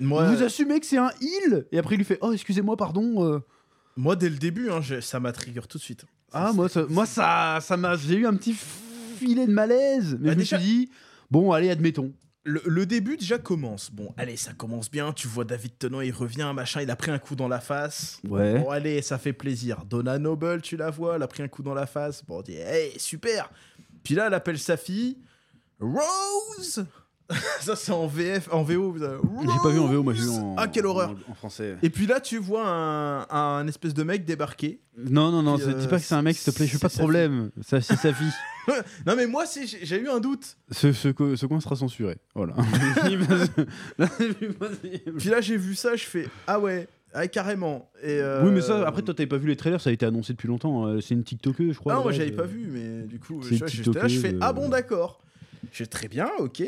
S2: Moi,
S1: vous assumez que c'est un il et après il lui fait oh excusez-moi pardon euh,
S2: moi, dès le début, hein, j'ai- ça m'a trigger tout de suite.
S1: Ah,
S2: Ça,
S1: moi, ça, moi ça, ça m'a, j'ai eu un petit filet de malaise, mais
S2: Bah,
S1: je
S2: déjà-
S1: me suis dit, bon, allez, admettons.
S2: Le, le début déjà commence. Bon, allez, ça commence bien. Tu vois David Tennant, il revient, machin, il a pris un coup dans la face.
S1: Ouais.
S2: Bon, allez, ça fait plaisir. Donna Noble, tu la vois, elle a pris un coup dans la face. Bon, on dit, hey, super. Puis là, elle appelle sa fille Rose. ça, c'est en VF, en VO. vous avez-
S1: J'ai pas vu en VO, moi j'ai vu en.
S2: Ah, quelle horreur.
S1: En, en français.
S2: Et puis là, tu vois un, un espèce de mec débarquer.
S1: Non, non, non,
S2: Puis,
S1: c'est- dis pas
S2: euh,
S1: que c'est un mec, s'il te plaît, j'ai
S2: c'est
S1: pas de
S2: sa
S1: problème. Ça, c'est sa fille.
S2: non, mais moi, c'est- j'ai j'ai eu un doute.
S1: Ce, ce, co- ce coin sera censuré. Voilà.
S2: Puis là, j'ai vu ça, je fais Ah ouais, ah, carrément. Et euh,
S1: Oui, mais ça, après, toi, t'avais pas vu les trailers, ça a été annoncé depuis longtemps. euh, C'est une TikTokeuse, je crois.
S2: Ah,
S1: à
S2: moi,
S1: la
S2: j'avais
S1: base.
S2: pas vu, mais du coup,
S1: c'est
S2: je,
S1: une
S2: j'étais là, je fais
S1: TikTokeuse,
S2: Ah
S1: euh,
S2: bon, d'accord. Je fais, très bien, ok.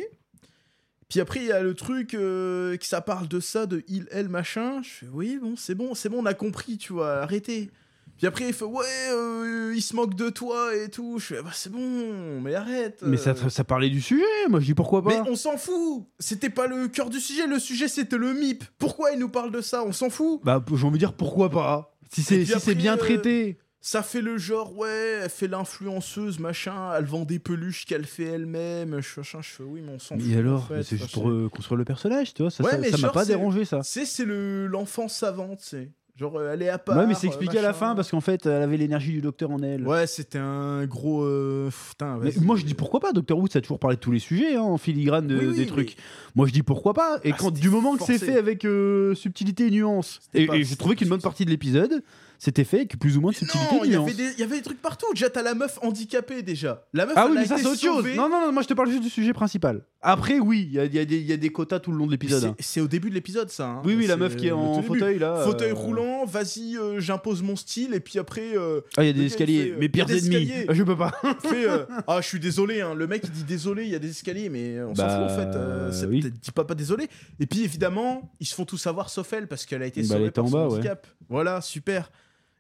S2: Puis après, il y a le truc euh, que ça parle de ça, de il, elle, machin. Je fais Oui, bon, c'est bon, c'est bon, on a compris, tu vois, arrêtez. Puis après, il fait Ouais, euh, il se moque de toi et tout. Je fais bah, C'est bon, mais arrête.
S1: Mais ça,
S2: euh.
S1: ça parlait du sujet, moi je dis pourquoi
S2: Mais
S1: pas.
S2: on s'en fout C'était pas le cœur du sujet, le sujet c'était le MIP. Pourquoi il nous parle de ça On s'en fout
S1: Bah, j'ai envie de dire pourquoi pas. Si
S2: Et
S1: c'est
S2: puis
S1: si c'est
S2: après,
S1: bien
S2: euh,
S1: traité.
S2: Ça fait le genre, ouais, elle fait l'influenceuse, machin, elle vend des peluches qu'elle fait elle-même, je- machin, je fais oui, mais on s'en fout.
S1: Et alors,
S2: en fait,
S1: mais c'est juste
S2: enfin,
S1: pour euh, construire le personnage, tu vois. Ça
S2: Ouais,
S1: ça-
S2: mais
S1: ça m'a
S2: genre,
S1: pas
S2: c'est-
S1: dérangé, ça.
S2: c'est... C'est, c'est le, l'enfant savante, c'est. Genre, euh, elle est à part.
S1: ouais, mais
S2: euh,
S1: c'est expliqué à la
S2: machin.
S1: fin parce qu'en fait, elle avait l'énergie du docteur en elle.
S2: Ouais, c'était un gros. euh, Putain,
S1: Mais
S2: vas-y. euh.
S1: moi, je dis pourquoi pas. Docteur Who, ça a toujours parlé de tous les sujets, hein, en filigrane de-
S2: Oui, oui,
S1: des
S2: mais
S1: trucs. Moi, je dis pourquoi pas. Et
S2: Ah,
S1: quand
S2: c'était
S1: du moment que c'est
S2: forcé.
S1: fait avec euh, subtilité et nuance,
S2: C'était
S1: et,
S2: pas-
S1: et j'ai trouvé qu'une bonne partie de l'épisode, c'était fait avec plus ou moins de subtilité.
S2: Non,
S1: de
S2: il y,
S1: nuance.
S2: avait des, il y avait des trucs partout. Déjà, t'as la meuf handicapée déjà. La meuf,
S1: Ah
S2: elle
S1: oui,
S2: a
S1: mais ça
S2: été
S1: c'est autre chose.
S2: sauvée.
S1: Non, non, non, moi je te parle juste du sujet principal. Après, oui, il y a, il y a des- il y a des quotas tout le long de
S2: Mais
S1: l'épisode.
S2: c'est-
S1: hein.
S2: C'est au début de l'épisode, ça. hein.
S1: Oui, oui, la
S2: C'est
S1: meuf qui est
S2: le
S1: en
S2: tout début.
S1: fauteuil là.
S2: Fauteuil
S1: euh,
S2: roulant, vas-y, euh, j'impose mon style, et puis après, euh,
S1: Ah, il y a
S2: Le
S1: des
S2: gars, il
S1: escaliers,
S2: fait, euh,
S1: mes
S2: il y a
S1: pires
S2: des
S1: ennemis.
S2: escaliers.
S1: Ah, Je peux pas.
S2: fait, euh, ah, je suis désolé, hein. le mec il dit désolé, il y a des escaliers, mais on
S1: Bah,
S2: s'en fout en fait. euh, c'est-
S1: oui.
S2: t'as- Dis pas pas désolé. Et puis évidemment, ils se font tout savoir sauf elle parce qu'elle a été
S1: Bah, elle
S2: sauvée
S1: était
S2: par
S1: en
S2: son
S1: bas, ouais.
S2: handicap. Voilà, super.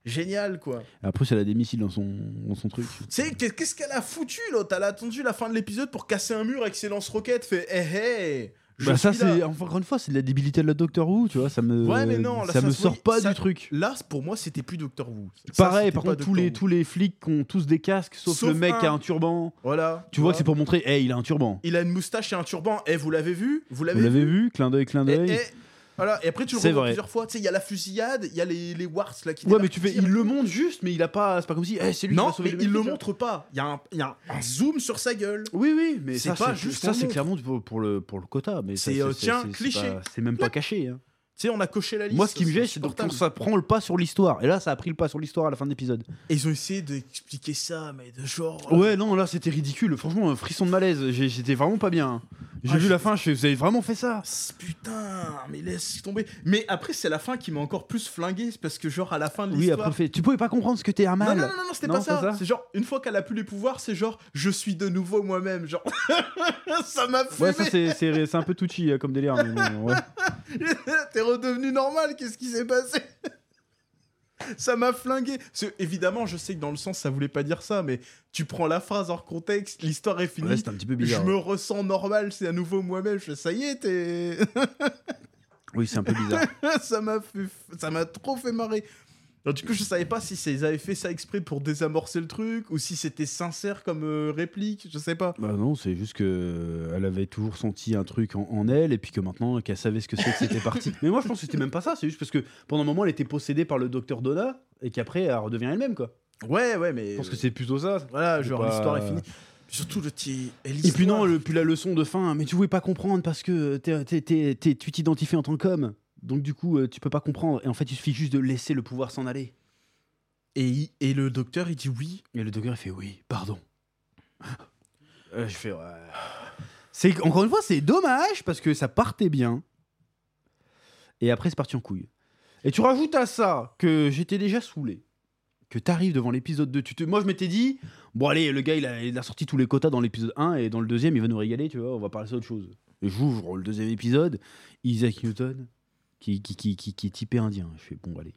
S2: Génial quoi.
S1: Après, elle a des missiles dans son, dans son truc.
S2: Tu sais, qu'est- qu'est-ce qu'elle a foutu l'autre Elle a attendu la fin de l'épisode pour casser un mur avec ses lance-roquettes. Fait, hé hé je
S1: bah, ça,
S2: suis là.
S1: c'est encore une fois, c'est de la débilité de la Doctor Who, tu vois. Ça me,
S2: Ouais, mais non, là,
S1: ça
S2: ça
S1: me
S2: se
S1: sort
S2: voyait-
S1: pas
S2: ça-
S1: du truc.
S2: Là, pour moi, c'était plus Doctor Who. Ça,
S1: Pareil,
S2: c'était
S1: par
S2: pas
S1: contre, tous
S2: Doctor
S1: les,
S2: Who.
S1: tous les flics qui ont tous des casques, sauf,
S2: Sauf
S1: le mec qui a
S2: un.
S1: un turban.
S2: Voilà.
S1: Tu vois que c'est pour montrer, hey, il a un turban.
S2: Il a une moustache et un turban. Eh, vous l'avez vu Vous
S1: Vous
S2: l'avez
S1: l'avez vu Clin d'œil, clin
S2: Et-
S1: d'œil.
S2: et- voilà, et après tu le
S1: C'est
S2: revois
S1: vrai.
S2: plusieurs fois. Tu sais, il y a la fusillade, il y a les, les warts là qui.
S1: Ouais, mais
S2: débarquent,
S1: tu fais,
S2: qui tirent
S1: il
S2: et
S1: le
S2: tout.
S1: montre juste, mais il a pas. C'est pas comme si, hey, c'est lui qui
S2: Non,
S1: va sauver
S2: mais
S1: mec,
S2: il
S1: tu
S2: le
S1: vois.
S2: montre pas. Il y, a un- il y a un zoom sur sa gueule.
S1: Oui, oui, mais
S2: C'est
S1: ça,
S2: pas
S1: c'est
S2: juste
S1: ça,
S2: qu'on
S1: c'est
S2: montre.
S1: clairement pour, pour le, pour le quota. mais ça,
S2: C'est, euh, tiens,
S1: c'est- c'est
S2: cliché.
S1: pas- C'est même pas caché. hein.
S2: Tu sais, on a coché la liste.
S1: Moi, ce qui me gêne,
S2: gêne
S1: c'est donc quand ça prend le pas sur l'histoire. Et là, ça a pris le pas sur l'histoire à la fin de l'épisode.
S2: Et ils ont essayé d'expliquer ça, mais de genre. euh,
S1: Ouais, non, là, c'était ridicule. Franchement, un frisson de malaise. J'ai- J'étais vraiment pas bien. J'ai
S2: Ah,
S1: vu
S2: j'ai-
S1: la fin, je fais, vous avez vraiment fait ça
S2: c'est- Putain, mais laisse tomber. Mais après, c'est la fin qui m'a encore plus flingué. C'est parce que, genre, à la fin de
S1: Oui, après,
S2: l'histoire.
S1: le fait. Tu pouvais pas comprendre ce que t'es un
S2: non,
S1: mal.
S2: non, non, non, c'était
S1: Non,
S2: pas
S1: c'est
S2: ça.
S1: ça
S2: C'est genre, une fois qu'elle a plus les pouvoirs, c'est genre, je suis de nouveau moi-même. Genre, ça m'a fumé.
S1: Ouais, ça, c'est- c'est c'est un peu touchy euh, comme délire. mais bon, ouais.
S2: T'es redevenu normal, qu'est-ce qui s'est passé Ça m'a flingué. Parce que, évidemment, je sais que dans le sens, ça voulait pas dire ça, mais tu prends la phrase hors contexte, l'histoire est finie.
S1: Ouais, c'était un petit peu
S2: je
S1: bizarre.
S2: me ressens normal, c'est à nouveau moi-même. Je fais, ça y est, t'es.
S1: Oui, c'est un peu bizarre.
S2: ça m'a fait... ça m'a trop fait marrer. Alors, du coup, je savais pas si c'est- ils avaient fait ça exprès pour désamorcer le truc ou si c'était sincère comme euh, réplique. Je sais pas.
S1: Bah non, c'est juste que euh, elle avait toujours senti un truc en, en elle et puis que maintenant qu'elle savait ce que c'est que c'était parti. Mais moi je pense que c'était même pas ça, c'est juste parce que pendant un moment elle était possédée par le docteur Donna et qu'après elle redevient elle-même quoi.
S2: Ouais, ouais, mais.
S1: Je pense que c'est plutôt ça.
S2: Voilà,
S1: c'est
S2: genre,
S1: pas-
S2: l'histoire est finie. Surtout le petit.
S1: Et puis non, le- puis la leçon de fin, mais tu pouvais pas comprendre parce que t'es- t'es- t'es- t'es- tu t'identifies en tant qu'homme. Donc du coup, euh, tu peux pas comprendre. Et en fait, il suffit juste de laisser le pouvoir s'en aller.
S2: Et, il- et le docteur, il dit oui.
S1: Et le docteur il fait oui, pardon. Euh, je fais ouais. C'est encore une fois c'est dommage parce que ça partait bien. Et après c'est parti en couille. Et tu rajoutes à ça que j'étais déjà saoulé. Que t'arrives devant l'épisode 2, tu te... moi je m'étais dit, bon allez, le gars il a, il a sorti tous les quotas dans l'épisode 1 et dans le deuxième il va nous régaler, tu vois, on va parler d'autre chose. Et j'ouvre le deuxième épisode, Isaac Newton, qui, qui, qui, qui, qui est typé indien. Je fais, bon allez.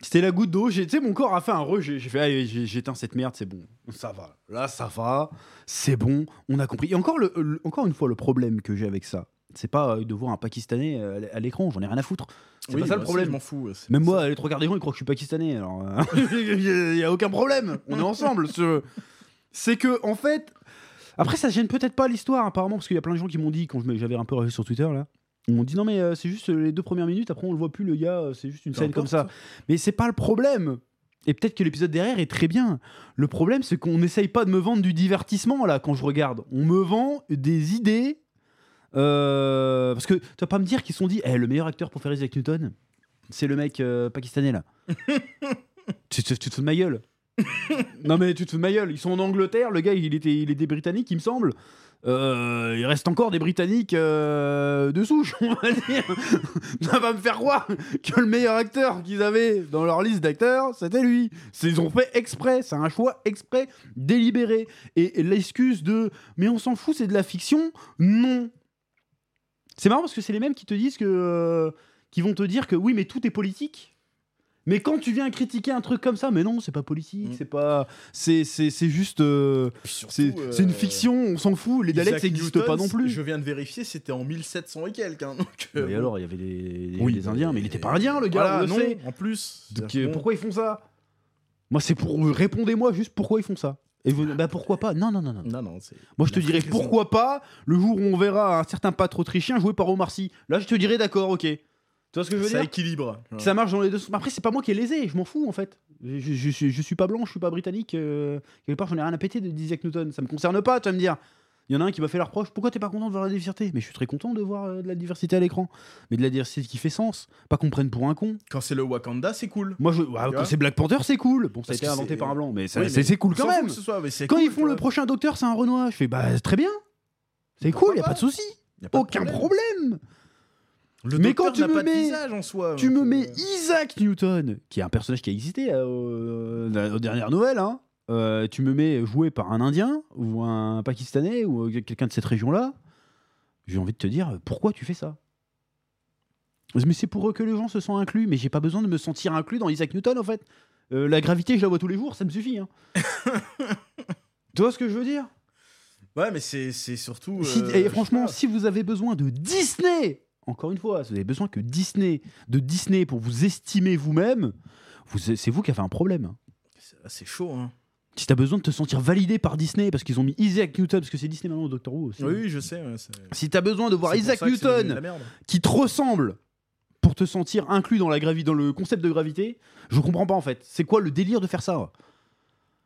S1: C'était la goutte d'eau. J'ai- Tu sais, mon corps a fait un rejet. J'ai fait, allez, j'ai- j'éteins cette merde, c'est bon. Ça va. Là, ça va. C'est bon. On a compris. Et encore, le, le- encore une fois, le problème que j'ai avec ça, c'est pas euh, de voir un Pakistanais euh, à l- à l'écran. J'en ai rien à foutre. C'est pas ça le problème.
S2: bah, Je m'en fous. euh, c'est
S1: Même
S2: pas ça.
S1: moi, les trois quarts des gens, ils croient que je suis Pakistanais. Alors, il n'y a aucun problème. On est ensemble. ce- C'est que, en fait. Après, ça gêne peut-être pas l'histoire, apparemment, parce qu'il y a plein de gens qui m'ont dit, quand je me- j'avais un peu réagi sur Twitter, là. Ils m'ont dit non, mais euh, c'est juste euh, les deux premières minutes, après on le voit plus, le gars, euh, c'est juste une
S2: Peu
S1: scène comme
S2: importe.
S1: ça. Mais c'est pas le problème. Et peut-être que l'épisode derrière est très bien. Le problème, c'est qu'on n'essaye pas de me vendre du divertissement, là, quand je regarde. On me vend des idées. euh, Parce que tu vas pas me dire qu'ils se sont dit, Eh, le meilleur acteur pour faire Isaac Newton, c'est le mec euh, pakistanais, là. tu, te- tu te fous de ma gueule. non, mais tu te fous de ma gueule. Ils sont en Angleterre, le gars, il était, il était britannique, il me semble. Euh, il reste encore des Britanniques euh, de souche, on va dire. Ça va me faire croire que le meilleur acteur qu'ils avaient dans leur liste d'acteurs, c'était lui. C'est- Ils ont fait exprès, c'est un choix exprès, délibéré. Et, et l'excuse de mais on s'en fout, c'est de la fiction, non. C'est marrant parce que c'est les mêmes qui te disent que. euh, qui vont te dire que oui, mais tout est politique. Mais quand tu viens critiquer un truc comme ça, mais non, c'est pas politique,
S2: Mm.
S1: c'est pas. C'est c'est- c'est juste. euh,
S2: Puis surtout,
S1: c'est
S2: euh,
S1: c'est une fiction, on s'en fout. Les
S2: Isaac
S1: Daleks n'existent
S2: Newton,
S1: pas non plus.
S2: Je viens de vérifier, c'était en 1700 et quelques. hein, donc, euh,
S1: Mais
S2: bon.
S1: alors, il y avait des, des-
S2: Oui,
S1: des Indiens, mais il
S2: mais-
S1: était pas indien, le gars,
S2: Voilà,
S1: on le
S2: non,
S1: sait.
S2: en plus.
S1: Donc,
S2: C'est-à-dire,
S1: euh,
S2: bon,
S1: pourquoi ils font ça Moi, c'est pour. Répondez-moi juste pourquoi ils font ça. Et vous, bah pourquoi pas Non, non, non, non.
S2: Non, non, c'est.
S1: Moi, je te
S2: Il a
S1: dirais
S2: très raison.
S1: pourquoi pas le jour où on verra un certain pâtre autrichien joué par Omar Sy. Là, je te dirais d'accord, ok. Tu vois ce que je veux
S2: Ça hein.
S1: dire
S2: équilibre. tu vois.
S1: Ça marche dans les deux sens. Mais Après, c'est pas moi qui ai lésé, je m'en fous en fait. Je, je, je suis- je suis pas blanc, je suis pas britannique. euh, quelque part, j'en ai rien à péter de d'Isaac Newton. Ça me concerne pas, tu vas me dire. Il y en a un qui m'a fait la reproche. Pourquoi t'es pas content de voir la diversité Mais je suis très content de voir euh, de la diversité à l'écran. Mais de la diversité qui fait sens. Pas qu'on prenne pour un con.
S2: Quand c'est le Wakanda, c'est cool.
S1: Moi, je... ouais,
S2: Tu
S1: quand
S2: vois
S1: c'est Black Panther, c'est cool. Bon, ça a
S2: Parce
S1: été
S2: que
S1: inventé
S2: c'est-
S1: par un blanc, mais, ça-
S2: Oui, mais
S1: c'est c'est cool
S2: On
S1: quand
S2: s'en fout
S1: même.
S2: que ce soit, mais c'est
S1: Quand
S2: cool,
S1: ils
S2: tu
S1: font le
S2: vois.
S1: prochain docteur, c'est un Renoir. Je fais bah c'est très bien. C'est cool, y a
S2: pas
S1: pas de souci.
S2: Y a pas de
S1: Aucun problème.
S2: Le
S1: Mais
S2: docteur
S1: quand tu
S2: n'a
S1: me
S2: pas de
S1: mets-
S2: visage en soi.
S1: Tu
S2: donc,
S1: me
S2: euh,
S1: mets Isaac Newton, qui est un personnage qui a existé euh, aux aux dernières nouvelles. hein. Euh, tu me mets joué par un Indien ou un Pakistanais ou euh, quelqu'un de cette région-là. J'ai envie de te dire pourquoi tu fais ça. Mais c'est pour eux que les gens se sentent inclus. Mais j'ai pas besoin de me sentir inclus dans Isaac Newton en fait. Euh, la gravité, je la vois tous les jours, ça me suffit. hein. tu vois ce que je veux dire
S2: euh, Ouais, mais c'est c'est surtout.
S1: Si-
S2: euh, je
S1: et
S2: sais
S1: franchement,
S2: pas.
S1: si vous avez besoin de Disney, encore une fois, si vous avez besoin que Disney, de Disney pour vous estimer vous-même, vous, c'est vous qui avez un problème.
S2: c'est c'est chaud, hein.
S1: Si t'as besoin de te sentir validé par Disney, parce qu'ils ont mis Isaac Newton, parce que c'est Disney maintenant au Doctor Who aussi.
S2: Oui, oui, je sais. ouais, c'est-
S1: Si t'as besoin de voir
S2: c'est pour
S1: Isaac
S2: ça que c'est devenu de
S1: Newton
S2: la merde.
S1: qui te ressemble pour te sentir inclus dans la gravi- dans le concept de gravité, je comprends pas en fait. C'est quoi le délire de faire ça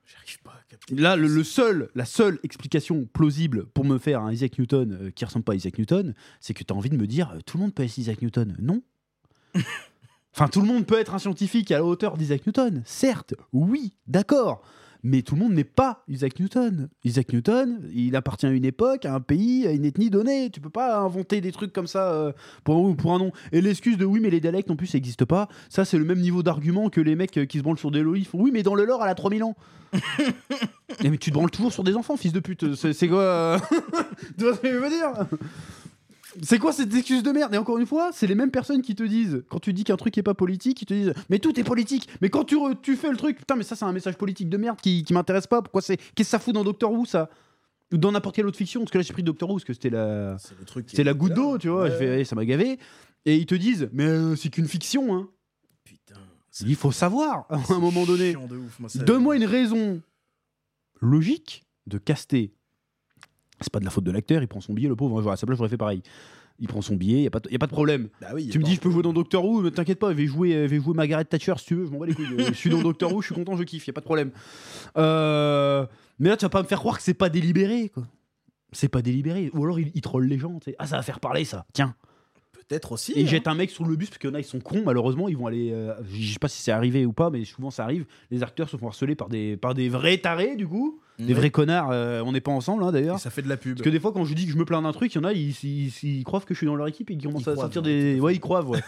S2: J'arrive pas à capter.
S1: Là, le, le seul, la seule explication plausible pour me faire un Isaac Newton euh, qui ressemble pas à Isaac Newton, c'est que tu as envie de me dire euh, tout le monde peut être Isaac Newton. Non. enfin, tout le monde peut être un scientifique à la hauteur d'Isaac Newton. Certes, oui, d'accord. Mais tout le monde n'est pas Isaac Newton. Isaac Newton, il appartient à une époque, à un pays, à une ethnie donnée. Tu peux pas inventer des trucs comme ça euh, pour un oui ou pour un non. Et l'excuse de oui, mais les dialectes non plus, ça n'existe pas. Ça, c'est le même niveau d'argument que les mecs euh, qui se branlent sur des lois. Ils font oui, mais dans le lore, elle a 3000 ans. Eh, mais tu te branles toujours sur des enfants, fils de pute. C'est c'est quoi euh, Tu vois ce que je veux dire C'est quoi cette excuse de merde Et encore une fois, c'est les mêmes personnes qui te disent, quand tu dis qu'un truc est pas politique, ils te disent Mais tout est politique Mais quand tu, re- tu fais le truc, putain, mais ça, c'est un message politique de merde qui, qui m'intéresse pas. Pourquoi c'est. Qu'est-ce que ça fout dans Doctor Who, ça Ou dans n'importe quelle autre fiction Parce que là, j'ai pris Doctor Who, parce que c'était la.
S2: C'est le truc. qui
S1: C'est
S2: est
S1: la goutte
S2: là.
S1: d'eau, tu vois.
S2: Ouais.
S1: Je fais, Eh, ça m'a gavé. Et ils te disent, mais euh, c'est qu'une fiction, hein.
S2: Putain.
S1: Il faut savoir, à un moment donné.
S2: De ouf, moi, ça-
S1: Donne-moi une raison logique de caster. C'est pas de la faute de l'acteur, il prend son billet, le pauvre. hein. J'aurais- À sa place, j'aurais fait pareil. Il prend son billet, il n'y a, pas de- y a pas de problème.
S2: Bah oui,
S1: Tu me dis, je peux jouer dans Doctor Who, mais t'inquiète pas, je vais jouer, euh, je vais jouer Margaret Thatcher si tu veux, je m'en bats les couilles. Euh, je suis dans Doctor Who, je suis content, je kiffe, y a pas de problème. Euh, mais là, tu vas pas me faire croire que c'est pas délibéré, quoi. C'est pas délibéré. Ou alors, il, il troll les gens, tu sais. Ah, ça va faire parler, ça. Tiens.
S2: Peut-être aussi.
S1: Et
S2: hein.
S1: ils jettent un mec sur le bus parce qu'il y en a, ils sont cons, malheureusement, ils vont aller. euh, je sais pas si c'est arrivé ou pas, mais souvent ça arrive. Les acteurs se font harceler par des, par des vrais tarés, du coup. Des
S2: Ouais.
S1: vrais connards, euh, on n'est pas ensemble hein,
S2: Et
S1: d'ailleurs.
S2: Ça fait de la pub.
S1: Parce que des fois, quand je dis que je me plains d'un truc, il y en a, ils, ils, ils croient que je suis dans leur équipe et ils commencent
S2: Ils
S1: à
S2: croient,
S1: sortir
S2: ouais,
S1: des. Ouais, ils croient, ouais.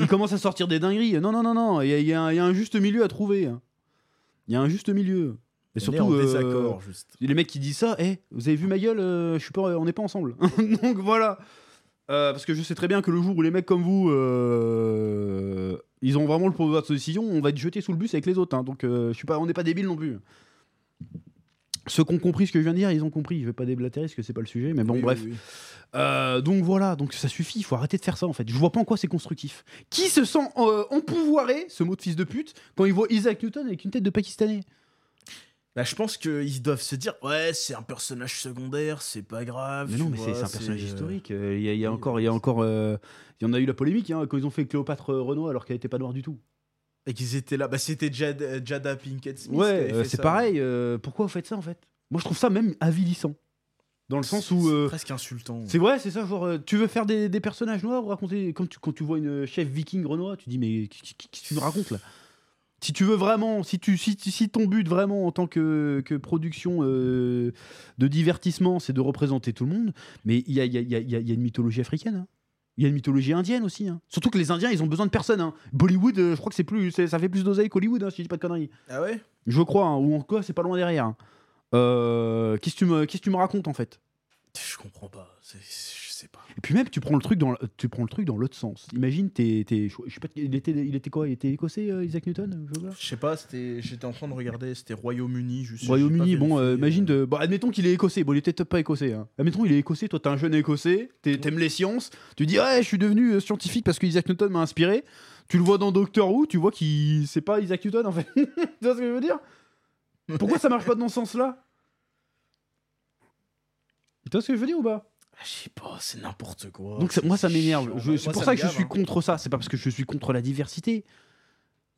S1: ils commencent à sortir des dingueries. Non, non, non, non, il y, a- il y a un- il y a un juste milieu à trouver. hein. Il y a un juste milieu. Et
S2: On est en
S1: surtout. euh,
S2: désaccord, juste.
S1: et Les mecs qui disent ça, Eh, vous avez vu ma gueule, euh, je suis pas, on n'est pas ensemble. Donc voilà. Euh, parce que je sais très bien que le jour où les mecs comme vous, euh, ils ont vraiment le pouvoir de décision, on va être jeté sous le bus avec les autres. hein. donc euh, je suis pas, on n'est pas débiles non plus. Ceux qui ont compris ce que je viens de dire, ils ont compris. Je vais pas déblatérer parce que c'est pas le sujet, mais bon,
S2: Oui,
S1: bref.
S2: oui, oui.
S1: Euh, donc voilà, donc ça suffit, il faut arrêter de faire ça en fait. Je vois pas en quoi c'est constructif. Qui se sent euh, empouvoiré, ce mot de fils de pute, quand il voit Isaac Newton avec une tête de Pakistanais
S2: Bah, je pense qu'ils doivent se dire ouais, c'est un personnage secondaire, c'est pas grave.
S1: Mais
S2: tu
S1: non, mais
S2: vois,
S1: c'est c'est un personnage
S2: euh,
S1: historique. Euh, Il y a, il y a
S2: oui,
S1: encore,
S2: oui,
S1: il y a
S2: c'est-
S1: encore, euh, il y en a eu la polémique hein, quand ils ont fait Cléopâtre euh, Renault alors qu'elle était pas noire du tout.
S2: Et qu'ils étaient là. Bah, c'était Jad- euh, Jada Pinkett Smith. qui
S1: ouais,
S2: avait
S1: euh,
S2: fait
S1: c'est
S2: ça.
S1: pareil. euh, pourquoi vous faites ça en fait Moi, je trouve ça même avilissant. Dans le sens où,
S2: C'est
S1: euh,
S2: presque insultant.
S1: c'est vrai, c'est ça. Genre, euh, tu veux faire des, des personnages noirs ou raconter quand tu quand tu vois une euh, chef viking Renoir, tu dis mais qu'est-ce que tu nous racontes là si tu veux vraiment, si, tu, si, si ton but vraiment en tant que, que production euh, de divertissement, c'est de représenter tout le monde, mais il y a, il y a- il y a- il y a- il y a une mythologie africaine. hein. Il y a une mythologie indienne aussi. hein. Surtout que les Indiens, ils ont besoin de personne. hein. Bollywood, euh, je crois que c'est plus, c'est- ça fait plus d'oseille qu'Hollywood, hein, si je dis pas de conneries.
S2: Ah ouais
S1: Je crois, hein, ou en quoi, c'est pas loin derrière. hein. Euh, qu'est-ce que tu me, qu'est-ce que tu me racontes en fait
S2: Je comprends pas. c'est- Je sais pas.
S1: Et puis même, tu prends le truc dans, l- tu prends le truc dans l'autre sens. Imagine, t'es, t'es- je je sais pas, il était, il était quoi Il était écossais, euh, Isaac Newton je sais pas.
S2: Je sais pas, c'était- j'étais en train de regarder, c'était Royaume-Uni. juste- j'ai pas
S1: Royaume-Uni, bon,
S2: vérifié,
S1: euh,
S2: euh,
S1: imagine de. Bon, admettons qu'il est écossais. Bon, il était peut-être pas écossais. hein. Admettons, il est écossais. Toi, t'es un jeune écossais. t'es- T'aimes les sciences. Tu dis, ouais, je suis devenu euh, scientifique parce que Isaac Newton m'a inspiré. Tu le vois dans Doctor Who. Tu vois qu'il. C'est pas Isaac Newton, en fait. tu vois ce que je veux dire Pourquoi ça marche pas dans ce sens-là Tu vois ce que je veux dire ou pas
S2: Ah, Je sais pas, c'est n'importe quoi.
S1: Donc, ça- moi, ça
S2: Oh, C'est
S1: m'énerve.
S2: chiant.
S1: Je-
S2: Moi,
S1: C'est pour ça, que je
S2: m'égave,
S1: suis
S2: hein.
S1: contre ça. C'est pas parce que je suis contre la diversité.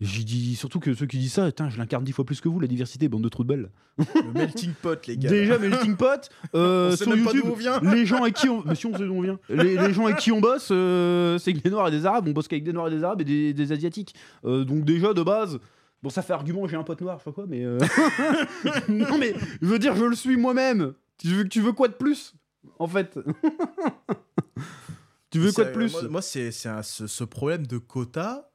S1: J'y dis surtout que ceux qui disent ça, Tain, je l'incarne dix fois plus que vous, la diversité, bande de trous de balles.
S2: Le melting pot, les gars.
S1: Déjà, Melting Pot, euh,
S2: on sait
S1: sur
S2: même pas
S1: YouTube,
S2: d'où on vient.
S1: les gens avec qui on. Mais si on sait d'où on vient. Les, les gens avec qui on bosse, euh, c'est que des Noirs et des Arabes. On bosse qu'avec des Noirs et des Arabes et des, des Asiatiques. Euh, donc, déjà, de base. Bon, ça fait argument, j'ai un pote noir, je sais pas quoi, mais. euh, non, mais je veux dire, je le suis moi-même. Tu veux, tu veux quoi de plus, en fait Tu veux quoi de
S2: C'est- euh,
S1: plus
S2: Moi, moi, c'est c'est un- ce, ce problème de quota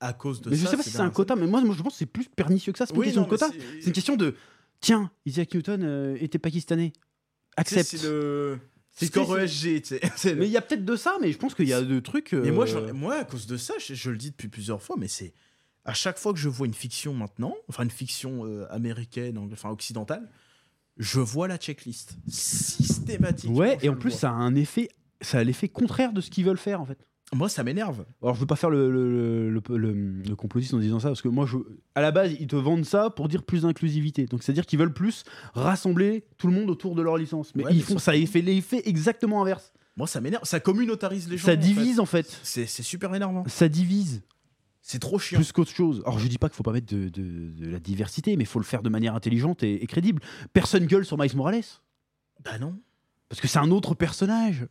S2: à cause de
S1: Mais
S2: ça.
S1: je sais pas si c'est un
S2: dingue.
S1: quota, mais moi, moi, je pense que c'est plus pernicieux que ça. C'est pas
S2: Oui,
S1: une question
S2: non,
S1: de
S2: mais
S1: quota. C'est une question de. Tiens, Isaac Newton euh, était pakistanais.
S2: tu sais,
S1: Accepte.
S2: C'est le
S1: C'est-
S2: score
S1: c'est-
S2: ESG. tu sais. C'est le-
S1: Mais il y a peut-être de ça, mais je pense qu'il y a de trucs.
S2: Mais moi,
S1: euh,
S2: j'en- moi, à cause de ça, je, je le dis depuis plusieurs fois, mais c'est à chaque fois que je vois une fiction maintenant, enfin une fiction euh, américaine, angla- enfin occidentale, je vois la checklist systématiquement.
S1: Ouais,
S2: je
S1: et en
S2: le
S1: plus,
S2: vois.
S1: ça a un effet. Ça a l'effet contraire de ce qu'ils veulent faire, en fait.
S2: moi, ça m'énerve.
S1: Alors, je veux pas faire le, le, le, le- le- le complotiste en disant ça, parce que moi, je, à la base, ils te vendent ça pour dire plus d'inclusivité. Donc, c'est-à-dire qu'ils veulent plus rassembler tout le monde autour de leur licence. Mais
S2: Ouais,
S1: ils
S2: mais
S1: font
S2: ça-
S1: ça, ils fait l'effet exactement inverse.
S2: Moi, ça m'énerve. Ça communautarise les gens.
S1: ça
S2: en fait.
S1: divise, en fait.
S2: C'est c'est super énervant.
S1: Ça divise.
S2: C'est trop chiant.
S1: plus qu'autre chose. Alors je dis pas qu'il faut pas mettre de, de- de la diversité, mais il faut le faire de manière intelligente et, et crédible. Personne gueule sur Miles Morales
S2: Bah non.
S1: parce que c'est un autre personnage.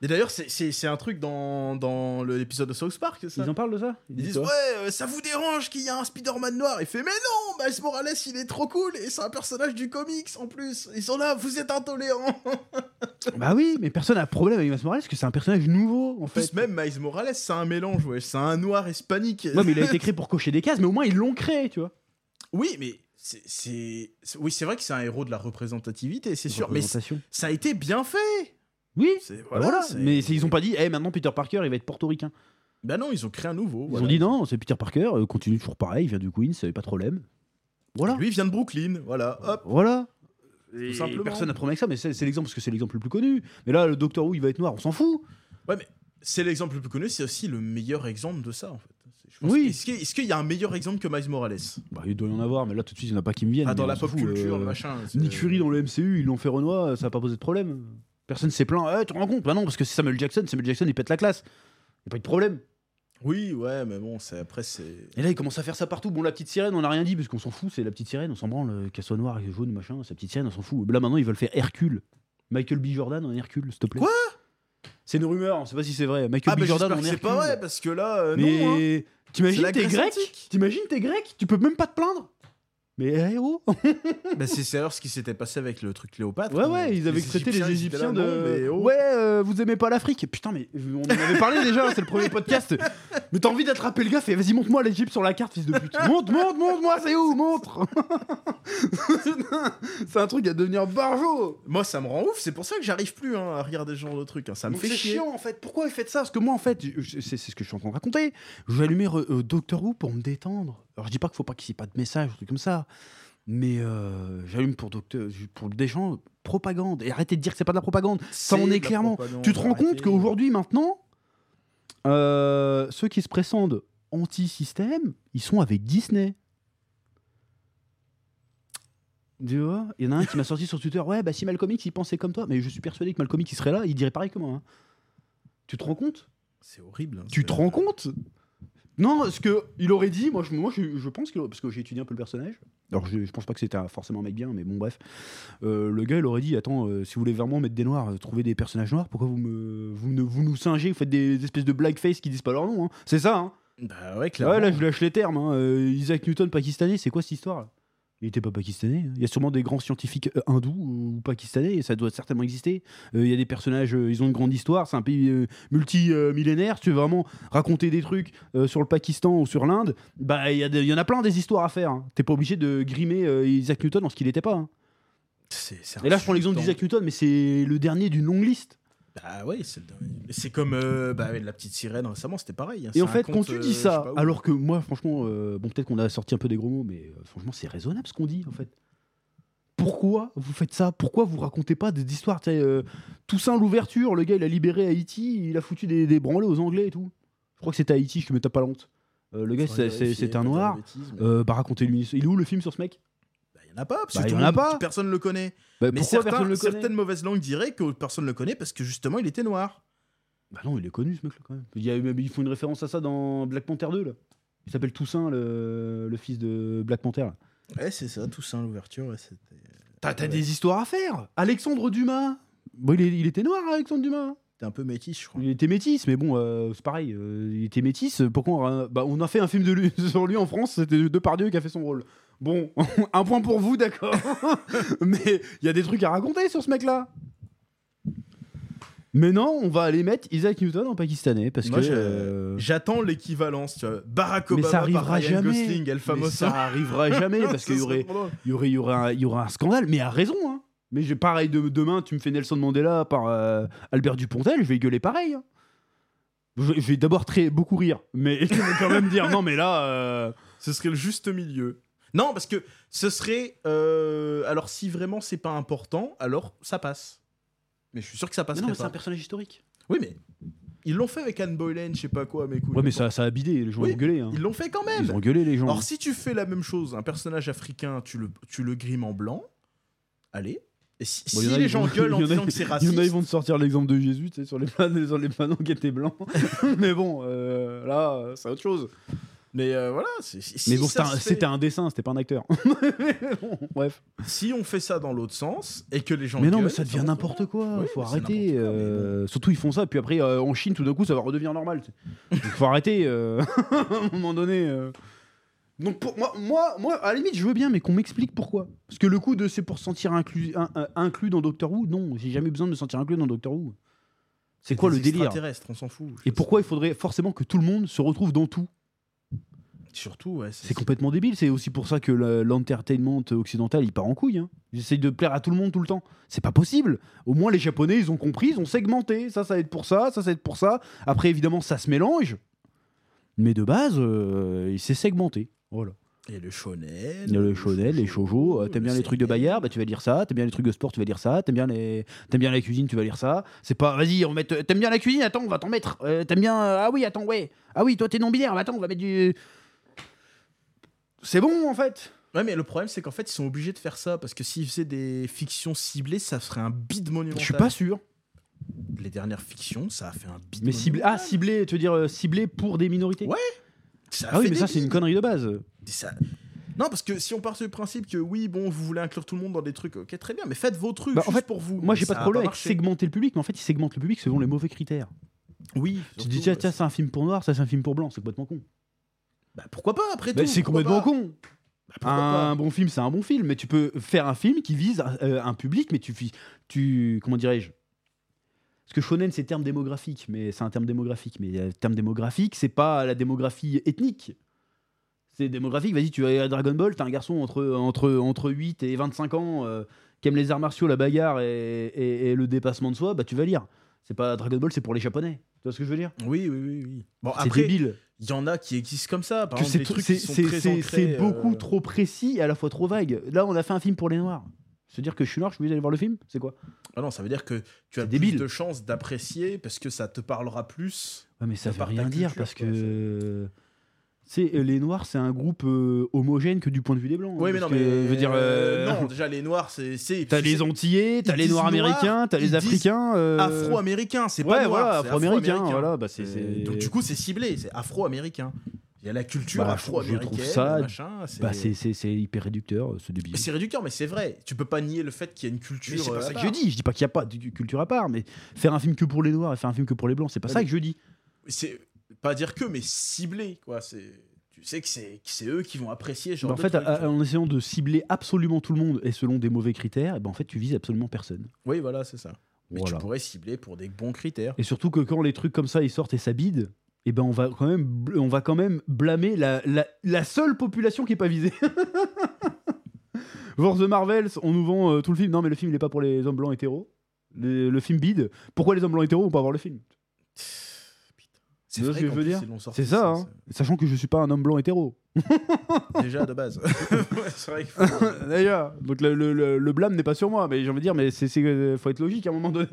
S2: Mais d'ailleurs, c'est- c'est c'est un truc dans, dans le- l'épisode de South Park, c'est ça
S1: Ils en parlent de ça
S2: Ils disent ouais, euh, ça vous dérange qu'il y a un Spider-Man noir. Il fait mais non, Miles Morales il est trop cool et c'est un personnage du comics en plus. Ils sont là, vous êtes intolérants.
S1: Bah oui, mais personne a problème avec Miles Morales parce que c'est un personnage nouveau en
S2: En plus
S1: fait.
S2: même Miles Morales c'est un mélange, ouais, c'est un noir hispanique.
S1: Ouais, mais il a été créé pour cocher des cases, mais au moins ils l'ont créé, tu vois.
S2: Oui, mais c'est c'est- c'est- oui c'est vrai que c'est un héros de la représentativité, c'est sûr. Mais c-
S1: Représentation.
S2: ça a été bien fait.
S1: oui.
S2: C'est-
S1: Bah Voilà,
S2: c'est-
S1: mais c'est- ils ont pas dit, eh maintenant Peter Parker il va être portoricain.
S2: Bah non, ils ont créé un nouveau.
S1: Ils
S2: voilà.
S1: ont dit non, c'est Peter Parker, euh, continue toujours pareil, il vient du Queens, euh, pas de problème. Voilà.
S2: Lui il vient de Brooklyn, voilà. Hop.
S1: Voilà.
S2: Tout
S1: Et
S2: simplement.
S1: Personne n'a promis avec ça, mais c'est c'est l'exemple parce que c'est l'exemple le plus connu. Mais là, le Docteur Who, il va être noir, on s'en fout.
S2: C'est l'exemple le plus connu, c'est aussi le meilleur exemple de ça en fait. Je pense
S1: Oui.
S2: que- Est-ce qu'il est-ce qu'il y a un meilleur exemple que Miles Morales
S1: Bah, il doit y en avoir, mais là tout de suite, il n'y en a pas qui me viennent.
S2: Ah, dans
S1: mais
S2: la
S1: on s'en
S2: pop
S1: fout,
S2: culture,
S1: euh,
S2: machin. c'est-
S1: Nick Fury dans le MCU, ils l'ont fait Renoir, ça n'a pas posé de problème. Personne s'est plaint. Eh, tu te rends compte Bah non, parce que c'est Samuel Jackson, Samuel Jackson, il pète la classe. Il a pas eu de problème.
S2: Oui, ouais, mais bon, c'est après, c'est.
S1: Et là, il commence à faire ça partout. Bon, la petite sirène, on n'a rien dit, parce qu'on s'en fout, c'est la petite sirène, on s'en branle, euh, qu'elle soit noire, jaune, machin, sa petite sirène, on s'en fout. Là, maintenant, ils veulent faire Hercule. Michael B. Jordan en Hercule, s'il te plaît.
S2: Quoi
S1: C'est une rumeur, on sait pas si c'est vrai.
S2: Ah,
S1: Michael B.
S2: bah,
S1: Jordan
S2: j'espère
S1: en
S2: que
S1: Hercule.
S2: c'est pas vrai, parce que là, euh,
S1: Mais
S2: non. hein. C'est
S1: t'imagines
S2: la
S1: t'es
S2: Grèce
S1: grec,
S2: antique.
S1: t'imagines t'es grec, tu peux même pas te plaindre. Mais eh oh
S2: Bah, c'est c'est alors ce qui s'était passé avec le truc Cléopâtre. hein.
S1: Ouais
S2: où
S1: ouais, ils avaient traité les
S2: étaient là,
S1: Égyptiens
S2: non,
S1: de
S2: mais oh.
S1: ouais euh, vous aimez pas l'Afrique. Putain mais on en avait parlé déjà, c'est le premier podcast. Mais t'as envie d'attraper le gars, fais vas-y montre-moi l'Égypte sur la carte fils de pute. Monte monte monte moi c'est où montre. c'est un truc à devenir barjo.
S2: Moi, ça me rend ouf, c'est pour ça que j'arrive plus hein, à regarder ce genre de truc. hein, Ça me
S1: Donc
S2: fait
S1: c'est
S2: chier.
S1: chiant en fait. Pourquoi vous faites ça Parce que moi en fait, je- je- c'est c'est ce que je suis en train de raconter. Je vais allumer euh, euh, Doctor Who pour me détendre. Alors je dis pas qu'il faut pas qu'il y ait pas de message, truc comme ça. Mais euh, j'allume pour Docteur pour des gens propagande et arrêtez de dire que c'est pas de la propagande. Ça
S2: C'est
S1: en
S2: de
S1: est
S2: la
S1: clairement.
S2: propagande,
S1: Tu te rends compte
S2: arrêtez.
S1: qu'aujourd'hui maintenant euh, ceux qui se présentent anti-système, ils sont avec Disney. Tu vois, il y en a un qui m'a sorti sur Twitter, ouais, bah si Malcolm X il pensait comme toi, mais je suis persuadé que Malcolm X il serait là, il dirait pareil que moi. hein. Tu te rends compte
S2: C'est horrible. hein,
S1: Tu
S2: c'est-
S1: te rends compte Non, ce que il aurait dit, moi je, moi, je, je pense que parce que j'ai étudié un peu le personnage. Alors je, je pense pas que c'était un- forcément un mec bien, mais bon bref, Euh, le gars il aurait dit, attends, euh, si vous voulez vraiment mettre des noirs, euh, trouvez des personnages noirs, pourquoi vous me, vous, ne- vous nous singez, vous faites des espèces de blackface qui disent pas leur nom, hein. c'est ça. Hein
S2: Bah ouais, clairement.
S1: ouais, là je lâche les termes. hein. Euh, Isaac Newton pakistanais, c'est quoi cette histoire là il était pas pakistanais. hein. Il y a sûrement des grands scientifiques euh, hindous ou pakistanais, et ça doit certainement exister. Euh, il y a des personnages, euh, ils ont une grande histoire, c'est un pays euh, multimillénaire. Si tu veux vraiment raconter des trucs euh, sur le Pakistan ou sur l'Inde, bah il y, a des- il y en a plein des histoires à faire. hein. T'es pas obligé de grimer euh, Isaac Newton en ce qu'il n'était pas. hein.
S2: C'est- c'est
S1: Et là, je prends l'exemple
S2: insultant.
S1: d'Isaac Newton, mais c'est le dernier d'une longue liste.
S2: Bah ouais, c'est c'est comme euh, bah, ouais, la petite sirène récemment, c'était pareil. hein,
S1: Et en
S2: c'est un
S1: fait, quand
S2: conte,
S1: tu
S2: euh,
S1: dis
S2: je sais
S1: ça,
S2: pas où.
S1: alors que moi, franchement, euh, bon, peut-être qu'on a sorti un peu des gros mots, mais euh, franchement, c'est raisonnable ce qu'on dit, en fait. Pourquoi vous faites ça Pourquoi vous racontez pas des histoires tu sais, euh, Toussaint l'ouverture, le gars, il a libéré Haïti, il a foutu des, des branlées aux Anglais et tout. Je crois que c'était Haïti, je me tape pas la honte. Euh, le gars,
S2: Faudrait
S1: c'est- c'est
S2: vérifier,
S1: c'est un
S2: pas dire de
S1: noir.
S2: bêtises, mais-
S1: Euh, bah, racontez-lui. une histoire. Il est où le film sur ce mec
S2: Bah, y en a pas, parce
S1: Bah,
S2: que
S1: y
S2: tout
S1: en
S2: le
S1: a
S2: monde-
S1: pas.
S2: personne le connaît.
S1: Bah,
S2: Mais
S1: Pourquoi
S2: certains-
S1: personne le connaît
S2: certaines mauvaises langues diraient que personne le connaît parce que justement il était noir.
S1: Bah non, il est connu ce mec-là quand même. Il y a- ils font une référence à ça dans Black Panther 2 là. Il s'appelle Toussaint, le, le fils de Black Panther. là.
S2: Ouais, c'est ça, Toussaint, l'ouverture. ouais, c'était-
S1: T'as Ah, t'as
S2: Ouais.
S1: des histoires à faire Alexandre Dumas Bon, il, est- il était noir, Alexandre Dumas.
S2: T'es un peu métis, je crois.
S1: Il était métis, mais bon, euh, c'est pareil. euh, il était métis. euh, Pourquoi on, ra- bah, on a fait un film de lui, sur lui en France C'était Depardieu qui a fait son rôle. Bon, un point pour vous, d'accord. mais il y a des trucs à raconter sur ce mec-là. Mais non, on va aller mettre Isaac Newton en pakistanais parce
S2: Moi,
S1: que.
S2: je-
S1: euh,
S2: J'attends l'équivalence, tu vois. Barack
S1: Mais
S2: Obama
S1: ça
S2: par
S1: arrivera
S2: Ryan
S1: jamais.
S2: Gosling, elle
S1: mais
S2: fameuse.
S1: ça arrivera jamais parce qu'il y aurait, il y aurait, il y aurait, un, il y aurait un scandale. Mais à raison, hein. Mais j'ai pareil de- demain, tu me fais Nelson Mandela par euh, Albert Dupontel, je vais gueuler pareil. hein. Je, je vais d'abord très beaucoup rire, mais je vais quand même dire non, mais là, euh,
S2: Ce serait le juste milieu. Non, parce que ce serait. euh, Alors, si vraiment c'est pas important, alors ça passe. Mais je suis sûr que ça passe.
S1: mais Ah, non, mais c'est un personnage historique.
S2: Oui, mais ils l'ont fait avec Anne Boleyn, je sais pas quoi, mais écoute.
S1: Ouais, mais ça, ça a bidé, les gens
S2: Oui,
S1: ont gueulé. hein.
S2: Ils l'ont fait quand même.
S1: Ils ont gueulé les gens.
S2: Alors, si tu fais la même chose, un personnage africain, tu le, tu le grimes en blanc. Allez. Et si,
S1: Bon,
S2: si
S1: y en a,
S2: les
S1: ils
S2: gens
S1: vont-
S2: gueulent en
S1: y en a-
S2: disant que c'est
S1: Il
S2: raciste.
S1: y en a, ils vont te sortir l'exemple de Jésus, tu sais, sur les panneaux, sur les panneaux qui étaient blancs. mais bon, euh, là, euh, c'est autre chose.
S2: Mais euh, voilà. c'est- si- si
S1: mais bon,
S2: ça
S1: c'était un-
S2: se fait-
S1: c'était un dessin, c'était pas un acteur. Mais bon, bref.
S2: Si on fait ça dans l'autre sens et que les gens.
S1: Mais non, mais
S2: gueulent,
S1: ça devient
S2: va.
S1: n'importe quoi.
S2: Oui,
S1: faut
S2: mais c'est
S1: arrêter.
S2: n'importe quoi, mais bon.
S1: euh, Surtout, ils font ça. Puis après, euh, en Chine, tout d'un coup, ça va redevenir normal. tu
S2: Mm.
S1: sais. Donc, faut arrêter. euh, à un moment donné. euh. Donc, pour moi, moi, moi, à la limite, je veux bien, mais qu'on m'explique pourquoi. Parce que le coup de c'est pour se sentir inclus, un- un- inclus dans Doctor Who, non, j'ai jamais besoin de me sentir inclus dans Doctor Who. C'est quoi
S2: Des
S1: le délire
S2: extraterrestres, on s'en fout.
S1: Et pourquoi il faudrait forcément que tout le monde se retrouve dans tout
S2: Surtout, ouais.
S1: C'est complètement débile. C'est aussi pour ça que le- l'entertainment occidental, il part en couille. Hein. Ils essayent de plaire à tout le monde tout le temps. C'est pas possible. Au moins, les Japonais, ils ont compris, ils ont segmenté. Ça, ça va être pour ça, ça, ça va être pour ça. Après, évidemment, ça se mélange. Mais de base, euh, il s'est segmenté. Voilà.
S2: Et le shonen.
S1: Il y a le shonen, les shoujo. euh,
S2: le
S1: t'aimes bien les trucs de
S2: seinen.
S1: bagarre, bah, tu vas lire ça. T'aimes bien les trucs de sport, tu vas lire ça. T'aimes bien, les... t'aimes bien la cuisine, tu vas lire ça. C'est pas, vas-y, on va mettre. T'aimes bien la cuisine, attends, on va t'en mettre. Euh, t'aimes bien. euh, Ah oui, attends, ouais. Ah oui, toi, t'es non-binaire, bah, attends, on va mettre du. C'est bon, en fait.
S2: Ouais, mais le problème, c'est qu'en fait, ils sont obligés de faire ça parce que s'ils faisaient des fictions ciblées, ça serait un bide monumental.
S1: Je suis pas sûr.
S2: Les dernières fictions, ça a fait un bide.
S1: Mais ciblé. Ah, ciblé, tu veux dire euh, ciblé pour des minorités
S2: Ouais, Ça a
S1: Ah oui,
S2: fait
S1: mais
S2: des
S1: ça, c'est une
S2: bides.
S1: connerie de base.
S2: Ça- Non, parce que si on part sur le principe que oui, bon, vous voulez inclure tout le monde dans des trucs, ok, très bien, mais faites vos trucs
S1: Bah, en
S2: juste
S1: fait,
S2: pour vous.
S1: Moi,
S2: Mais
S1: j'ai pas
S2: ça
S1: de
S2: a
S1: problème avec
S2: marché.
S1: segmenter le public, mais en fait, ils segmentent le public selon les mauvais critères.
S2: Oui.
S1: Tu te
S2: surtout, euh,
S1: dis, tiens,
S2: ouais.
S1: tiens, c'est un film pour noir, ça, c'est un film pour blanc, c'est complètement con.
S2: Bah, pourquoi pas après
S1: Bah,
S2: tout
S1: c'est
S2: pourquoi
S1: complètement
S2: pas
S1: con.
S2: Bah, pourquoi
S1: Un bon film, c'est un bon film, mais tu peux faire un film qui vise euh, un public, mais tu, fi- tu comment dirais-je Parce que shonen, c'est terme démographique, mais c'est un terme démographique, mais euh, terme démographique, c'est pas la démographie ethnique. C'est démographique. Vas-y, tu vas à Dragon Ball, t'as un garçon entre entre entre 8 et 25 ans euh, qui aime les arts martiaux, la bagarre et, et- et le dépassement de soi, bah tu vas lire. C'est pas Dragon Ball, c'est pour les Japonais. Tu vois ce que je veux dire
S2: pas Oui, oui, oui, oui. Bon,
S1: C'est
S2: après,
S1: débile.
S2: il y en a qui existent comme ça. Par
S1: Que
S2: exemple,
S1: c'est
S2: des
S1: tr-
S2: trucs
S1: c'est-
S2: qui sont
S1: c'est-
S2: très
S1: c'est-
S2: ancrés,
S1: c'est beaucoup
S2: euh,
S1: trop précis et à la fois trop vague. Là, on a fait un film pour les noirs. Se dire que je suis noir, je suis obligé d'aller voir le film C'est quoi
S2: Ah non, ça veut dire que tu as
S1: C'est
S2: plus
S1: débile.
S2: de chances d'apprécier parce que ça te parlera plus.
S1: Ouais, mais ça
S2: De
S1: veut
S2: par ta
S1: rien dire
S2: culture,
S1: parce
S2: quoi,
S1: que. Tu sais, les noirs, c'est un groupe euh, homogène que du point de vue des blancs. hein,
S2: Oui, mais non,
S1: parce
S2: mais.
S1: que, je veux dire. euh,
S2: Non, déjà, les Noirs, c'est. c'est-
S1: T'as
S2: c'est-
S1: les Antillais, t'as
S2: ils
S1: les
S2: disent
S1: Noirs
S2: noirs,
S1: américains, t'as les
S2: ils disent
S1: Africains. euh,
S2: Afro-américains, c'est
S1: Ouais,
S2: pas noir,
S1: voilà,
S2: c'est
S1: afro-américains. Voilà, bah, c'est-
S2: Euh,
S1: c'est-
S2: Donc, du coup, c'est ciblé, c'est afro-américain. Il y a la culture
S1: Bah, je- je trouve
S2: afro-américaine,
S1: ça-
S2: machin. c'est-
S1: bah, c'est c'est- c'est hyper réducteur, euh, ce débile.
S2: Mais c'est réducteur, mais c'est vrai. Tu peux pas nier le fait qu'il y a une culture.
S1: Mais c'est
S2: euh,
S1: pas ça
S2: à
S1: que je
S2: part.
S1: dis. Je dis pas qu'il y a pas de culture à part, mais faire un film que pour les noirs et faire un film que pour les blancs, c'est pas
S2: Ouais,
S1: ça
S2: mais-
S1: que je dis.
S2: C'est pas dire que, mais ciblé, quoi. C'est. Tu sais que c'est que c'est eux qui vont apprécier ce genre
S1: Bah, en
S2: de
S1: fait,
S2: truc,
S1: à-
S2: tu vois.
S1: en essayant de cibler absolument tout le monde et selon des mauvais critères, eh ben, en fait, tu vises absolument personne.
S2: Oui, voilà, c'est ça. Mais
S1: Voilà.
S2: tu pourrais cibler pour des bons critères.
S1: Et surtout que quand les trucs comme ça ils sortent et s'abident, eh ben on va quand même, bl- on va quand même blâmer la, la, la seule population qui est pas visée. Voir The Marvels, on nous vend euh, tout le film. Non, mais le film il est pas pour les hommes blancs hétéros. Le, le film bide. Pourquoi les hommes blancs hétéros vont pas voir le film
S2: Putain.
S1: Tu vois ce que
S2: qu'en
S1: je veux
S2: plus,
S1: dire
S2: ils l'ont sorti,
S1: C'est ça, hein. sachant que je suis pas un homme blanc hétéro.
S2: ça. déjà de base. Ouais, c'est vrai qu'il faut-
S1: D'ailleurs, donc le, le- le- le blâme n'est pas sur moi, mais j'ai envie de dire, mais c'est c'est- euh, faut être logique à un moment donné.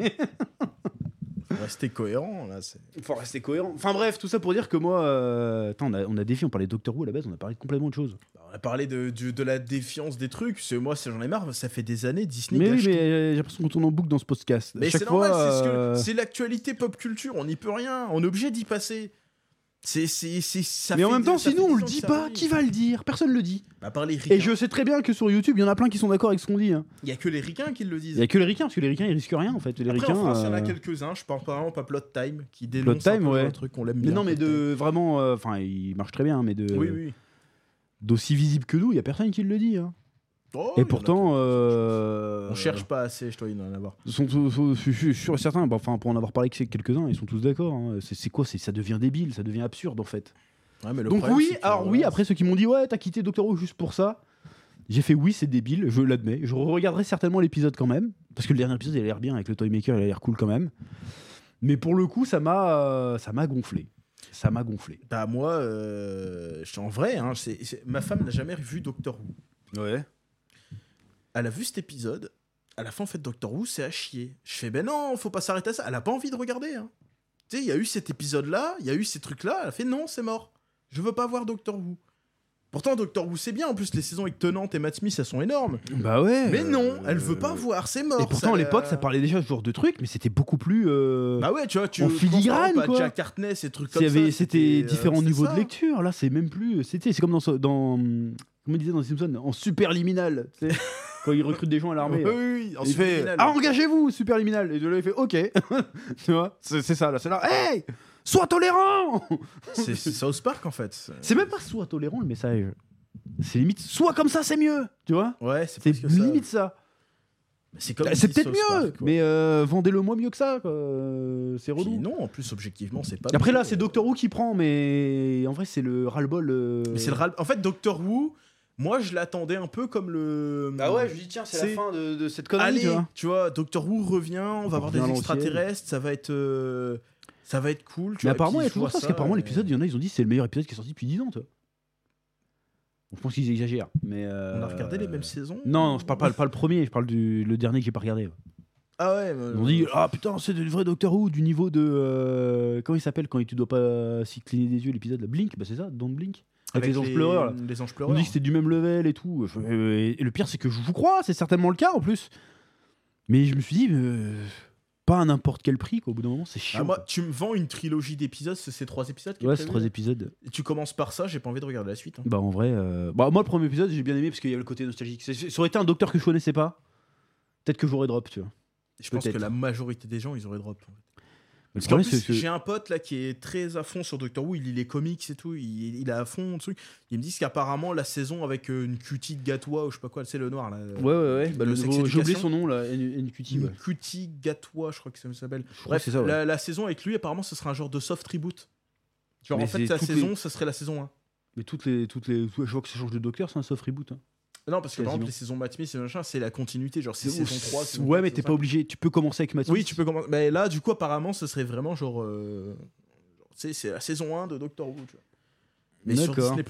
S2: faut rester cohérent là. c'est-
S1: Faut rester cohérent. Enfin bref, tout ça pour dire que moi. euh, Attends, on a, on a défié, on parlait de Doctor Who à la base, on a parlé de complètement de choses.
S2: Bah, on a parlé de, du- de la défiance des trucs. parce que moi, ça, j'en ai marre. Ça fait des années Disney.
S1: Mais oui,
S2: gâche
S1: mais
S2: tout.
S1: euh, j'ai l'impression qu'on tourne en boucle dans ce podcast. À
S2: Mais
S1: chaque
S2: c'est normal.
S1: fois,
S2: c'est ce que-
S1: euh,
S2: C'est l'actualité pop culture. On n'y peut rien. On est obligé d'y passer. C'est, c'est, c'est, ça
S1: Mais en
S2: fait
S1: même
S2: des-
S1: temps,
S2: ça
S1: si
S2: fait
S1: nous on
S2: des
S1: le
S2: ans que
S1: dit
S2: ça
S1: pas,
S2: arrive.
S1: qui va le dire Personne le dit.
S2: À part les ricains.
S1: Et je sais très bien que sur YouTube, il y en a plein qui sont d'accord avec ce qu'on dit. hein.
S2: Il y a que les ricains qui le disent.
S1: Il y a que les ricains, parce que les ricains ils risquent rien en fait. Les
S2: Après,
S1: ricains.
S2: en France, il y en a
S1: euh,
S2: quelques-uns. Je parle par exemple à Plot Time qui dénonce
S1: Plot
S2: un,
S1: Time,
S2: peu
S1: ouais.
S2: un truc qu'on l'aime
S1: Mais
S2: bien,
S1: non, mais
S2: Plot
S1: de Euh, vraiment, euh, enfin, il marche très bien, mais de
S2: Time. Oui, oui.
S1: d'aussi visible que nous, il y a personne qui le dit. hein.
S2: Oh, il y
S1: Et
S2: en a
S1: pourtant,
S2: quelques-uns,
S1: euh,
S2: On cherche pas assez, je dois y en avoir.
S1: Sont, tous- sont- je suis- je suis sûr et certain, bah, enfin, pour en avoir parlé avec quelques-uns, ils sont tous d'accord. hein. C'est c'est quoi c'est- Ça devient débile, ça devient absurde en fait.
S2: Ouais, mais le
S1: Donc
S2: problème,
S1: oui,
S2: c'est que, euh,
S1: alors
S2: voilà,
S1: oui, après ceux qui m'ont dit ouais, t'as quitté Doctor Who juste pour ça, j'ai fait oui, c'est débile, je l'admets. Je regarderai certainement l'épisode quand même, parce que le dernier épisode il a l'air bien avec le Toymaker, il a l'air cool quand même. Mais pour le coup, ça m'a, euh, ça m'a gonflé, ça m'a gonflé.
S2: Bah moi, euh, je suis en vrai, hein, c'est- c'est- ma femme n'a jamais vu Doctor Who.
S1: Ouais.
S2: Elle a vu cet épisode, à la fin, en fait, Doctor Who, c'est à chier. Je fais, ben non, faut pas s'arrêter à ça. Elle a pas envie de regarder. hein. Tu sais, il y a eu cet épisode-là, il y a eu ces trucs-là, elle a fait, non, c'est mort. Je veux pas voir Doctor Who. Pourtant, Doctor Who, c'est bien. En plus, les saisons avec Tennant et Matt Smith, elles sont énormes.
S1: Bah ouais.
S2: Mais non,
S1: euh,
S2: elle veut pas voir, c'est mort.
S1: Et pourtant, à
S2: ça- euh.
S1: l'époque, ça parlait déjà ce genre de truc, mais c'était beaucoup plus. euh,
S2: Bah ouais, tu vois, tu
S1: en
S2: je pense par
S1: filigrane,
S2: exemple à
S1: quoi.
S2: Jack Hartness, ces trucs
S1: s'il
S2: comme
S1: y avait-
S2: ça.
S1: c'était
S2: euh,
S1: différents
S2: c'est
S1: niveaux
S2: ça.
S1: de lecture. Là, c'est même plus. C'était, c'est comme dans, so- dans hum, comment il disait dans les Simpsons, en superliminal. tu sais, quand ils recrutent des gens à l'armée.
S2: Oui, oui, oui, en
S1: Il fait
S2: subliminal.
S1: ah, engagez-vous, superliminal. Et de là, il fait ok. tu vois, c'est c'est ça là, c'est là. Hey, sois tolérant.
S2: C'est c'est South Park en fait.
S1: c'est même pas sois tolérant le message. C'est limite sois comme ça, c'est mieux. Tu vois,
S2: Ouais, c'est
S1: c'est
S2: presque ça.
S1: limite ça. Bah,
S2: C'est comme
S1: C'est
S2: dit
S1: peut-être
S2: South Park,
S1: mieux,
S2: quoi.
S1: mais euh, vendez-le moins mieux que ça. quoi. Euh, C'est
S2: Puis
S1: relou.
S2: non, en plus objectivement, c'est pas.
S1: Après
S2: mieux.
S1: là, c'est Doctor Who qui prend, mais en vrai, c'est le ras-le-bol. euh,
S2: Mais c'est le ras- En fait, Doctor Who, moi je l'attendais un peu comme le.
S1: Ah ouais, je dis tiens, c'est la
S2: C'est-
S1: fin de, de cette connerie.
S2: Allez,
S1: tu vois.
S2: Doctor Who revient, on va avoir
S1: revient
S2: des
S1: à l'ancienne.
S2: extraterrestres, ça va être, euh, ça va être cool. Tu
S1: Mais
S2: vois, et
S1: apparemment, il y
S2: puis
S1: a
S2: je
S1: toujours
S2: vois euh,
S1: ça, parce qu'apparemment,
S2: et-
S1: l'épisode, il y en a, ils ont dit c'est le meilleur épisode qui est sorti depuis 10 ans. tu vois. Bon, je pense qu'ils exagèrent. Mais euh,
S2: On a regardé les mêmes saisons.
S1: Non, non, je parle pas, pas le premier, je parle du le dernier que j'ai pas regardé.
S2: Ah ouais. mais-
S1: Ils ont dit ah putain, c'est du vrai Doctor Who du niveau de euh, comment il s'appelle quand tu dois pas s'y cligner des yeux l'épisode là Blink, bah c'est ça, Don't Blink avec, les anges pleureurs. là.
S2: Les anges
S1: On
S2: pleureurs.
S1: dit que c'était du même level et tout. Je- euh, Et et le pire, c'est que je vous crois, c'est certainement le cas en plus. Mais je me suis dit, euh, pas à n'importe quel prix, quoi. Au bout d'un moment, c'est
S2: Ah,
S1: chiant.
S2: moi,
S1: quoi.
S2: tu me vends une trilogie d'épisodes, c'est ces trois épisodes qui
S1: ouais, c'est trois épisodes.
S2: Tu commences par ça, j'ai pas envie de regarder la suite. hein.
S1: Bah, en vrai, euh, bah, moi, le premier épisode, j'ai bien aimé parce qu'il y avait le côté nostalgique. C'est- c'est- Ça aurait été un docteur que je connaissais pas. Peut-être que j'aurais drop, tu vois.
S2: Je pense
S1: Peut-être.
S2: que la majorité des gens, ils auraient drop. en fait.
S1: Mais le
S2: En
S1: problème,
S2: plus,
S1: c'est que-
S2: J'ai un pote là qui est très à fond sur Doctor Who, il lit les comics et tout, il, il est à fond le truc. Il me dit qu'apparemment la saison avec euh, une cutie de gatois ou je sais pas quoi, c'est le noir là.
S1: Ouais, ouais, ouais. bah,
S2: le
S1: le
S2: sex
S1: nouveau- J'ai oublié
S2: education.
S1: son nom, là. N- NQT.
S2: Une
S1: ouais.
S2: cutie gatois, je crois que ça s'appelle.
S1: Je crois
S2: Bref,
S1: que c'est ça. ouais.
S2: la, la saison avec lui, apparemment, ce serait un genre de soft reboot. Genre
S1: Mais
S2: en fait,
S1: c'est
S2: sa
S1: toutes
S2: saison,
S1: les-
S2: ça serait la saison 1.
S1: Mais toutes les, toutes les. Je vois que ça change de docteur, c'est un soft reboot. hein.
S2: Non, parce que par
S1: Quasiment.
S2: exemple, les saisons Matt Smith et machin, c'est la continuité. Genre, c'est saison 3. saison
S1: ouais,
S2: 4,
S1: mais
S2: saison
S1: t'es
S2: 5.
S1: pas obligé. Tu peux commencer avec Mathieu.
S2: Oui, tu peux commencer. Mais là, du coup, apparemment, ce serait vraiment genre. euh, genre, tu sais, c'est la saison 1 de Doctor Who, tu vois. Mais sur
S1: D'accord.
S2: Disney.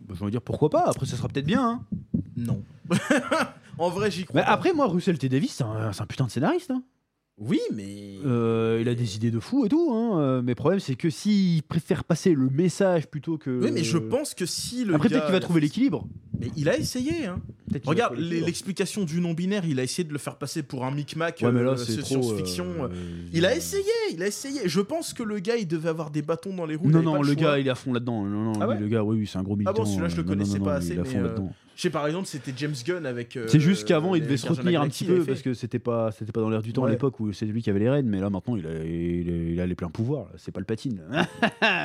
S1: Bah, J'ai envie de dire pourquoi pas. Après, ça sera peut-être bien. hein.
S2: Non. en vrai, j'y crois.
S1: Mais
S2: pas.
S1: après, moi, Russell T. Davis, c'est un, c'est un putain de scénariste. hein.
S2: Oui, mais.
S1: Euh, il a des idées de fou et tout. Hein. Euh, Mais le problème, c'est que s'il préfère passer le message plutôt que.
S2: Oui, mais je pense que si le.
S1: Après, peut-être
S2: gars-
S1: qu'il va trouver l'équilibre.
S2: Mais il a essayé, hein.
S1: Peut-être qu'il va
S2: Regarde,
S1: trouver
S2: les-
S1: l'équilibre.
S2: l'explication du non-binaire, il a essayé de le faire passer pour un micmac.
S1: Ouais, mais là,
S2: euh,
S1: c'est
S2: c'est
S1: trop.
S2: science-fiction.
S1: euh,
S2: Il a essayé, il a essayé. Je pense que le gars, il devait avoir des bâtons dans les roues. il
S1: Non,
S2: avait pas
S1: non, le
S2: choix.
S1: gars, il est à fond là-dedans. Non, non,
S2: Ah
S1: lui,
S2: ouais Ah
S1: le gars, oui, oui, c'est un gros militant.
S2: bon, celui-là, je le
S1: Euh, non, non,
S2: connaissais
S1: non,
S2: pas
S1: il est
S2: assez,
S1: à
S2: mais,
S1: fond
S2: euh,
S1: là-dedans.
S2: Je sais, par exemple, c'était James Gunn avec. euh,
S1: C'est juste qu'avant, il
S2: les
S1: devait se
S2: Gardiens de
S1: retenir
S2: la
S1: un
S2: Galaxie,
S1: petit
S2: il avait
S1: peu
S2: fait.
S1: parce que c'était pas, c'était pas dans l'air du temps
S2: Ouais.
S1: à l'époque où c'est lui qui avait les rênes, mais là maintenant il a, il a, il a les pleins pouvoirs. là. C'est pas le patine.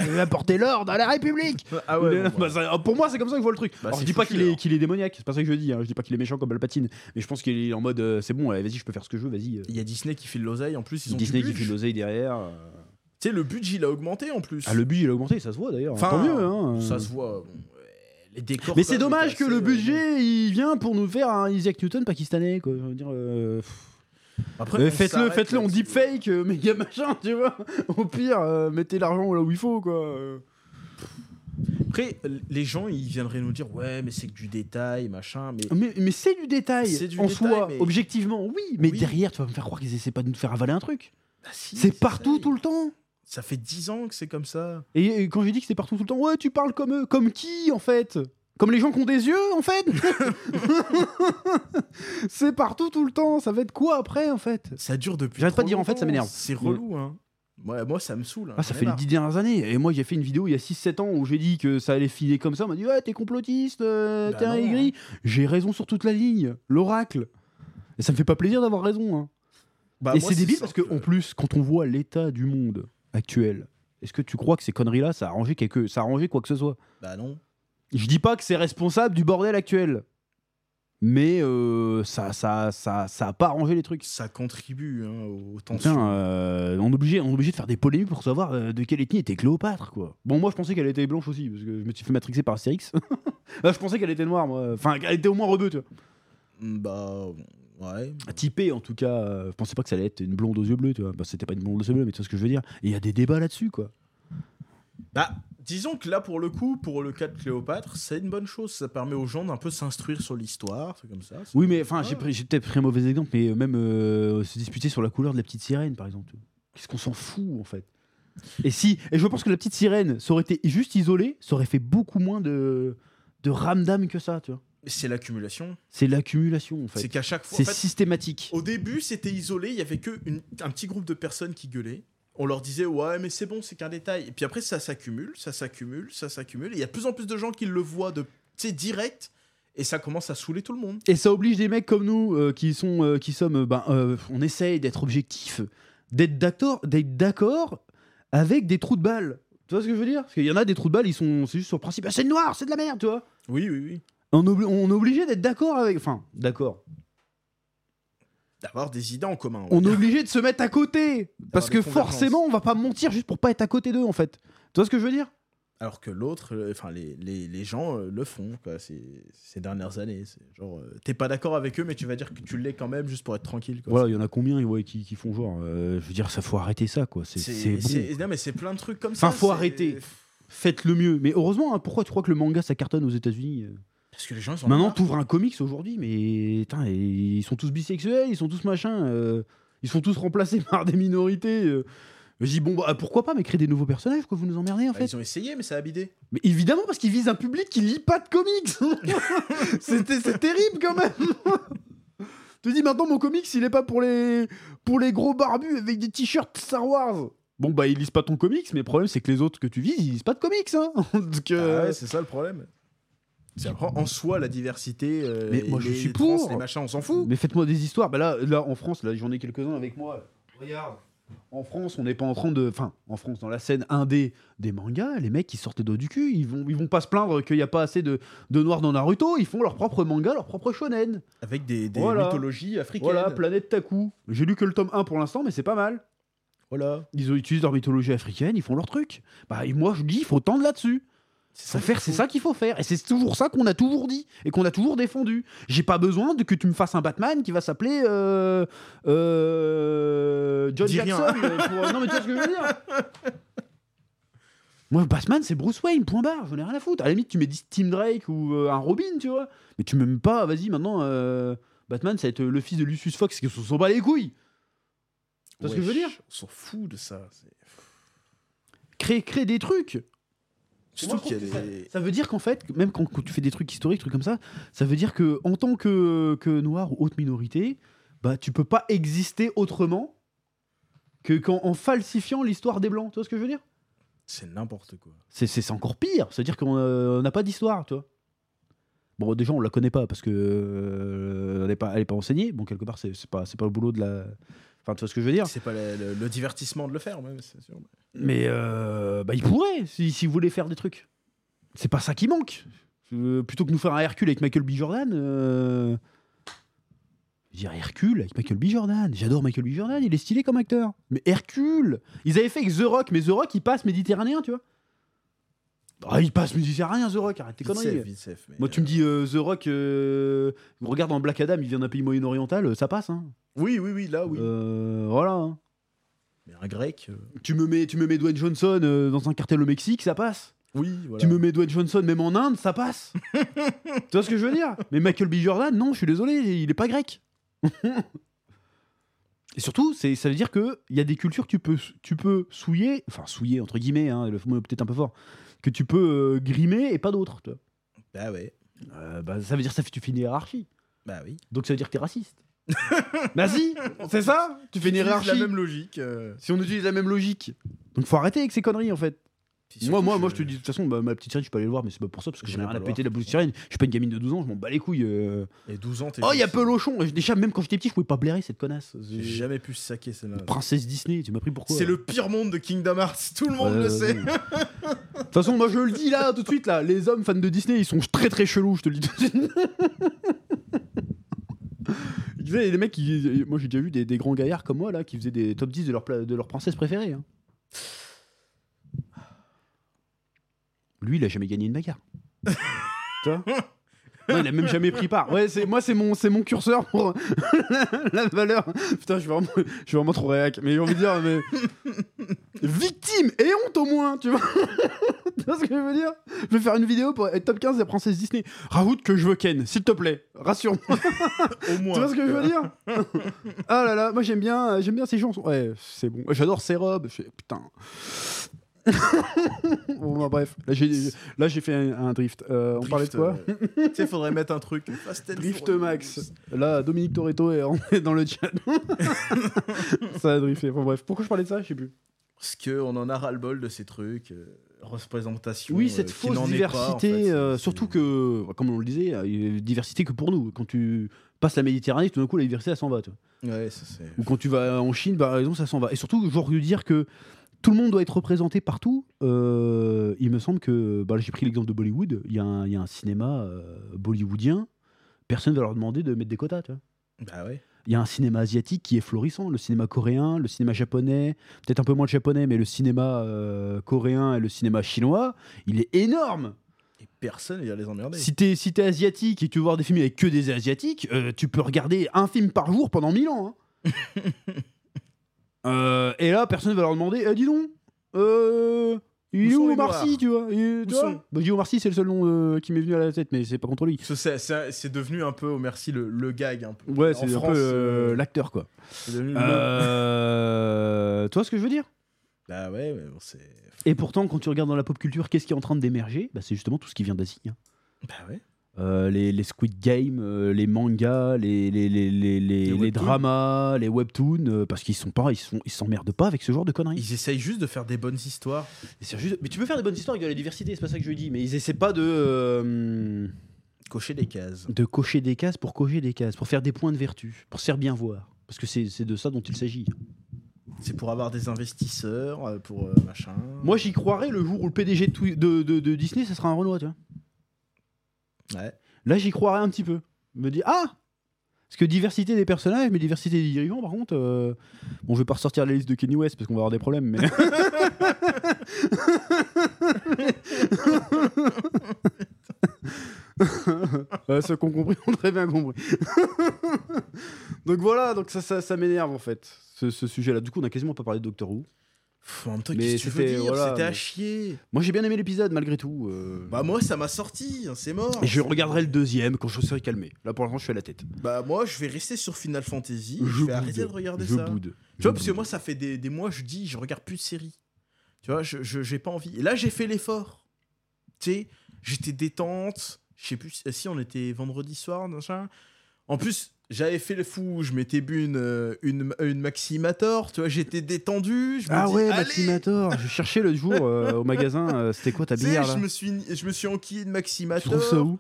S1: il va porter l'ordre à la République.
S2: Ah ouais,
S1: Il est-
S2: bon, bah,
S1: bah, ça- pour moi, c'est hein. comme ça que je vois le truc.
S2: Bah,
S1: Alors,
S2: c'est
S1: je dis pas
S2: foutu,
S1: qu'il est,
S2: alors.
S1: qu'il est démoniaque, c'est pas ça que je dis. hein. Je dis pas qu'il est méchant comme Palpatine, mais je pense qu'il est en mode euh, c'est bon, allez, vas-y, je peux faire ce que je veux, vas-y. euh.
S2: Il y a Disney qui file l'oseille en plus. Ils ont
S1: Disney
S2: du
S1: qui
S2: budget.
S1: file l'oseille derrière. euh.
S2: Tu sais, le budget, il a augmenté en plus.
S1: Ah, le budget il a augmenté, ça se voit d'ailleurs.
S2: Enfin,
S1: Tant mieux. hein.
S2: Ça se voit. bon, euh, Les décors.
S1: Mais
S2: quand
S1: c'est
S2: même,
S1: dommage
S2: étaient
S1: que le
S2: assez, euh,
S1: budget il vient pour nous faire un Isaac Newton pakistanais. Quoi. Je veux dire, euh,
S2: Après,
S1: Euh,
S2: on
S1: faites-le,
S2: s'arrête
S1: faites-le en
S2: là-dessus.
S1: deepfake, euh, méga machin, tu vois. Au pire, euh, mettez l'argent là où il faut, quoi. euh.
S2: Après, les gens, ils viendraient nous dire Ouais, mais c'est que du détail, machin. Mais
S1: Mais, mais c'est du détail
S2: C'est du
S1: en
S2: détail,
S1: soi,
S2: mais-
S1: objectivement, oui. Mais
S2: Oui.
S1: derrière, tu vas me faire croire qu'ils essaient pas de nous faire avaler un truc.
S2: Ah, si,
S1: C'est partout,
S2: ça.
S1: tout le temps.
S2: Ça fait 10 ans que c'est comme ça.
S1: Et, et quand j'ai dit que c'était partout tout le temps, ouais, tu parles comme eux. Comme qui, en fait Comme les gens qui ont des yeux, en fait C'est partout tout le temps. Ça va être quoi après, en fait
S2: Ça dure depuis.
S1: J'arrête pas
S2: trop
S1: de dire en fait, ça
S2: longtemps.
S1: m'énerve. Mm.
S2: C'est relou, hein. Ouais, moi, ça me saoule. hein,
S1: Ah, ça
S2: j'en ai
S1: fait les
S2: marre.
S1: dix dernières années. Et moi, j'ai fait une vidéo il y a 6-7 ans où j'ai dit que ça allait filer comme ça. On m'a dit, ouais, t'es complotiste, euh,
S2: Bah
S1: t'es un
S2: non,
S1: aigri. J'ai raison sur toute la ligne. L'oracle. Et ça me fait pas plaisir d'avoir raison. hein.
S2: Bah,
S1: et
S2: moi,
S1: c'est débile
S2: ça
S1: parce que, en plus, quand on voit l'état du monde actuel, est-ce que tu crois que ces conneries-là, ça a arrangé quelque... ça a arrangé quoi que ce soit
S2: Bah non.
S1: Je dis pas que c'est responsable du bordel actuel. Mais euh, ça, ça, ça, ça a pas arrangé les trucs.
S2: Ça contribue hein, aux tensions.
S1: Putain, euh, on, est obligé, on est obligé de faire des polémiques pour savoir euh, de quelle ethnie était Cléopâtre, quoi. Bon, moi, je pensais qu'elle était blanche aussi, parce que je me suis fait matrixer par Astérix. Là, je pensais qu'elle était noire, moi. Enfin, qu'elle était au moins rebeu, tu vois.
S2: Bah ouais.
S1: Typée, en tout cas. euh, je pensais pas que ça allait être une blonde aux yeux bleus, tu vois. Bah, c'était pas une blonde aux yeux bleus, mais tu vois ce que je veux dire. Et il y a des débats là-dessus, quoi.
S2: Bah, disons que là, pour le coup, pour le cas de Cléopâtre, c'est une bonne chose. Ça permet aux gens d'un peu s'instruire sur l'histoire, c'est comme ça. c'est-
S1: Oui, mais enfin, j'ai
S2: Ah.
S1: pris- j'ai peut-être pris un mauvais exemple, mais euh, même euh, se disputer sur la couleur de la petite sirène, par exemple. tu vois. Qu'est-ce qu'on s'en fout, en fait Et si, et je pense que la petite sirène, ça aurait été juste isolée, ça aurait fait beaucoup moins de, de ramdam que ça, tu vois.
S2: C'est l'accumulation.
S1: C'est l'accumulation en
S2: C'est
S1: fait.
S2: qu'à chaque fois.
S1: C'est
S2: en fait,
S1: systématique.
S2: au début, c'était isolé. Il y avait que une- un petit groupe de personnes qui gueulaient. On leur disait ouais, mais c'est bon, c'est qu'un détail. Et puis après, ça s'accumule, ça s'accumule, ça s'accumule. Et il y a de plus en plus de gens qui le voient de, tu sais, direct. Et ça commence à saouler tout le monde.
S1: Et ça oblige des mecs comme nous euh, qui sont, euh, qui sommes, euh, ben, euh, on essaye d'être objectif, d'être d'accord, d'être d'accord avec des trous de balles. Tu vois ce que je veux dire Parce qu'il y en a des trous de balles, ils sont, c'est juste sur le principe, Ah, c'est noir, c'est de la merde, tu vois.
S2: Oui, oui, oui.
S1: On, obli- on est obligé d'être d'accord avec, enfin, d'accord.
S2: D'avoir des idées en commun. ouais.
S1: On est obligé de se mettre à côté parce que
S2: des convergences.
S1: forcément, on va pas mentir juste pour pas être à côté d'eux en fait. Tu vois ce que je veux dire
S2: Alors que l'autre, euh, enfin les, les, les gens euh, le font quoi, ces, ces dernières années. C'est genre, euh, t'es pas d'accord avec eux, mais tu vas dire que tu l'es quand même juste pour être tranquille. Quoi.
S1: Voilà, il y en a combien ouais, qui, qui font genre, euh, je veux dire, ça faut arrêter ça quoi. C'est- C'est bon.
S2: c'est- non, mais c'est plein de trucs comme ça.
S1: Enfin, faut
S2: c'est-
S1: arrêter. Faites le mieux. Mais heureusement, hein, pourquoi tu crois que le manga ça cartonne aux États-Unis euh
S2: Parce que les gens ils sont.
S1: Maintenant,
S2: marre.
S1: t'ouvres un comics aujourd'hui, mais tain, ils sont tous bisexuels, ils sont tous machins, euh, ils sont tous remplacés par des minorités. euh. Je dis, bon, bah, pourquoi pas, mais créer des nouveaux personnages, quoi, vous nous emmerdez en
S2: Bah,
S1: fait.
S2: ils ont essayé, mais ça a bidé.
S1: Mais évidemment, parce qu'ils visent un public qui lit pas de comics C'était- C'est terrible quand même Tu dis, maintenant, mon comics, il est pas pour les, pour les gros barbus avec des t-shirts Star Wars Bon, bah, ils lisent pas ton comics, mais le problème, c'est que les autres que tu vises, ils lisent pas de comics, hein Donc, euh,
S2: Ah ouais, c'est ça le problème. C'est après, en soi la diversité. euh,
S1: Mais
S2: et
S1: moi, je
S2: les
S1: suis
S2: trans,
S1: pour.
S2: Les machins, on s'en fout.
S1: Mais faites-moi des histoires. Bah là, là, en France, là, j'en ai quelques-uns avec moi. Regarde. En France, on n'est pas en train de. Enfin, en France, dans la scène indé des mangas, les mecs, ils sortent les doigts du cul. Ils vont, ils vont pas se plaindre qu'il n'y a pas assez de, de noirs dans Naruto. Ils font leur propre manga, leur propre shonen.
S2: Avec des, des
S1: Voilà.
S2: mythologies africaines.
S1: Voilà, Planète Taku. J'ai lu que le tome 1 pour l'instant, mais c'est pas mal.
S2: Voilà.
S1: Ils ont- utilisent leur mythologie africaine, ils font leur truc. Bah, et moi, je dis, il faut tendre là-dessus. Faut
S2: C'est qu'il
S1: faire, c'est
S2: faut.
S1: ça qu'il faut faire. Et c'est toujours ça qu'on a toujours dit et qu'on a toujours défendu. J'ai pas besoin de que tu me fasses un Batman qui va s'appeler euh, euh, John
S2: Dis rien.
S1: Jackson. euh, pour- Non, mais tu vois ce que je veux dire Moi, Batman, c'est Bruce Wayne, point barre. J'en ai rien à foutre. À la limite, tu mets Tim Drake ou euh, un Robin, tu vois. Mais tu me mets pas, vas-y, maintenant, euh, Batman, ça va être le fils de Lucius Fox qui se s'en bat les couilles. Tu vois ce que je veux
S2: Wesh,
S1: dire
S2: On s'en fout de ça. c'est-
S1: Créer, créer des trucs.
S2: Surtout
S1: Moi, je
S2: qu'il
S1: trouve
S2: y a
S1: que
S2: des.
S1: Ça veut dire qu'en fait, même quand, quand tu fais des trucs historiques, trucs comme ça, ça veut dire que en tant que, que noir ou haute minorité, bah tu peux pas exister autrement que qu'en en falsifiant l'histoire des blancs. Tu vois ce que je veux dire
S2: C'est n'importe quoi.
S1: C'est- C'est c'est encore pire. C'est-à-dire qu'on euh, on n'a pas d'histoire, tu vois. Bon, déjà on la connaît pas parce que euh, elle est pas elle est pas enseignée. Bon, quelque part c'est c'est pas c'est pas le boulot de la. Enfin, tu vois ce que je veux dire
S2: C'est pas le, le- le divertissement de le faire, même, c'est sûr.
S1: Mais euh, bah, il pourrait, si- s'il voulait faire des trucs. C'est pas ça qui manque. Euh, plutôt que nous faire un Hercule avec Michael B. Jordan, euh, je dirais Hercule avec Michael B. Jordan. J'adore Michael B. Jordan, il est stylé comme acteur. Mais Hercule Ils avaient fait avec The Rock, mais The Rock, il passe méditerranéen, tu vois. Ah, il passe méditerranéen, The Rock, arrête tes
S2: Vite
S1: conneries.
S2: safe, vite safe, mais,
S1: Moi, tu me
S2: euh,
S1: dis euh, The Rock, euh, regarde en Black Adam, il vient d'un pays moyen-oriental, euh, ça passe. Hein.
S2: Oui, oui, oui, là, Ah oui.
S1: Euh, voilà. hein.
S2: Mais un grec. euh,
S1: Tu me mets, tu me mets Dwayne Johnson euh, dans un cartel au Mexique, ça passe.
S2: Oui, voilà.
S1: Tu me mets Dwayne Johnson même en Inde, ça passe. tu vois ce que je veux dire Mais Michael B. Jordan, non, je suis désolé, il est pas grec. Et surtout, c'est, ça veut dire que il y a des cultures que tu peux, tu peux souiller, enfin souiller entre guillemets, hein, le mot est peut-être un peu fort, que tu peux euh, grimer et pas d'autres. tu vois.
S2: Bah ouais.
S1: Euh, bah, ça veut dire que ça fait- tu fais une hiérarchie.
S2: Bah oui.
S1: Donc ça veut dire que t'es raciste. Bah si, c'est ça Tu fais une
S2: Utilise
S1: hiérarchie.
S2: la même logique. euh.
S1: Si on utilise la même logique. Donc faut arrêter avec ces conneries en fait.
S2: Puis
S1: moi,
S2: surtout,
S1: moi, moi, je te dis, de toute façon, bah, ma petite sirène, je peux aller le voir, mais c'est pas pour ça, parce que j'ai
S2: J'aimerais
S1: rien à
S2: pas le
S1: péter de la
S2: voir.
S1: petite sirène. Je suis pas une gamine de 12 ans, je m'en bats les couilles. euh.
S2: Et 12 ans, t'es.
S1: Oh, il y a Pelochon Déjà, même quand j'étais petit, je pouvais pas blairer cette connasse.
S2: J'ai jamais pu se saquer, c'est là
S1: Princesse Disney, tu m'as pris pourquoi
S2: C'est
S1: là
S2: le pire monde de Kingdom Hearts, tout le monde
S1: Ouais,
S2: le
S1: ouais,
S2: sait.
S1: ouais. De toute façon, moi je le dis là, tout de suite, là, les hommes fans de Disney, ils sont très très chelous, je te le dis tout de suite. Tu sais, les mecs, ils- moi j'ai déjà vu des, des grands gaillards comme moi là qui faisaient des top 10 de leur, pla- de leur princesse préférée. hein. Lui, il a jamais gagné une bagarre. Toi non, il a même jamais pris part. Ouais, c'est moi, c'est mon, c'est mon curseur pour la valeur. Putain, je suis vraiment, je suis vraiment trop réac. Mais j'ai envie de dire, mais victime et honte au moins, tu vois. tu vois ce que je veux dire Je vais faire une vidéo pour être top 15 des princesses Disney. Raoult que je veux Ken, s'il te plaît, rassure-moi.
S2: Au moins.
S1: Tu vois ce que je veux dire Ah là là, moi j'aime bien, euh, j'aime bien ces chansons. Ouais, c'est bon. J'adore ces robes. Je fais, Putain. bon, bah, bref, là j'ai, là, j'ai fait un, un drift. Euh, On
S2: Drift,
S1: parlait de quoi
S2: euh, Tu sais, faudrait mettre un truc. Fast and
S1: Drift
S2: Furious.
S1: Max. Là, Dominique Toretto est rentré dans le chat. ça a drifté. Bon, bref, pourquoi je parlais de ça Je sais plus.
S2: Parce qu'on en a ras-le-bol de ces trucs. euh, représentation.
S1: Oui,
S2: euh,
S1: cette
S2: qui
S1: fausse
S2: n'en est
S1: diversité,
S2: pas, en fait, c'est-
S1: euh,
S2: c'est-
S1: surtout que, comme on le disait, euh, il y a diversité que pour nous. Quand tu passes la Méditerranée, tout d'un coup, la diversité, elle s'en va. tu vois.
S2: Ouais, ça c'est.
S1: Ou quand tu vas en Chine, par exemple, ça s'en va. Et surtout, genre de dire que tout le monde doit être représenté partout. euh, il me semble que, bah, j'ai pris l'exemple de Bollywood, il y, a un- il y a un cinéma euh, bollywoodien, personne ne va leur demander de mettre des quotas. tu vois.
S2: Bah ouais.
S1: Il y a un cinéma asiatique qui est florissant, le cinéma coréen, le cinéma japonais, peut-être un peu moins le japonais, mais le cinéma euh, coréen et le cinéma chinois, il est énorme.
S2: Et personne vient les emmerder.
S1: Si t'es si t'es asiatique et que tu veux voir des films avec que des asiatiques, euh, tu peux regarder un film par jour pendant 1000 ans. hein. Euh, et là, personne va leur demander Eh, dis donc, euh, il
S2: Où
S1: est
S2: sont
S1: où
S2: les
S1: Omar Sy,
S2: Noirs
S1: tu vois, Il- tu vois
S2: sont
S1: Bah, je dis Omar Sy, c'est le seul nom euh, qui m'est venu à la tête, mais c'est pas contre lui.
S2: Ça, C'est c'est- c'est devenu un peu, au merci, le, le gag. Un peu.
S1: Ouais,
S2: En
S1: c'est un
S2: France,
S1: peu
S2: euh,
S1: euh, l'acteur, quoi.
S2: c'est devenu le-
S1: Euh, tu vois ce que je veux dire
S2: Bah ouais, mais bon, c'est.
S1: Et pourtant, quand tu regardes dans la pop culture, qu'est-ce qui est en train d'émerger bah, C'est justement tout ce qui vient d'Asie. hein.
S2: Bah ouais.
S1: Euh, les, les Squid Game, euh, les mangas, les, les, les, les, les-
S2: Les
S1: les
S2: webtoons.
S1: dramas, les webtoons, euh, parce qu'ils sont pas, ils sont, ils s'emmerdent pas avec ce genre de conneries.
S2: Ils essayent juste de faire des bonnes histoires.
S1: Mais tu peux faire des bonnes histoires avec de la diversité, c'est pas ça que je dis, mais ils essaient pas de, euh,
S2: Cocher des cases.
S1: de cocher des cases pour cocher des cases, pour faire des points de vertu, pour se faire bien voir. Parce que c'est c'est de ça dont il s'agit.
S2: C'est pour avoir des investisseurs, euh, pour euh, machin.
S1: Moi j'y croirais le jour où le PDG de, Twi- de, de- de Disney, ça sera un Renoir, tu vois.
S2: Ouais.
S1: Là j'y croirais un petit peu. Me dis, ah Parce que diversité des personnages, mais diversité des dirigeants, par contre, euh, bon, je vais pas ressortir la liste de Kenny West parce qu'on va avoir des problèmes, mais. Ouais, Euh, ceux qui ont compris ont très bien compris. donc voilà, donc ça, ça, ça m'énerve en fait, ce, ce sujet-là. Du coup, on a quasiment pas parlé de Doctor Who.
S2: Pff, en même temps,
S1: Mais
S2: qu'est-ce que tu veux
S1: c'était-
S2: dire
S1: voilà,
S2: C'était à
S1: mais-
S2: chier.
S1: Moi, j'ai bien aimé l'épisode malgré tout. euh,
S2: Bah moi, ça m'a sorti, hein, c'est mort.
S1: et je regarderai le deuxième quand je serai calmé. Là, pour l'instant, je fais la tête.
S2: Bah moi, je vais rester sur Final Fantasy.
S1: Je
S2: Je,
S1: boude.
S2: vais arrêter de regarder
S1: je
S2: ça.
S1: boude.
S2: Tu vois, parce que moi, ça fait des, des mois, je dis, je regarde plus de séries. Tu vois, je je- j'ai pas envie. Et là, j'ai fait l'effort. Tu sais, j'étais détente. Je sais plus si on était vendredi soir, machin. En plus, j'avais fait le fou. Je m'étais bu une, euh, une, une Maximator. Tu vois, j'étais détendu. Je me
S1: Ah
S2: dis,
S1: ouais,
S2: allez
S1: Maximator. je cherchais le jour euh, au magasin, euh, c'était quoi ta
S2: Tu sais,
S1: bière
S2: je
S1: là
S2: me suis, je me suis enquillé de Maximator.
S1: Tu trouves ça où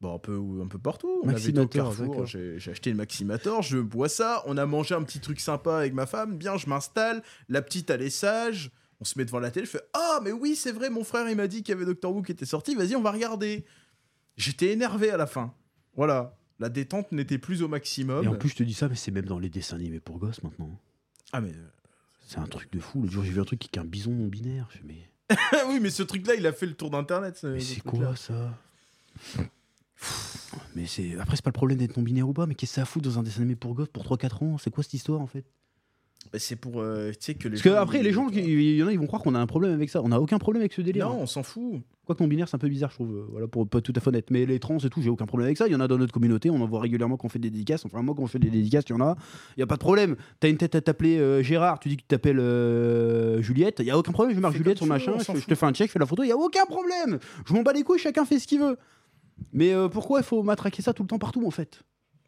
S2: Bon, un peu, un peu partout. On
S1: Maximator,
S2: avait été au Carrefour,
S1: d'accord.
S2: j'ai j'ai acheté le Maximator, je bois ça, on a mangé un petit truc sympa avec ma femme, bien, je m'installe, la petite, elle est sage, on se met devant la télé, je fais « Ah, mais oui, c'est vrai, mon frère, il m'a dit qu'il y avait Doctor Who qui était sorti, vas-y, on va regarder !» J'étais énervé à la fin. Voilà, la détente n'était plus au maximum.
S1: Et en plus, je te dis ça, mais c'est même dans les dessins animés pour gosses maintenant.
S2: Ah, mais...
S1: C'est un truc de fou. Le jour, j'ai vu un truc qui est un bison non binaire. Je fais, mais,
S2: Ah oui, mais ce truc-là, il a fait le tour d'Internet. ce-
S1: mais
S2: ce
S1: c'est
S2: truc-là.
S1: quoi ça mais c'est après c'est pas le problème d'être non binaire ou pas mais qu'est-ce que ça fout dans un dessin animé pour gosses pour 3-4 ans c'est quoi cette histoire en fait
S2: Bah, C'est pour, euh, tu sais, que les
S1: parce que
S2: gens-
S1: après les gens qui- il y en a ils vont croire qu'on a un problème avec ça on a aucun problème avec ce délire
S2: Non, on s'en fout.
S1: Quoi que non binaire, c'est un peu bizarre, je trouve. euh, Voilà, pour pas tout à fait honnête. Mais les trans et tout, j'ai aucun problème avec ça. Il y en a dans notre communauté, on en voit régulièrement qu'on fait des dédicaces. Enfin, moi, quand je fais des dédicaces, il y en a. Il y a pas de problème. T'as une tête à t'appeler euh, Gérard, tu dis que tu t'appelles euh, Juliette. Il y a aucun problème. Je marque
S2: Fais
S1: Juliette sur
S2: comme tu
S1: machin.
S2: veux, on
S1: Je,
S2: s'en
S1: fais- je
S2: fout.
S1: te fais un check, je fais la photo. Il y a aucun problème. Je m'en bats les couilles. Chacun fait ce qu'il veut. Mais euh, pourquoi il faut matraquer ça tout le temps partout en fait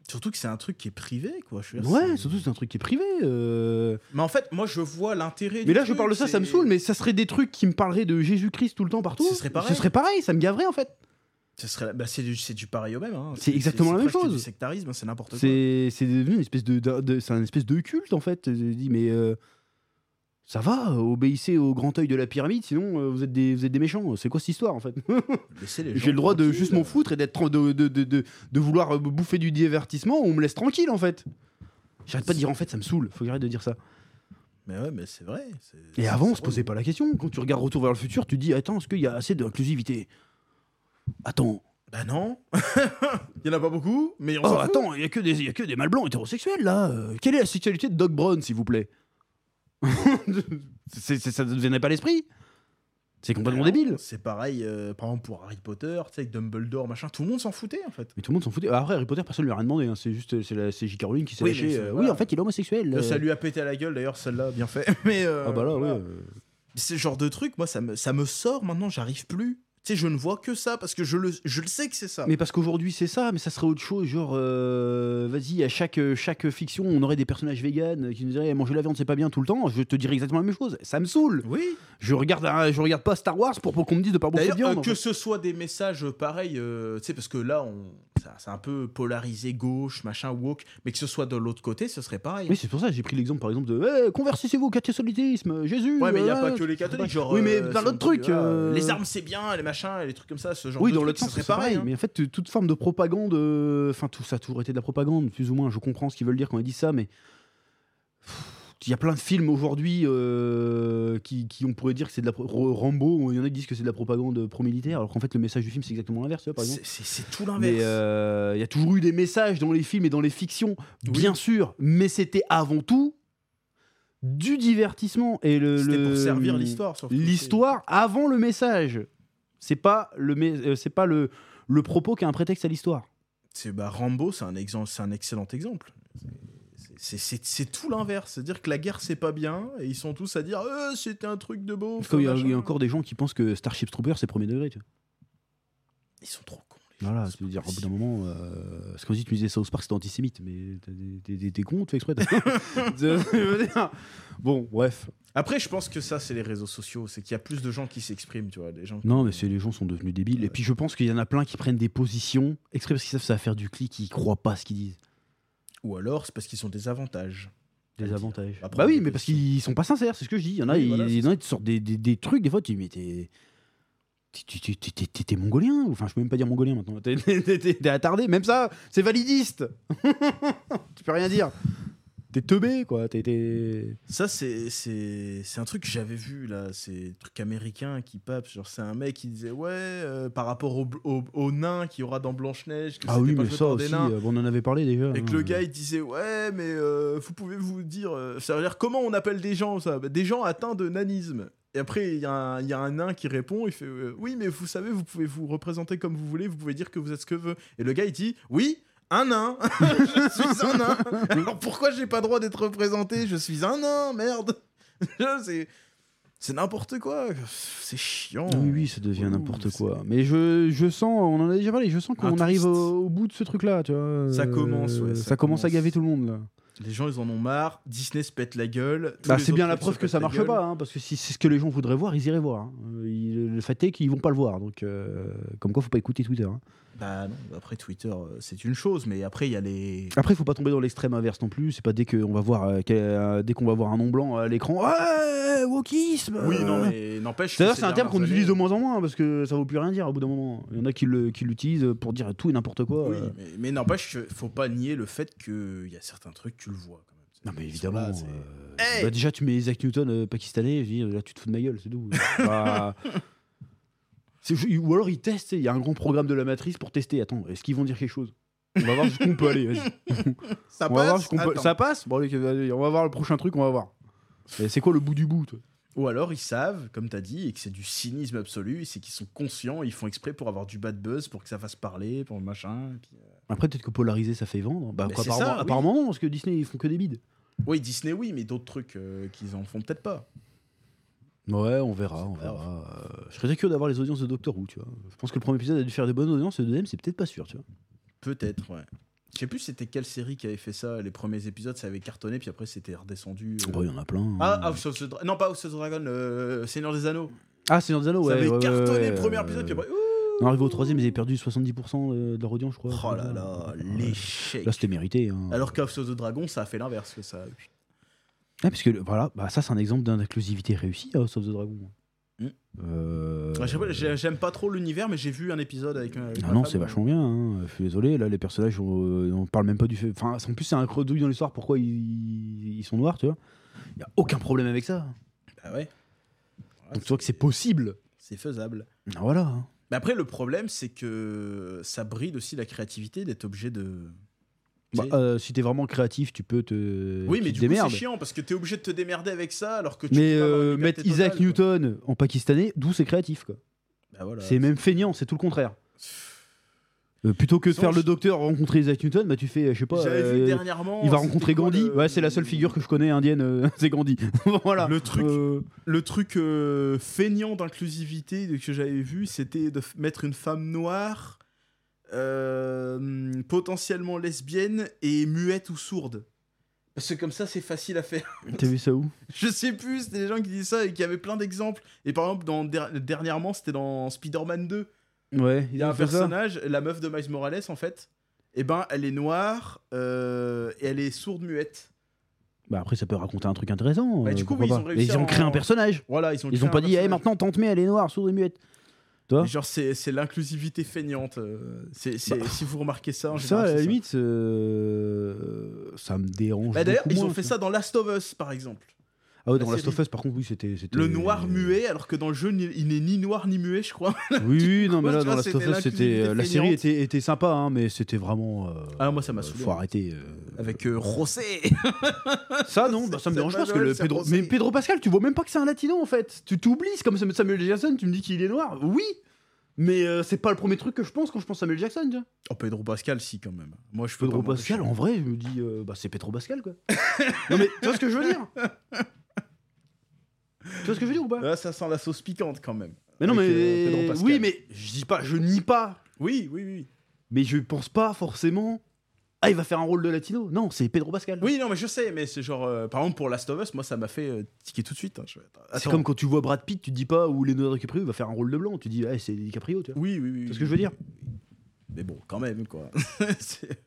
S2: Surtout que c'est un truc qui est privé, quoi. Je veux dire,
S1: Ouais,
S2: c'est-
S1: surtout c'est un truc qui est privé. euh.
S2: Mais en fait, moi, je vois l'intérêt.
S1: Mais
S2: du
S1: là, je
S2: truc,
S1: parle de ça, ça me
S2: c'est-
S1: saoule, mais ça serait des trucs qui me parleraient de Jésus-Christ tout le temps partout.
S2: Ce serait pareil.
S1: Ce serait pareil, ça me gaverait en fait.
S2: Ce serait, bah, c'est du, c'est du pareil au même. hein.
S1: C'est exactement la même
S2: presque
S1: chose.
S2: du sectarisme, c'est n'importe quoi.
S1: C'est c'est devenu une espèce de, de- de- c'est un espèce de culte en fait. Je dis mais euh, ça va, obéissez au grand œil de la pyramide, sinon euh, vous êtes des vous êtes des méchants. C'est quoi cette histoire en fait
S2: Laissez les gens
S1: J'ai le droit de
S2: tranquilles.
S1: juste m'en foutre et d'être de, de, de, de- de vouloir euh, bouffer du divertissement ou on me laisse tranquille en fait. J'arrête pas de dire en fait, ça me saoule. Faut que j'arrête de dire ça.
S2: Mais ouais, mais c'est vrai. c'est-
S1: Et
S2: c'est-
S1: avant, on
S2: c'est
S1: se
S2: relou.
S1: posait pas la question. Quand tu regardes Retour vers le futur, tu dis attends, est-ce qu'il y a assez d'inclusivité Attends,
S2: Bah non. Il y en a pas beaucoup, mais on
S1: oh,
S2: s'en fout.
S1: attends, il y a que des il y a que des mâles blancs hétérosexuels là. Euh, Quelle est la sexualité de Doc Brown, s'il vous plaît C'est- c'est- Ça ne venait pas à l'esprit. C'est complètement
S2: Bah non,
S1: débile.
S2: C'est pareil, euh, par exemple, pour Harry Potter, tu sais, avec Dumbledore, machin. Tout le monde s'en foutait, en fait.
S1: Mais tout le monde s'en foutait. Ah, Après, Harry Potter, personne lui a rien demandé. hein. C'est juste, c'est la- c'est J.K. Rowling qui s'est
S2: Oui, mais
S1: lâchée.
S2: c'est-
S1: euh,
S2: voilà.
S1: Oui, en fait, il est homosexuel.
S2: Là,
S1: euh.
S2: ça lui a pété à la gueule, d'ailleurs, celle-là, bien fait. Mais. euh,
S1: Ah bah là,
S2: voilà.
S1: ouais. euh.
S2: ce genre de truc, moi, ça me, ça me sort maintenant, j'arrive plus. Tu sais, je ne vois que ça parce que je le, je le sais que c'est ça.
S1: Mais parce qu'aujourd'hui c'est ça, mais ça serait autre chose, genre euh, vas-y à chaque chaque fiction on aurait des personnages véganes qui nous diraient manger la viande c'est pas bien tout le temps, je te dirais exactement la même chose, ça me saoule.
S2: Oui.
S1: Je regarde un- je regarde pas Star Wars pour, pour qu'on me dise de pas bouffer de
S2: D'ailleurs,
S1: viande.
S2: euh,
S1: en
S2: que
S1: fait.
S2: ce soit des messages pareils, euh, tu sais, parce que là, on, ça- c'est un peu polarisé gauche, machin, woke, mais que ce soit de l'autre côté, ce serait pareil.
S1: Oui c'est pour ça j'ai pris l'exemple par exemple de Eh, convertissez-vous au catholicisme, Jésus.
S2: Ouais, mais il n'y a
S1: euh,
S2: pas
S1: euh,
S2: que les catholiques, genre.
S1: Oui mais
S2: euh,
S1: dans
S2: si
S1: l'autre
S2: on dit,
S1: truc.
S2: voilà,
S1: euh,
S2: Les armes, c'est bien, les machins, les trucs comme ça, ce genre
S1: Oui,
S2: de
S1: dans
S2: truc,
S1: l'autre
S2: ce
S1: sens,
S2: serait
S1: c'est pareil.
S2: pareil. hein.
S1: Mais en fait, t- toute forme de propagande, euh, enfin, tout ça a toujours été de la propagande, plus ou moins. Je comprends ce qu'ils veulent dire quand ils disent ça, mais Pff, il y a plein de films aujourd'hui euh, qui, qui on pourrait dire que c'est de la pro- Ro- Rambo. Il y en a qui disent que c'est de la propagande pro-militaire, alors qu'en fait, le message du film c'est exactement l'inverse, tu vois, par exemple.
S2: C'est- C'est c'est tout
S1: Mais
S2: l'inverse.
S1: euh, il y a toujours eu des messages dans les films et dans les fictions, bien sûr, mais c'était avant tout du divertissement et le.
S2: C'était
S1: le-
S2: pour servir l'histoire, surtout.
S1: l'histoire avant le message. C'est pas le mé- euh, c'est pas le le propos qui a un prétexte à l'histoire.
S2: C'est bah, Rambo, c'est un exemple, c'est un excellent exemple. C'est- C'est c'est tout l'inverse, c'est-à-dire que la guerre c'est pas bien et ils sont tous à dire euh, c'était un truc de beau.
S1: Comme il y a- il y, a encore des gens qui pensent que Starship Troopers c'est premier degré. Tu vois.
S2: Ils sont trop cons. les gens,
S1: Voilà,
S2: c'est
S1: tu veux
S2: pas
S1: dire au bout d'un
S2: possible.
S1: moment, euh, c'est comme si tu disais South Park c'était antisémite, mais t'as des- des- des- t'es con, tu fais exprès. t'as- Je veux dire, bon, bref.
S2: Après, je pense que ça c'est les réseaux sociaux, c'est qu'il y a plus de gens qui s'expriment, tu vois, des gens. qui-
S1: Non, mais c'est les gens sont devenus débiles. Et puis je pense qu'il y en a plein qui prennent des positions exprès parce qu'ils savent que ça va faire du clic, ils croient pas à ce qu'ils disent.
S2: Ou alors c'est parce qu'ils ont des avantages.
S1: Des
S2: Dire.
S1: avantages.
S2: Après,
S1: Bah oui,
S2: des
S1: mais parce
S2: positions.
S1: qu'ils sont pas sincères, c'est ce que je dis. Il y en a,
S2: Oui,
S1: ils,
S2: voilà,
S1: il y
S2: c'est
S1: en a, ils te sortent des, des- des trucs, des fois tu dis, mais t'es. t'es- t'es- t'es- t'es- t'es- t'es- T'es mongolien ou- Enfin, je peux même pas dire mongolien maintenant. T'es- T'es t'es- t'es attardé, même ça, c'est validiste Tu peux rien dire T'es teubé, quoi. T'es. t'es-
S2: Ça c'est c'est c'est un truc que j'avais vu là, c'est un truc américain qui pape, genre c'est un mec qui disait ouais euh, par rapport au, au, au nain qu'il y aura dans Blanche Neige que
S1: Ah
S2: c'était
S1: oui,
S2: pas
S1: mais
S2: joué
S1: ça
S2: par des
S1: aussi,
S2: nains.
S1: euh, on en avait parlé déjà.
S2: Et que
S1: hein.
S2: le gars il disait ouais mais euh, vous pouvez vous dire euh, ça veut dire comment on appelle des gens ça Bah, des gens atteints de nanisme et après il y, a un- il y a un nain qui répond il fait euh, oui mais vous savez vous pouvez vous représenter comme vous voulez vous pouvez dire que vous êtes ce que veut et le gars il dit oui un nain je suis un nain alors pourquoi j'ai pas droit d'être représenté je suis un nain merde c'est c'est n'importe quoi c'est chiant
S1: Oui, oui, ça devient
S2: Ah. Ouh,
S1: n'importe
S2: c'est-
S1: quoi. Mais je, je sens, on en a déjà parlé, je sens
S2: Un
S1: qu'on arrive
S2: twist.
S1: au, au bout de ce truc-là, tu vois.
S2: Ça
S1: Euh,
S2: commence, ouais,
S1: Ça,
S2: ça
S1: commence à
S2: commence.
S1: gaver tout le monde, là.
S2: les gens ils en ont marre Disney se pète la gueule Tous
S1: Bah,
S2: les
S1: c'est
S2: autres
S1: bien la
S2: trucs se
S1: preuve que
S2: pètent
S1: ça
S2: la
S1: marche
S2: gueule.
S1: pas, hein, parce que si c'est ce que les gens voudraient voir, ils iraient voir. hein. Euh, il- le fait est qu'ils vont pas le voir, donc euh, comme quoi faut pas écouter Twitter. hein.
S2: Bah non, après Twitter, euh, c'est une chose, mais après il y a les.
S1: Après, faut pas tomber dans l'extrême inverse non plus. C'est pas dès qu'on va voir, euh, quel- euh, dès qu'on va voir un nom blanc à l'écran, ouais, wokisme.
S2: Oui, non,
S1: euh.
S2: mais n'empêche.
S1: D'ailleurs,
S2: que
S1: c'est un
S2: ces
S1: terme qu'on
S2: dernières
S1: utilise de
S2: années-
S1: moins en moins parce que ça vaut plus rien dire au bout d'un moment. Il y en a qui le- qui l'utilisent pour dire tout et n'importe quoi.
S2: Oui,
S1: euh.
S2: mais, mais n'empêche, que faut pas nier le fait qu'il y a certains trucs, tu le vois quand même.
S1: Non, mais
S2: Ils
S1: évidemment.
S2: sont là, c'est-
S1: euh,
S2: Hey
S1: bah, déjà, tu mets Isaac Newton euh, pakistanais, je dis, euh, là, tu te fous de ma gueule, c'est doux. Bah, c'est- je- ou alors, ils testent, il y a un grand programme de la matrice pour tester. Attends, est-ce qu'ils vont dire quelque chose On va voir jusqu'où on peut aller. vas-y.
S2: Ça
S1: On va voir
S2: passe.
S1: jusqu'où on peut-
S2: Attends.
S1: Ça passe Bon, allez, allez, on va voir le prochain truc, on va voir. Mais C'est quoi le bout du bout toi
S2: Ou alors ils savent, comme t'as dit, et que c'est du cynisme absolu, et c'est qu'ils sont conscients, ils font exprès pour avoir du bad buzz, pour que ça fasse parler, pour le machin. et puis, euh.
S1: Après, peut-être que polariser, ça fait vendre. Bah,
S2: Mais
S1: quoi,
S2: c'est
S1: apparemment,
S2: ça, oui.
S1: apparemment, non, parce que Disney, ils font que des bides.
S2: Oui, Disney, oui, mais d'autres trucs euh, qu'ils en font peut-être pas.
S1: Ouais, on verra, on
S2: pas grave.
S1: verra. Euh, je serais très curieux d'avoir les audiences de Doctor Who, tu vois. Je pense que le premier épisode a dû faire des bonnes audiences, le deuxième, c'est peut-être pas sûr, tu vois.
S2: Peut-être, ouais. Je sais plus c'était quelle série qui avait fait ça. Les premiers épisodes, ça avait cartonné, puis après, c'était redescendu. euh.
S1: Oh, il y en a plein.
S2: Ah, House of the Dra- Non, pas House of the Dragon, euh, Seigneur des Anneaux.
S1: Ah, Seigneur des Anneaux, ouais.
S2: ça avait
S1: ouais, ouais,
S2: cartonné
S1: ouais,
S2: le premier
S1: euh,
S2: épisode, puis après. ouh.
S1: Non, arrivé au troisième, ils avaient perdu 70% de de leur audience, je crois.
S2: Oh là là, l'échec.
S1: Là, Euh, c'était mérité. hein.
S2: Alors qu'House of the Dragon, ça a fait l'inverse. que Ça...
S1: Ah, parce que le- voilà, bah, ça, c'est un exemple d'inclusivité réussie à House of the Dragon.
S2: Mm.
S1: Euh,
S2: Ouais, Ah, je sais pas, j'ai- J'aime pas trop l'univers, mais j'ai vu un épisode avec. euh, avec
S1: Ah
S2: ma
S1: non,
S2: femme.
S1: c'est vachement bien. hein. Je suis désolé. Là, les personnages, on, euh, on parle même pas du fait. Enfin, en plus, c'est un credouille dans l'histoire. Pourquoi ils, ils sont noirs, tu vois Il y a aucun problème avec ça.
S2: Bah ouais. Ah,
S1: Donc, tu vois que c'est possible.
S2: C'est faisable.
S1: Ah, Voilà.
S2: Mais après, le problème, c'est que ça bride aussi la créativité d'être obligé de.
S1: Bah,
S2: Tu sais-
S1: euh, si t'es vraiment créatif, tu peux te.
S2: oui,
S1: tu
S2: mais
S1: te
S2: du coup,
S1: démerdes.
S2: c'est chiant parce que t'es obligé de te démerder avec ça alors que tu.
S1: Mais
S2: peux avoir une
S1: euh,
S2: liberté
S1: mettre Isaac
S2: totale, quoi.
S1: Newton en pakistanais, d'où c'est créatif, quoi.
S2: Bah voilà.
S1: C'est même feignant, c'est tout le contraire. Euh, plutôt que de
S2: Sans-
S1: faire le docteur rencontrer Isaac Newton, bah tu fais, je sais pas,
S2: J'avais vu
S1: euh,
S2: dernièrement. euh,
S1: il va
S2: c'était
S1: rencontrer
S2: quoi,
S1: Gandhi.
S2: le-
S1: Ouais, c'est la seule figure que je connais indienne, euh, c'est Gandhi. voilà.
S2: Le truc-
S1: Euh,
S2: Le truc euh, feignant d'inclusivité de- que j'avais vu, c'était de f- mettre une femme noire, euh, potentiellement lesbienne et muette ou sourde. Parce que comme ça, c'est facile à faire.
S1: T'as vu ça où
S2: Je sais plus, c'était des gens qui disent ça et qui avaient plein d'exemples. Et par exemple, dans, der- dernièrement, c'était dans Spider-Man 2.
S1: Ouais,
S2: Il y a un personnage, la meuf de Miles Morales, en fait. Et ben, elle est noire euh, et elle est sourde muette.
S1: Bah après, ça peut raconter un truc intéressant.
S2: Bah,
S1: euh,
S2: du coup,
S1: pourquoi
S2: oui, ils
S1: pas.
S2: ont
S1: Mais
S2: réussi
S1: ils ont créé
S2: en-
S1: un personnage.
S2: Voilà, ils ont.
S1: Ils
S2: créé
S1: ont pas
S2: un
S1: dit, eh
S2: personnage.
S1: maintenant, tante May, elle est noire, sourde et muette. Tu vois
S2: Mais Genre, c'est c'est l'inclusivité feignante. euh, c'est c'est- si vous remarquez ça, en
S1: Bah, Ça,
S2: général,
S1: à la
S2: c'est
S1: limite, euh, ça me dérange.
S2: Bah, D'ailleurs,
S1: beaucoup
S2: ils ont
S1: moins,
S2: fait
S1: tu
S2: ça dans Last of Us, par exemple.
S1: vois. Ah ouais,
S2: la
S1: dans Last
S2: série.
S1: of Us, par contre, oui, c'était. c'était-
S2: Le noir muet, alors que dans le jeu, ni- il n'est ni noir ni muet, je crois.
S1: Oui, oui, non,
S2: coup,
S1: mais
S2: tu
S1: là,
S2: vois,
S1: dans Last of
S2: c'était
S1: Us, c'était.
S2: l'inclusivité
S1: euh, La série
S2: feignante.
S1: était, était sympa, hein, mais c'était vraiment. euh,
S2: Ah, moi, ça m'a
S1: euh,
S2: saoulé.
S1: Faut arrêter. euh.
S2: Avec euh, Rosé.
S1: Ça, non, bah,
S2: C'est-
S1: ça me
S2: c'est
S1: dérange
S2: pas
S1: pas parce que
S2: Noël,
S1: le
S2: c'est
S1: Pedro.
S2: Rosé.
S1: Mais Pedro Pascal, tu vois même pas que c'est un latino en fait. Tu t'oublies, c'est comme Samuel Jackson, tu me dis qu'il est noir. Oui! Mais euh, c'est pas le premier truc que je pense quand je pense à Samuel Jackson, tu vois.
S2: Oh, Pedro Pascal, si, quand même. Moi, je peux
S1: Pedro
S2: pas m'empêcher.
S1: Pascal, en vrai, je me dis, euh, bah c'est Pedro Pascal quoi. non mais tu vois ce que je veux dire Tu vois ce que je veux dire ou pas
S2: Ah, ça sent la sauce piquante quand même.
S1: Mais non mais
S2: avec, euh, Pedro Pascal.
S1: oui mais je dis pas, je nie pas,
S2: Oui, oui, oui.
S1: mais je pense pas forcément. Ah il va faire un rôle de latino Non, c'est Pedro Pascal.
S2: Oui, non, mais je sais, mais c'est genre. euh, par exemple, pour Last of Us, moi, ça m'a fait euh, tiquer tout de suite. hein. Je-
S1: C'est
S2: Attends.
S1: comme quand tu vois Brad Pitt, tu dis pas ou Leonardo DiCaprio il va faire un rôle de blanc, tu dis ah c'est DiCaprio, tu vois.
S2: Oui, oui, oui.
S1: Tu
S2: oui.
S1: vois ce que je veux dire
S2: Mais bon, quand même, quoi. C'est-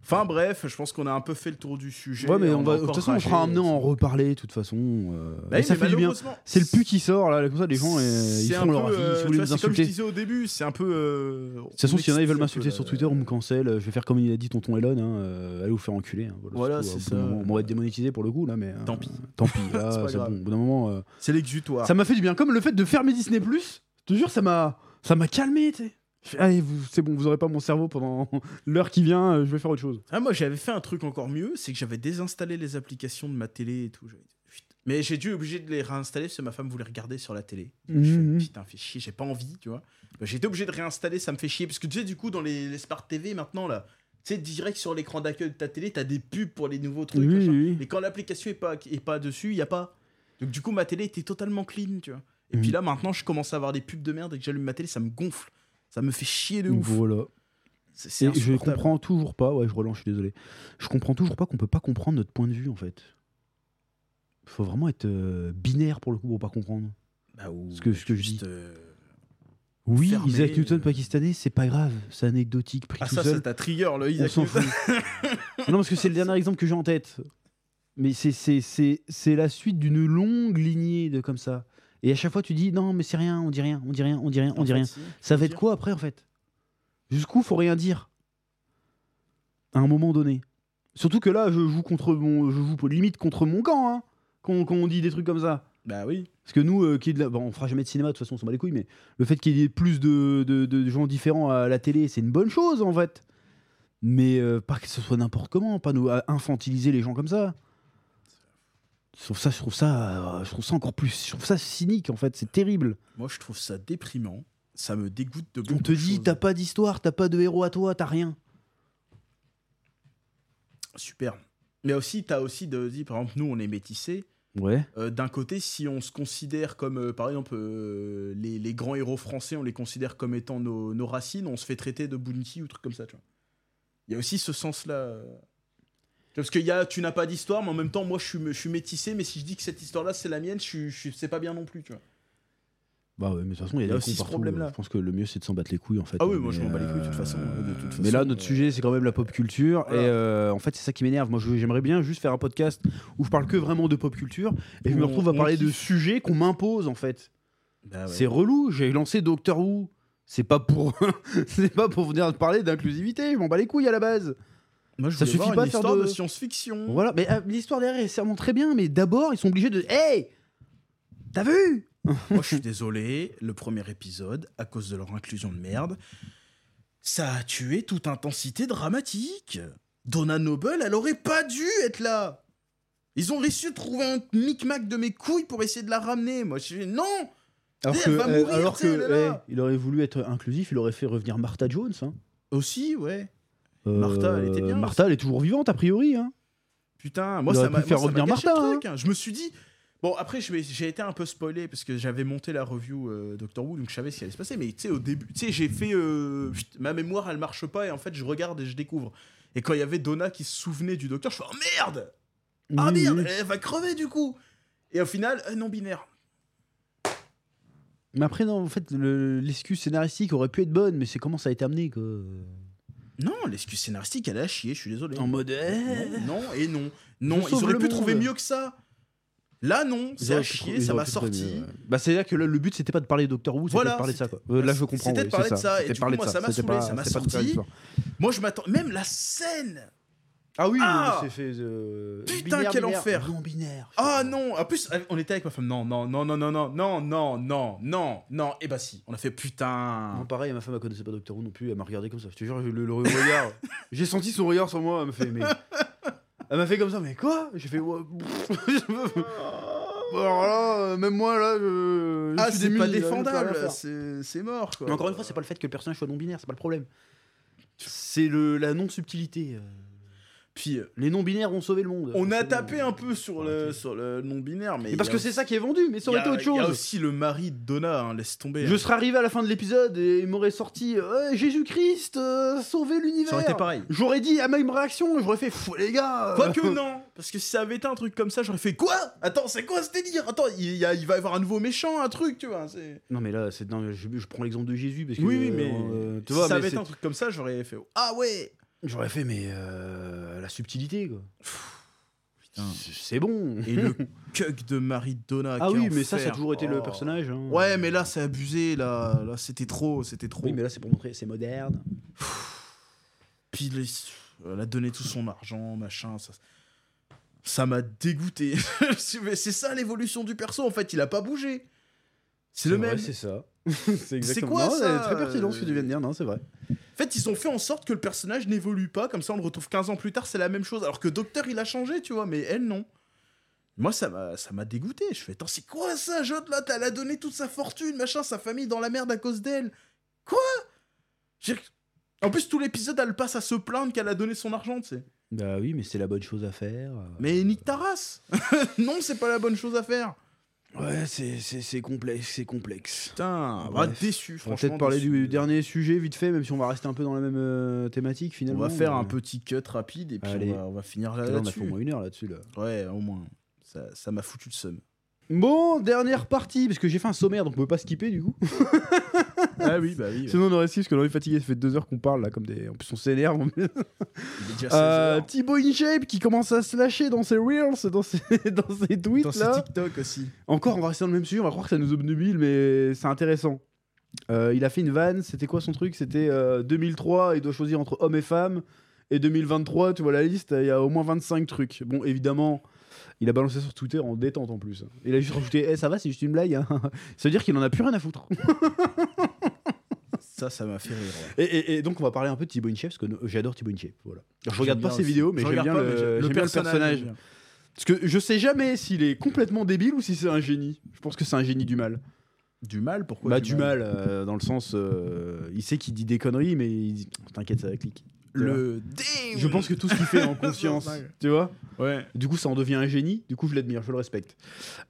S2: enfin, bref, je pense qu'on a un peu fait le tour du sujet.
S1: Ouais mais on
S2: a
S1: va de
S2: encore
S1: toute façon on
S2: raché,
S1: fera un an à en
S2: c'est-
S1: reparler de toute façon. euh,
S2: Bah
S1: et
S2: oui,
S1: ça
S2: mais
S1: fait du bien.
S2: malheureusement,
S1: C'est le pu qui sort là, comme ça les gens euh, ils
S2: c'est un
S1: font leur
S2: peu,
S1: avis,
S2: euh,
S1: si vous
S2: tu
S1: voulez
S2: vois,
S1: les
S2: C'est comme je
S1: insulter.
S2: disais au début, c'est un peu. euh,
S1: De toute façon,
S2: on
S1: s'il y en a, ils
S2: excite un
S1: veulent
S2: peu
S1: m'insulter
S2: la-
S1: sur Twitter, on me cancelle, euh, je vais faire comme il a dit tonton Elon, hein, euh, allez vous faire enculer. hein,
S2: Voilà,
S1: surtout,
S2: c'est
S1: au bout d'un
S2: ça.
S1: moment. Bon, on va être démonétisé pour le coup, là, mais. euh,
S2: Tant pis.
S1: Tant pis, là,
S2: C'est pas
S1: c'est
S2: grave.
S1: bon. Au bout d'un moment. euh,
S2: C'est l'exutoire.
S1: Ça m'a fait du bien. Comme le fait de fermer Disney, je te jure, ça m'a ça m'a calmé, tu sais. Je fais, Allez, vous- c'est bon, vous aurez pas mon cerveau pendant l'heure qui vient, euh, je vais faire autre chose.
S2: Ah, moi, j'avais fait un truc encore mieux, c'est que j'avais désinstallé les applications de ma télé et tout. J'avais dit, Putain. Mais j'ai dû obligé de les réinstaller parce que ma femme voulait regarder sur la télé. Je fais,
S1: Mhm.
S2: Putain, fait chier, j'ai pas envie, tu vois. Bah, j'ai été obligé de réinstaller, ça me fait chier. Parce que tu sais, du coup, dans les, les Smart TV maintenant, là, tu sais, direct sur l'écran d'accueil de ta télé, t'as des pubs pour les nouveaux trucs. machin. Mais quand l'application est pas, est pas dessus, il y a pas. Donc du coup, ma télé était totalement clean, tu vois. Et
S1: Mhm.
S2: puis là, maintenant, je commence à avoir des pubs de merde et que j'allume ma télé, ça me gonfle. Ça me fait chier de ouf.
S1: Voilà.
S2: C'est-
S1: Et
S2: C'est
S1: je
S2: insupportable.
S1: comprends toujours pas, ouais, je relance, je suis désolé. Je comprends toujours pas qu'on peut pas comprendre notre point de vue, en fait. Faut vraiment être euh, binaire pour le coup pour pas comprendre.
S2: Bah, ou
S1: Ce que- ce que je
S2: juste,
S1: dis.
S2: euh,
S1: Oui,
S2: fermé,
S1: Isaac Newton
S2: euh.
S1: pakistanais, c'est pas grave, c'est anecdotique, pris
S2: Ah
S1: tout
S2: ça,
S1: seul.
S2: ça t'a trigger, le
S1: on
S2: Isaac
S1: s'en fout. non, parce que c'est le dernier exemple que j'ai en tête. Mais c'est- c'est- c'est c'est la suite d'une longue lignée de comme ça. Et à chaque fois, tu dis non, mais c'est rien, on dit rien, on dit rien, on dit rien, on dit rien. Ça va être quoi après, en fait Jusqu'où faut rien dire À un moment donné. Surtout que là, je joue contre mon, je joue limite contre mon camp, hein, quand, quand on dit des trucs comme ça.
S2: Bah oui.
S1: Parce que nous, euh, qu'il y ait de la- bon, on fera jamais de cinéma, de toute façon, on s'en bat les couilles, mais le fait qu'il y ait plus de, de- de gens différents à la télé, c'est une bonne chose, en fait. Mais euh, pas que ce soit n'importe comment, pas nous à infantiliser les gens comme ça. Sauf ça, je trouve ça, euh, je trouve ça encore plus, je trouve ça cynique, en fait, c'est terrible.
S2: Moi, je trouve ça déprimant. Ça me dégoûte de beaucoup
S1: On te
S2: de
S1: dit,
S2: choses.
S1: t'as pas d'histoire, t'as pas de héros à toi, t'as rien.
S2: Super. Mais aussi, t'as aussi de dit, par exemple, nous, on est métissés.
S1: Ouais.
S2: Euh, D'un côté, si on se considère comme, euh, par exemple, euh, les, les grands héros français, on les considère comme étant nos, nos racines, on se fait traiter de bounty ou trucs comme ça, tu vois. Il y a aussi ce sens-là. euh, Parce que y a, tu n'as pas d'histoire, mais en même temps, moi, je suis, je suis métissé, mais si je dis que cette histoire-là, c'est la mienne, je, suis- je, suis- c'est pas bien non plus, tu vois.
S1: Bah ouais, mais de toute façon, il y a,
S2: Il y
S1: des
S2: a
S1: cons
S2: aussi ce
S1: partout,
S2: problème-là.
S1: euh, Je pense que le mieux, c'est de s'en battre les couilles, en fait.
S2: Ah oui,
S1: hein,
S2: moi, je
S1: mais,
S2: m'en bats les couilles, de toute
S1: euh,
S2: façon, de toute façon,
S1: Mais là, notre
S2: euh,
S1: sujet, c'est quand même la pop culture.
S2: voilà.
S1: Et euh, en fait, c'est ça qui m'énerve. Moi, je- j'aimerais bien juste faire un podcast où je parle que vraiment de pop culture. Et je me
S2: On-
S1: retrouve à
S2: on
S1: parler de
S2: kiffe. Ah
S1: sujets qu'on m'impose, en fait. C'est
S2: C'est-
S1: relou. J'ai lancé Doctor Who. C'est pas pour, c'est pas pour venir parler d'inclusivité. Je m'en bats les couilles à la base.
S2: Moi, je
S1: Ça
S2: voulais
S1: suffit
S2: voir
S1: pas
S2: une
S1: de faire
S2: histoire
S1: de-
S2: de, science-fiction.
S1: Voilà, mais euh, l'histoire derrière est sûrement très bien, mais d'abord, ils sont obligés de. Hey T'as vu
S2: Moi, je suis désolé, le premier épisode, à cause de leur inclusion de merde, ça a tué toute intensité dramatique. Donna Noble, elle aurait pas dû être là. Ils ont réussi à trouver un micmac de mes couilles pour essayer de la ramener. Moi, je non
S1: Alors
S2: Elle
S1: que,
S2: va
S1: euh,
S2: mourir,
S1: alors
S2: tu sais,
S1: que,
S2: elle est là.
S1: eh, il aurait voulu être inclusif, il aurait fait revenir Martha Jones. hein.
S2: Aussi, ouais.
S1: Euh,
S2: Martha, elle était bien.
S1: Martha, elle est toujours vivante, a priori. hein.
S2: Putain, moi,
S1: Il
S2: ça
S1: aurait
S2: m'a
S1: pu faire
S2: moi, ça m'a
S1: revenir
S2: gâché
S1: Martha,
S2: le truc, hein. Je me suis dit... Bon, après, je m'ai- j'ai été un peu spoilé parce que j'avais monté la review euh, Doctor Who, donc je savais ce qui allait se passer. Mais tu sais, au début, tu sais, j'ai fait... euh, chut, ma mémoire, elle marche pas et en fait, je regarde et je découvre. Et quand il y avait Donna qui se souvenait du docteur, je fais « Oh merde Ah
S1: Oui,
S2: merde
S1: oui.
S2: Elle va crever du coup !» Et au final, euh, non-binaire.
S1: Mais après, non, en fait, le- l'excuse scénaristique aurait pu être bonne, mais c'est comment ça a été amené que.
S2: Non, l'excuse scénaristique, elle a chier, je suis désolé.
S1: En mode. eh.
S2: Non, non et non. Non,
S1: sauve
S2: ils auraient
S1: le
S2: pu
S1: monde.
S2: trouver mieux que ça. Là, non,
S1: Ils
S2: c'est à
S1: auraient pu
S2: chier,
S1: trouver- ils
S2: ça
S1: auraient
S2: m'a
S1: pu trouver
S2: sorti.
S1: mieux, ouais. Bah, c'est-à-dire que là, le but, c'était pas de parler de Doctor Who, c'était
S2: Voilà,
S1: de parler de ça, quoi.
S2: c'était-
S1: Euh, là, je comprends.
S2: c'était de
S1: oui,
S2: parler
S1: c'est
S2: de ça, et
S1: C'était
S2: du
S1: parler
S2: coup,
S1: de
S2: moi, ça m'a
S1: c'était
S2: saoulé,
S1: pas-
S2: ça m'a
S1: c'était pas de faire
S2: sorti.
S1: l'histoire.
S2: Moi, je m'attends. Même la scène
S1: Ah oui,
S2: Ah
S1: c'est fait. euh,
S2: Putain, quel enfer.
S1: Non binaire.
S2: Ah non En plus, on était avec ma femme. Non, non, non, non, non, non, non, non, non, non, non. Et bah si, on a fait
S1: Non,
S2: putain.
S1: pareil, ma femme elle connaissait pas Doctor Who non plus, elle m'a regardé comme ça. Je te jure, le, le regard. j'ai senti son regard sur moi, elle m'a fait. Mais... Elle m'a fait comme ça, mais quoi J'ai fait. ouais, pff, Bon, alors là, euh, même moi là, je. je
S2: Ah,
S1: suis
S2: c'est
S1: démuni,
S2: pas
S1: là, j'ai plus rien à
S2: défendable,
S1: faire.
S2: c'est c'est mort quoi.
S1: Mais encore une fois, c'est pas le fait que le personnage soit non binaire, c'est pas le problème. C'est le la non subtilité. euh.
S2: Puis, euh,
S1: Les non binaires vont sauver le monde.
S2: on a
S1: forcément.
S2: tapé un peu sur le,
S1: Arrêtez.
S2: sur le non-binaire, mais.
S1: Mais parce
S2: il y
S1: que
S2: a-
S1: c'est ça qui est vendu, mais ça aurait
S2: il
S1: été
S2: y a-
S1: autre
S2: Il y a
S1: chose.
S2: aussi le mari de Donna, hein, laisse tomber.
S1: Je
S2: hein.
S1: serais arrivé à la fin de l'épisode et il m'aurait sorti euh, Jésus-Christ, sauver l'univers.
S2: Ça aurait été pareil.
S1: J'aurais dit à même réaction, j'aurais fait fou les gars. euh.
S2: Quoique non Parce que si ça avait été un truc comme ça, j'aurais fait quoi Attends, c'est quoi ce délire Attends, il, y a- il va y avoir un nouveau méchant, un truc, tu vois. c'est-
S1: Non mais là, c'est non, mais je, je prends l'exemple de Jésus parce que
S2: Oui, oui,
S1: euh,
S2: mais.
S1: euh, tu
S2: si
S1: vois,
S2: ça
S1: mais
S2: avait été
S1: c'est-
S2: un truc comme ça, j'aurais fait. Ah ouais
S1: j'aurais fait mais euh, la subtilité quoi.
S2: Putain.
S1: C'est- C'est bon.
S2: Et le cuck de Marie Donna.
S1: Ah
S2: quel
S1: oui, mais ça, ça a
S2: enfer.
S1: toujours été le
S2: Oh.
S1: personnage. hein.
S2: Ouais, mais là, c'est abusé, là. Là, c'était trop, c'était trop.
S1: Oui, mais là, c'est pour montrer, c'est moderne.
S2: Puis, les- elle a donné tout son argent, machin, ça... Ça m'a dégoûté. Mais c'est ça l'évolution du perso, en fait, il a pas bougé. C'est le
S1: vrai,
S2: même.
S1: C'est ça. c'est exactement-
S2: quoi,
S1: non,
S2: ça,
S1: c'est Très pertinent ce que tu
S2: euh,
S1: viens de dire. Non, c'est vrai.
S2: En fait, ils ont fait en sorte que le personnage n'évolue pas, comme ça on le retrouve 15 ans plus tard, c'est la même chose. Alors que Docteur, il a changé, tu vois, mais elle, non. Moi, ça m'a, ça m'a dégoûté. Je fais, attends, c'est quoi ça, Jode, là Elle a donné toute sa fortune, machin, sa famille dans la merde à cause d'elle. Quoi J'ai- En plus, tout l'épisode, elle passe à se plaindre qu'elle a donné son argent, tu sais.
S1: Bah oui, mais c'est la bonne chose à faire.
S2: Mais nique ta race Non, c'est pas la bonne chose à faire
S1: Ouais, c'est- c'est c'est complexe, c'est complexe.
S2: Putain, bah,
S1: Bref.
S2: déçu,
S1: On va
S2: franchement.
S1: peut-être parler
S2: déçu.
S1: du dernier sujet vite fait, même si on va rester un peu dans la même euh, thématique finalement.
S2: On va faire
S1: mais-
S2: un petit cut rapide et puis
S1: euh. Allez.
S2: on va, on va finir
S1: Là,
S2: là,
S1: on a
S2: là-dessus.
S1: fait au moins une heure là-dessus. Là.
S2: Ouais, au moins. Ça ça m'a foutu le seum.
S1: Bon, dernière partie, parce que j'ai fait un sommaire, donc on peut pas skipper du coup.
S2: Ah oui, bah oui.
S1: Sinon, on aurait skip, parce que l'on est fatigué, ça fait deux heures qu'on parle là, comme des. En plus, on s'énerve. on-
S2: Il est déjà 16
S1: Euh,
S2: heures.
S1: Thibaut InShape qui commence à se lâcher dans ses reels, dans ses, dans ses tweets
S2: Dans ses
S1: là.
S2: TikTok aussi.
S1: Encore, on va rester dans le même sujet, on va croire que ça nous obnubile, mais c'est intéressant. Euh, il a fait une vanne, c'était quoi son truc C'était euh, 2003, il doit choisir entre hommes et femmes. Et 2023, tu vois la liste, il y a au moins 25 trucs. Bon, évidemment, il a balancé sur Twitter en détente en plus. Il a juste rajouté Eh, ça va, c'est juste une blague. hein. Ça veut dire qu'il en a plus rien à foutre.
S2: Ça, ça m'a fait rire. ouais.
S1: Et, et- et donc, on va parler un peu de Thibaut Inchep, parce que euh, j'adore Thibaut Inchep. Voilà. Alors, je regarde
S2: J'aime
S1: pas
S2: bien
S1: ses
S2: aussi.
S1: vidéos, mais
S2: Je
S1: j'aime
S2: regarde
S1: bien,
S2: pas,
S1: le,
S2: mais j'aime-
S1: j'aime bien le personnage.
S2: j'aime bien.
S1: Parce que je sais jamais s'il est complètement débile ou si c'est un génie. Je pense que c'est un génie du mal.
S2: Du mal, pourquoi
S1: bah, du mal, euh, dans le sens. euh, il sait qu'il dit des conneries, mais il dit oh, T'inquiète, ça clique.
S2: Le damn
S1: Je pense que tout ce qu'il fait est en conscience, tu vois.
S2: Ouais.
S1: Du coup, ça en devient un génie. Du coup, je l'admire, je le respecte.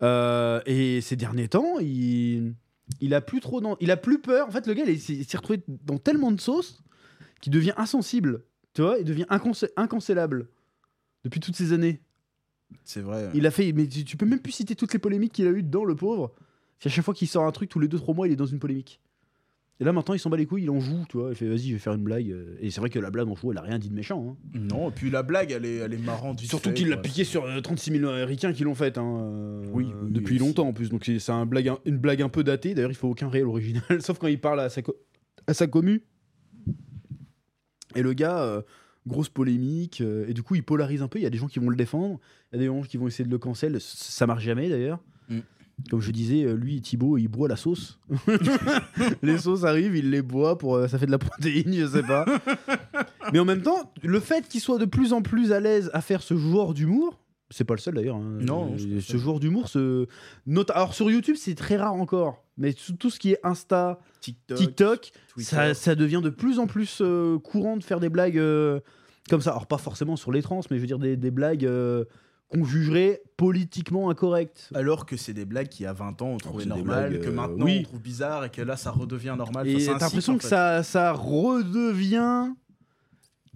S1: Euh, et ces derniers temps, il, il a plus trop, dans- il a plus peur. En fait, le gars, il s'est il s'est retrouvé dans tellement de sauce qu'il devient insensible. Tu Tu vois, il devient inconce- incancellable depuis toutes ces années.
S2: C'est vrai.
S1: Il a fait, mais tu, tu peux même plus citer toutes les polémiques qu'il a eues dedans, le pauvre. C'est à chaque fois qu'il sort un truc, tous les 2-3 mois, il est dans une polémique. Et là, maintenant, il s'en bat les couilles, il en joue, tu vois. Il fait, vas-y, je vais faire une blague. Euh, Et c'est vrai que la blague en joue, elle a rien dit de méchant. hein.
S2: Non, et puis la blague, elle est, elle est marrante. vite
S1: Surtout
S2: fait,
S1: qu'il l'a
S2: quoi.
S1: piqué sur euh, 36 000 Américains qui l'ont faite. hein, euh,
S2: Oui, oui,
S1: depuis
S2: oui,
S1: longtemps en plus. Donc c'est c'est un blague, un- une blague un peu datée. D'ailleurs, il faut aucun réel original, sauf quand il parle à sa, co- à sa commu. Et le gars, euh, grosse polémique. euh, et du coup, il polarise un peu. Il y a des gens qui vont le défendre. Il y a des gens qui vont essayer de le cancel. C- Ça marche jamais d'ailleurs.
S2: Mm.
S1: Comme je disais, euh, lui, Thibaut, il boit la sauce. les sauces arrivent, il les boit pour. euh, ça fait de la protéine, je sais pas. Mais en même temps, le fait qu'il soit de plus en plus à l'aise à faire ce genre d'humour, c'est pas le seul d'ailleurs. hein.
S2: Non,
S1: Euh,
S2: c'est pas le
S1: ce
S2: seul.
S1: genre d'humour, ce... note... alors sur YouTube, c'est très rare encore. Mais sous tout ce qui est Insta,
S2: TikTok,
S1: TikTok,
S2: Twitter.
S1: ça, ça devient de plus en plus euh, courant de faire des blagues euh, comme ça. Alors pas forcément sur les trans, mais je veux dire des, des blagues euh, qu'on jugerait politiquement incorrectes.
S2: Alors que c'est des blagues qui, à 20 ans, on trouvait
S1: c'est des
S2: normales,
S1: blagues,
S2: que
S1: euh,
S2: maintenant,
S1: oui.
S2: on trouve bizarre et que là, ça redevient normal.
S1: Et
S2: Enfin, c'est
S1: t'as
S2: un cycle,
S1: l'impression
S2: en
S1: que
S2: fait.
S1: ça, ça redevient.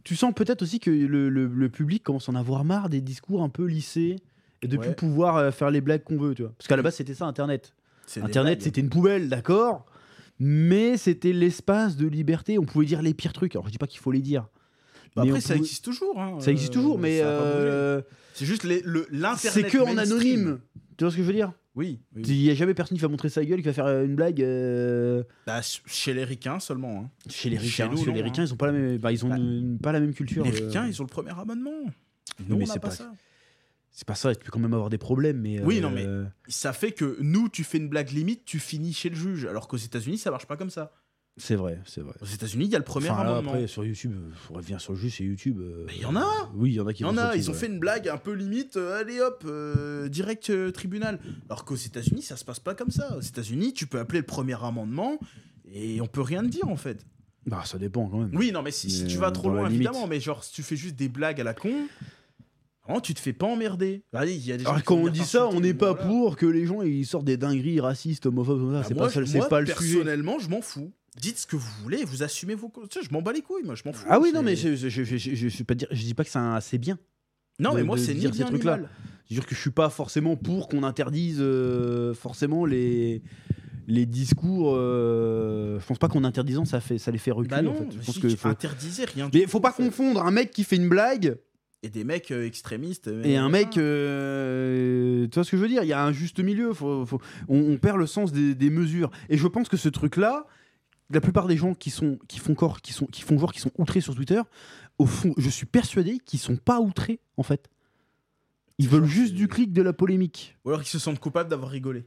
S1: Tu sens peut-être aussi que le, le- le public commence à en avoir marre des discours un peu lissés et de plus
S2: Ouais.
S1: pouvoir euh, faire les blagues qu'on veut, tu vois. Parce qu'à la base, c'était ça, Internet.
S2: C'est des
S1: Internet,
S2: blagues.
S1: c'était une poubelle, d'accord mais c'était l'espace de liberté. On pouvait dire les pires trucs. Alors je dis pas qu'il faut les dire.
S2: Bah
S1: mais
S2: après,
S1: on
S2: ça
S1: pouvait-
S2: existe toujours. hein,
S1: Ça existe
S2: euh,
S1: toujours, mais
S2: ça a pas bougé.
S1: euh,
S2: C'est juste les- le- l'internet.
S1: c'est que en
S2: mainstream.
S1: anonyme. Tu vois ce que je veux dire
S2: Oui. oui, oui.
S1: Il y a jamais personne qui va montrer sa gueule, qui va faire euh, une blague. euh,
S2: Bah, chez les ricains seulement. hein.
S1: Chez les ricains,
S2: Chez nous,
S1: parce que
S2: non,
S1: les
S2: hein.
S1: ricains, ils ont pas la même, bah, ils ont
S2: Bah,
S1: une- pas la même culture.
S2: Les
S1: euh.
S2: ricains, ils ont le premier amendement.
S1: Non,
S2: Nous,
S1: mais
S2: on n'a
S1: c'est
S2: pas
S1: pas-
S2: ça.
S1: C'est pas ça. Tu peux quand même avoir des problèmes, mais.
S2: Oui,
S1: euh,
S2: non, mais- Ça fait que nous, tu fais une blague limite, tu finis chez le juge. Alors qu'aux États-Unis, ça marche pas comme ça.
S1: C'est vrai, c'est vrai.
S2: Aux États-Unis, il y a le premier
S1: Enfin, là,
S2: amendement.
S1: après, sur YouTube, euh, on revient sur le juste et YouTube. euh,
S2: Mais il y en a
S1: Oui, il y en a qui
S2: Il y en
S1: vont
S2: a,
S1: sur
S2: ils ont
S1: YouTube,
S2: fait une blague un peu limite, euh, allez hop, euh, direct euh, tribunal. Alors qu'aux États-Unis, ça se passe pas comme ça. Aux États-Unis, tu peux appeler le premier amendement et on peut rien te dire en fait.
S1: ouais. Bah, ça dépend quand même.
S2: Oui, non, mais si, si
S1: Mais,
S2: tu
S1: euh,
S2: vas trop
S1: dans la
S2: loin,
S1: limite.
S2: évidemment, mais genre, si tu fais juste des blagues à la con, vraiment, tu te fais pas emmerder. Allez, il y a des gens
S1: Alors,
S2: qui
S1: Ah, quand
S2: vont
S1: on
S2: venir
S1: dit ça, on
S2: t'insulter,
S1: n'est pas
S2: bon, voilà.
S1: pour que les gens ils sortent des dingueries racistes, homophobes, comme ça.
S2: Bah,
S1: Ah, c'est
S2: moi,
S1: pas, ça,
S2: je-
S1: c'est
S2: moi,
S1: pas le sujet.
S2: personnellement, je m'en fous. Dites ce que vous voulez, vous assumez vos causes. Tu sais, Je m'en bats les couilles, moi, je m'en fous.
S1: Ah oui, non,
S2: C'est-
S1: mais je, je, je, je, je- je suis pas dire, je dis pas que c'est un- c'est bien.
S2: Non, mais
S1: de-
S2: moi,
S1: de
S2: c'est ni
S1: dire ces
S2: bien ni
S1: trucs-là.
S2: mal.
S1: C'est-à-dire que je suis pas forcément pour qu'on interdise euh, forcément les les discours. euh, je pense pas qu'en interdisant ça fait ça les fait reculer.
S2: Bah
S1: en
S2: non,
S1: fait. Je
S2: mais
S1: pense
S2: si,
S1: que
S2: tu
S1: faut...
S2: interdisez rien. du
S1: Mais faut
S2: tout,
S1: pas
S2: en fait.
S1: confondre un mec qui fait une blague
S2: Et des mecs euh, extrémistes. euh,
S1: et un
S2: machin.
S1: mec. euh, tu vois ce que je veux dire Il y a un juste milieu. faut- faut- on, on perd le sens des, des mesures. Et je pense que ce truc-là, la plupart des gens qui sont qui font corps, qui sont qui font genre, qui sont outrés sur Twitter, au fond, je suis persuadé qu'ils sont pas outrés en fait. Ils veulent juste du clic, de la polémique.
S2: Ou alors qu'ils se sentent coupables d'avoir rigolé.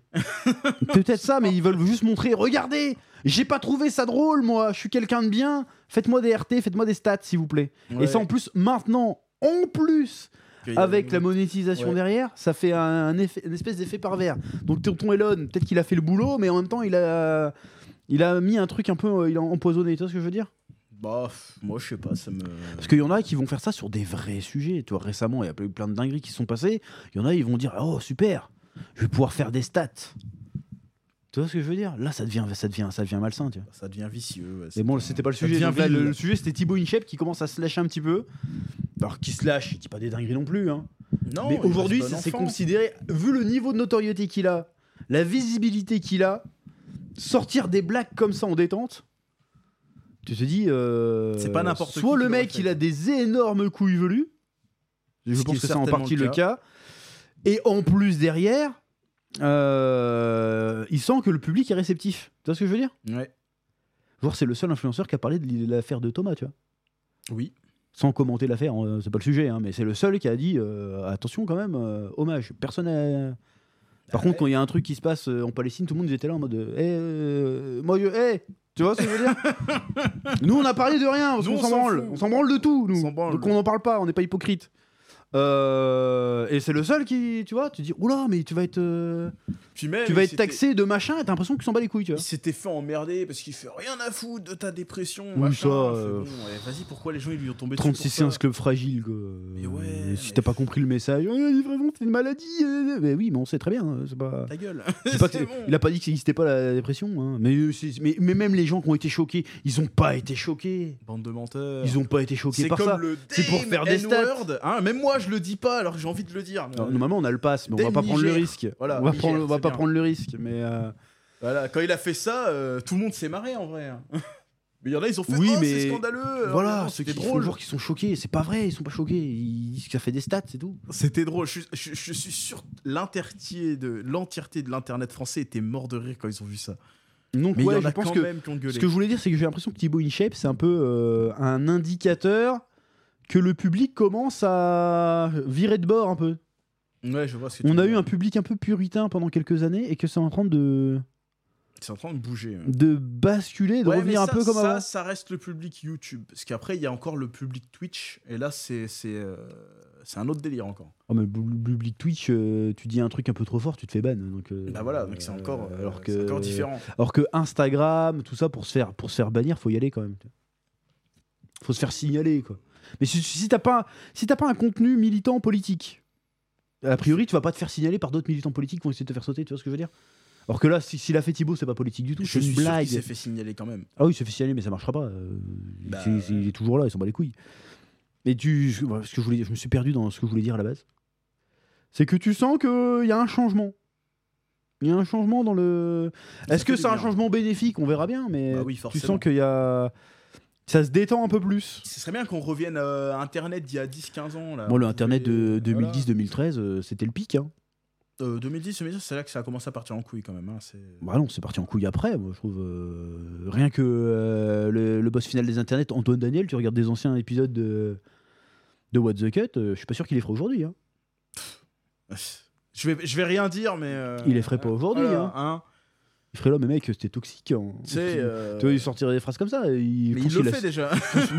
S1: Peut-être ça, mais ils veulent juste montrer. Regardez, j'ai pas trouvé ça drôle, moi. Je suis quelqu'un de bien. Faites-moi des RT, faites-moi des stats, s'il vous plaît. Et ça, en plus, maintenant, en plus,
S2: euh,
S1: avec la monétisation
S2: Ouais.
S1: derrière, ça fait un, un effet- une espèce d'effet pervers. Donc, Tonton Elon, peut-être qu'il a fait le boulot, mais en même temps, il a, il a mis un truc un peu, euh, il a empoisonné. Tu vois ce que je veux dire
S2: Bah, pff, moi, je sais pas, ça me.
S1: Parce qu'il y en a qui vont faire ça sur des vrais sujets. Tu vois, récemment, il y a eu plein de dingueries qui se sont passées. Il y en a, ils vont dire, oh super, je vais pouvoir faire des stats. Tu vois ce que je veux dire Là, ça devient, ça devient, ça devient malsain. Tu vois.
S2: bah, Ça devient vicieux. ouais, c'est-
S1: Mais bon, c'était pas le
S2: Ça
S1: sujet.
S2: devient
S1: donc là, le,
S2: vil.
S1: le sujet, c'était Thibaut Inchep qui commence à se lâcher un petit peu. Alors, qui se lâche, il dit pas des dingueries non plus. hein.
S2: Non,
S1: Mais
S2: il
S1: aujourd'hui,
S2: reste
S1: ça
S2: bon
S1: c'est
S2: enfant.
S1: considéré, vu le niveau de notoriété qu'il a, la visibilité qu'il a, sortir des blagues comme ça en détente, tu te dis. euh,
S2: C'est pas n'importe qui
S1: Soit
S2: qui
S1: le
S2: l'aurait
S1: mec,
S2: fait.
S1: il a des énormes couilles velues. Je
S2: Ce qui
S1: pense
S2: est
S1: que c'est en
S2: certainement
S1: partie
S2: le
S1: le cas. Et en plus, derrière, euh, il sent que le public est réceptif. Tu vois ce que je veux dire
S2: Ouais.
S1: Genre, c'est le seul influenceur qui a parlé de l'affaire de Thomas, tu vois.
S2: Oui.
S1: Sans commenter l'affaire, euh, c'est pas le sujet, hein, mais c'est le seul qui a dit euh, attention quand même, euh, hommage. Personne n'a- Par
S2: Ah
S1: contre,
S2: ouais.
S1: quand il y a un truc qui se passe euh, en Palestine, tout le monde était là en mode eh, euh, moi, je- eh Tu vois ce que je veux dire Nous, on a parlé de rien, parce
S2: Nous,
S1: qu'on
S2: on
S1: s'en
S2: s'en
S1: branle.
S2: fout.
S1: On s'en branle de tout, nous.
S2: s'en branle.
S1: Donc, on n'en parle pas, on n'est pas hypocrite. Euh, et c'est le seul qui, tu vois, tu dis, oula, mais tu vas être, euh,
S2: Puis même,
S1: tu vas
S2: il
S1: être
S2: s'était-
S1: taxé hein. de machin, et t'as l'impression qu'ils s'en bat les couilles, tu vois.
S2: Il s'était fait emmerder parce qu'il fait rien à foutre de ta dépression.
S1: Oui, ça,
S2: machin. Fait,
S1: euh,
S2: bon, ouais, Vas-y, pourquoi les gens ils lui ont tombé dessus pour
S1: 36 c'est
S2: ça
S1: un club fragile, quoi.
S2: Mais ouais,
S1: Euh, Si
S2: mais-
S1: t'as pas compris le message, oh, la livraison, c'est une maladie. euh, Mais oui, mais on sait très bien, euh, c'est pas.
S2: Ta gueule.
S1: c'est pas que-
S2: C'est bon.
S1: Il a pas dit que ça n'existait pas la dépression, hein. mais, euh, c'est- mais, mais même les gens qui ont été choqués, ils ont pas été choqués.
S2: Bande de menteurs.
S1: Ils ont pas été choqués
S2: C'est
S1: par
S2: comme
S1: ça.
S2: le
S1: C'est pour
S2: damn
S1: faire des stats.
S2: N-word, hein, même moi je le dis pas alors que j'ai envie de le dire. mais,
S1: Non,
S2: euh,
S1: normalement, on a le pass, mais on
S2: Dès
S1: va
S2: le
S1: pas prendre le
S2: Niger.
S1: risque.
S2: Voilà,
S1: on va,
S2: Niger,
S1: prendre, on va
S2: c'est
S1: pas
S2: bien.
S1: prendre le risque, mais. euh,
S2: Voilà, quand il a fait ça, euh, tout le monde s'est marré en vrai. hein. mais il y en a ils ont fait
S1: Oui,
S2: oh,
S1: mais
S2: c'est scandaleux. alors que
S1: Voilà,
S2: non,
S1: ceux
S2: c'était
S1: qui font toujours qui sont choqués, c'est pas vrai, ils sont pas choqués, ils disent que ça fait des stats, c'est tout.
S2: C'était drôle. Je, je- je suis sûr l'entièreté de l'entièreté de l'internet français était mort de rire quand ils ont vu ça.
S1: Donc
S2: Mais il
S1: ouais,
S2: y en
S1: je
S2: a
S1: pense
S2: quand
S1: que
S2: même qui ont gueulé.
S1: ce que je voulais dire, c'est que j'ai l'impression que Thibaut InShape, c'est un peu euh, un indicateur que le public commence à virer de bord un peu.
S2: Ouais, je vois ce que tu
S1: On a
S2: veux
S1: eu
S2: dire.
S1: un public un peu puritain pendant quelques années et que c'est en train de,
S2: C'est en train de bouger. hein.
S1: de basculer, de
S2: Ouais,
S1: revenir
S2: mais
S1: un
S2: ça-
S1: peu comme
S2: ça,
S1: avant.
S2: ça reste le public YouTube. Parce qu'après, il y a encore le public Twitch. Et là, c'est c'est euh, c'est un autre délire encore.
S1: Oh, mais le bou- public Twitch, euh, tu dis un truc un peu trop fort, tu te fais ban. Donc, euh,
S2: Bah voilà, donc c'est encore,
S1: euh,
S2: alors que... encore différent.
S1: Alors que Instagram, tout ça, pour se faire, pour se faire bannir, faut y aller quand même. Faut se faire signaler, quoi. Mais si, si t'as pas, si t'as pas un contenu militant politique, a priori, tu vas pas te faire signaler par d'autres militants politiques qui vont essayer de te faire sauter, tu vois ce que je veux dire Alors que là, si- s'il a fait Thibaut, c'est pas politique du tout,
S2: Je
S1: c'est
S2: suis
S1: une
S2: sûr
S1: blague.
S2: qu'il s'est fait signaler quand même.
S1: Ah oui, il s'est fait signaler, mais ça marchera pas. euh,
S2: Bah,
S1: c'est- c'est- il est toujours là, il s'en bat les couilles. Mais tu, je, voilà, ce que je voulais, je me suis perdu dans ce que je voulais dire à la base. C'est que tu sens qu'il y a un changement. Il y a un changement dans le.
S2: Ça
S1: Est-ce que
S2: fait du
S1: c'est un
S2: bien.
S1: changement bénéfique On verra bien, mais
S2: Bah oui,
S1: Euh, tu
S2: forcément.
S1: sens qu'il y a. Ça se détend un peu plus.
S2: Ce serait bien qu'on revienne euh, à Internet d'il y a 10-15 ans. Là.
S1: Moi, le Internet de
S2: Bah, Voilà.
S1: 2010-2013, euh, c'était le pic. Hein.
S2: Euh, 2010, 2010, c'est là que ça a commencé à partir en couille quand même. hein, c'est-
S1: Bah non, c'est parti en couille après, moi, je trouve. euh, Rien que euh, le, le boss final des internets, Antoine Daniel, tu regardes des anciens épisodes de, de What the Cut, euh, je suis pas sûr qu'il les ferait aujourd'hui. hein.
S2: Je vais, je vais rien dire, mais. euh,
S1: Il les ferait pas aujourd'hui,
S2: voilà, hein.
S1: Il ferait là, mais mec, c'était toxique. hein.
S2: Tu sais, euh,
S1: Tu vois, il sortirait des phrases comme ça. Il,
S2: mais
S1: je pense
S2: il le
S1: qu'il
S2: fait
S1: assu-
S2: déjà.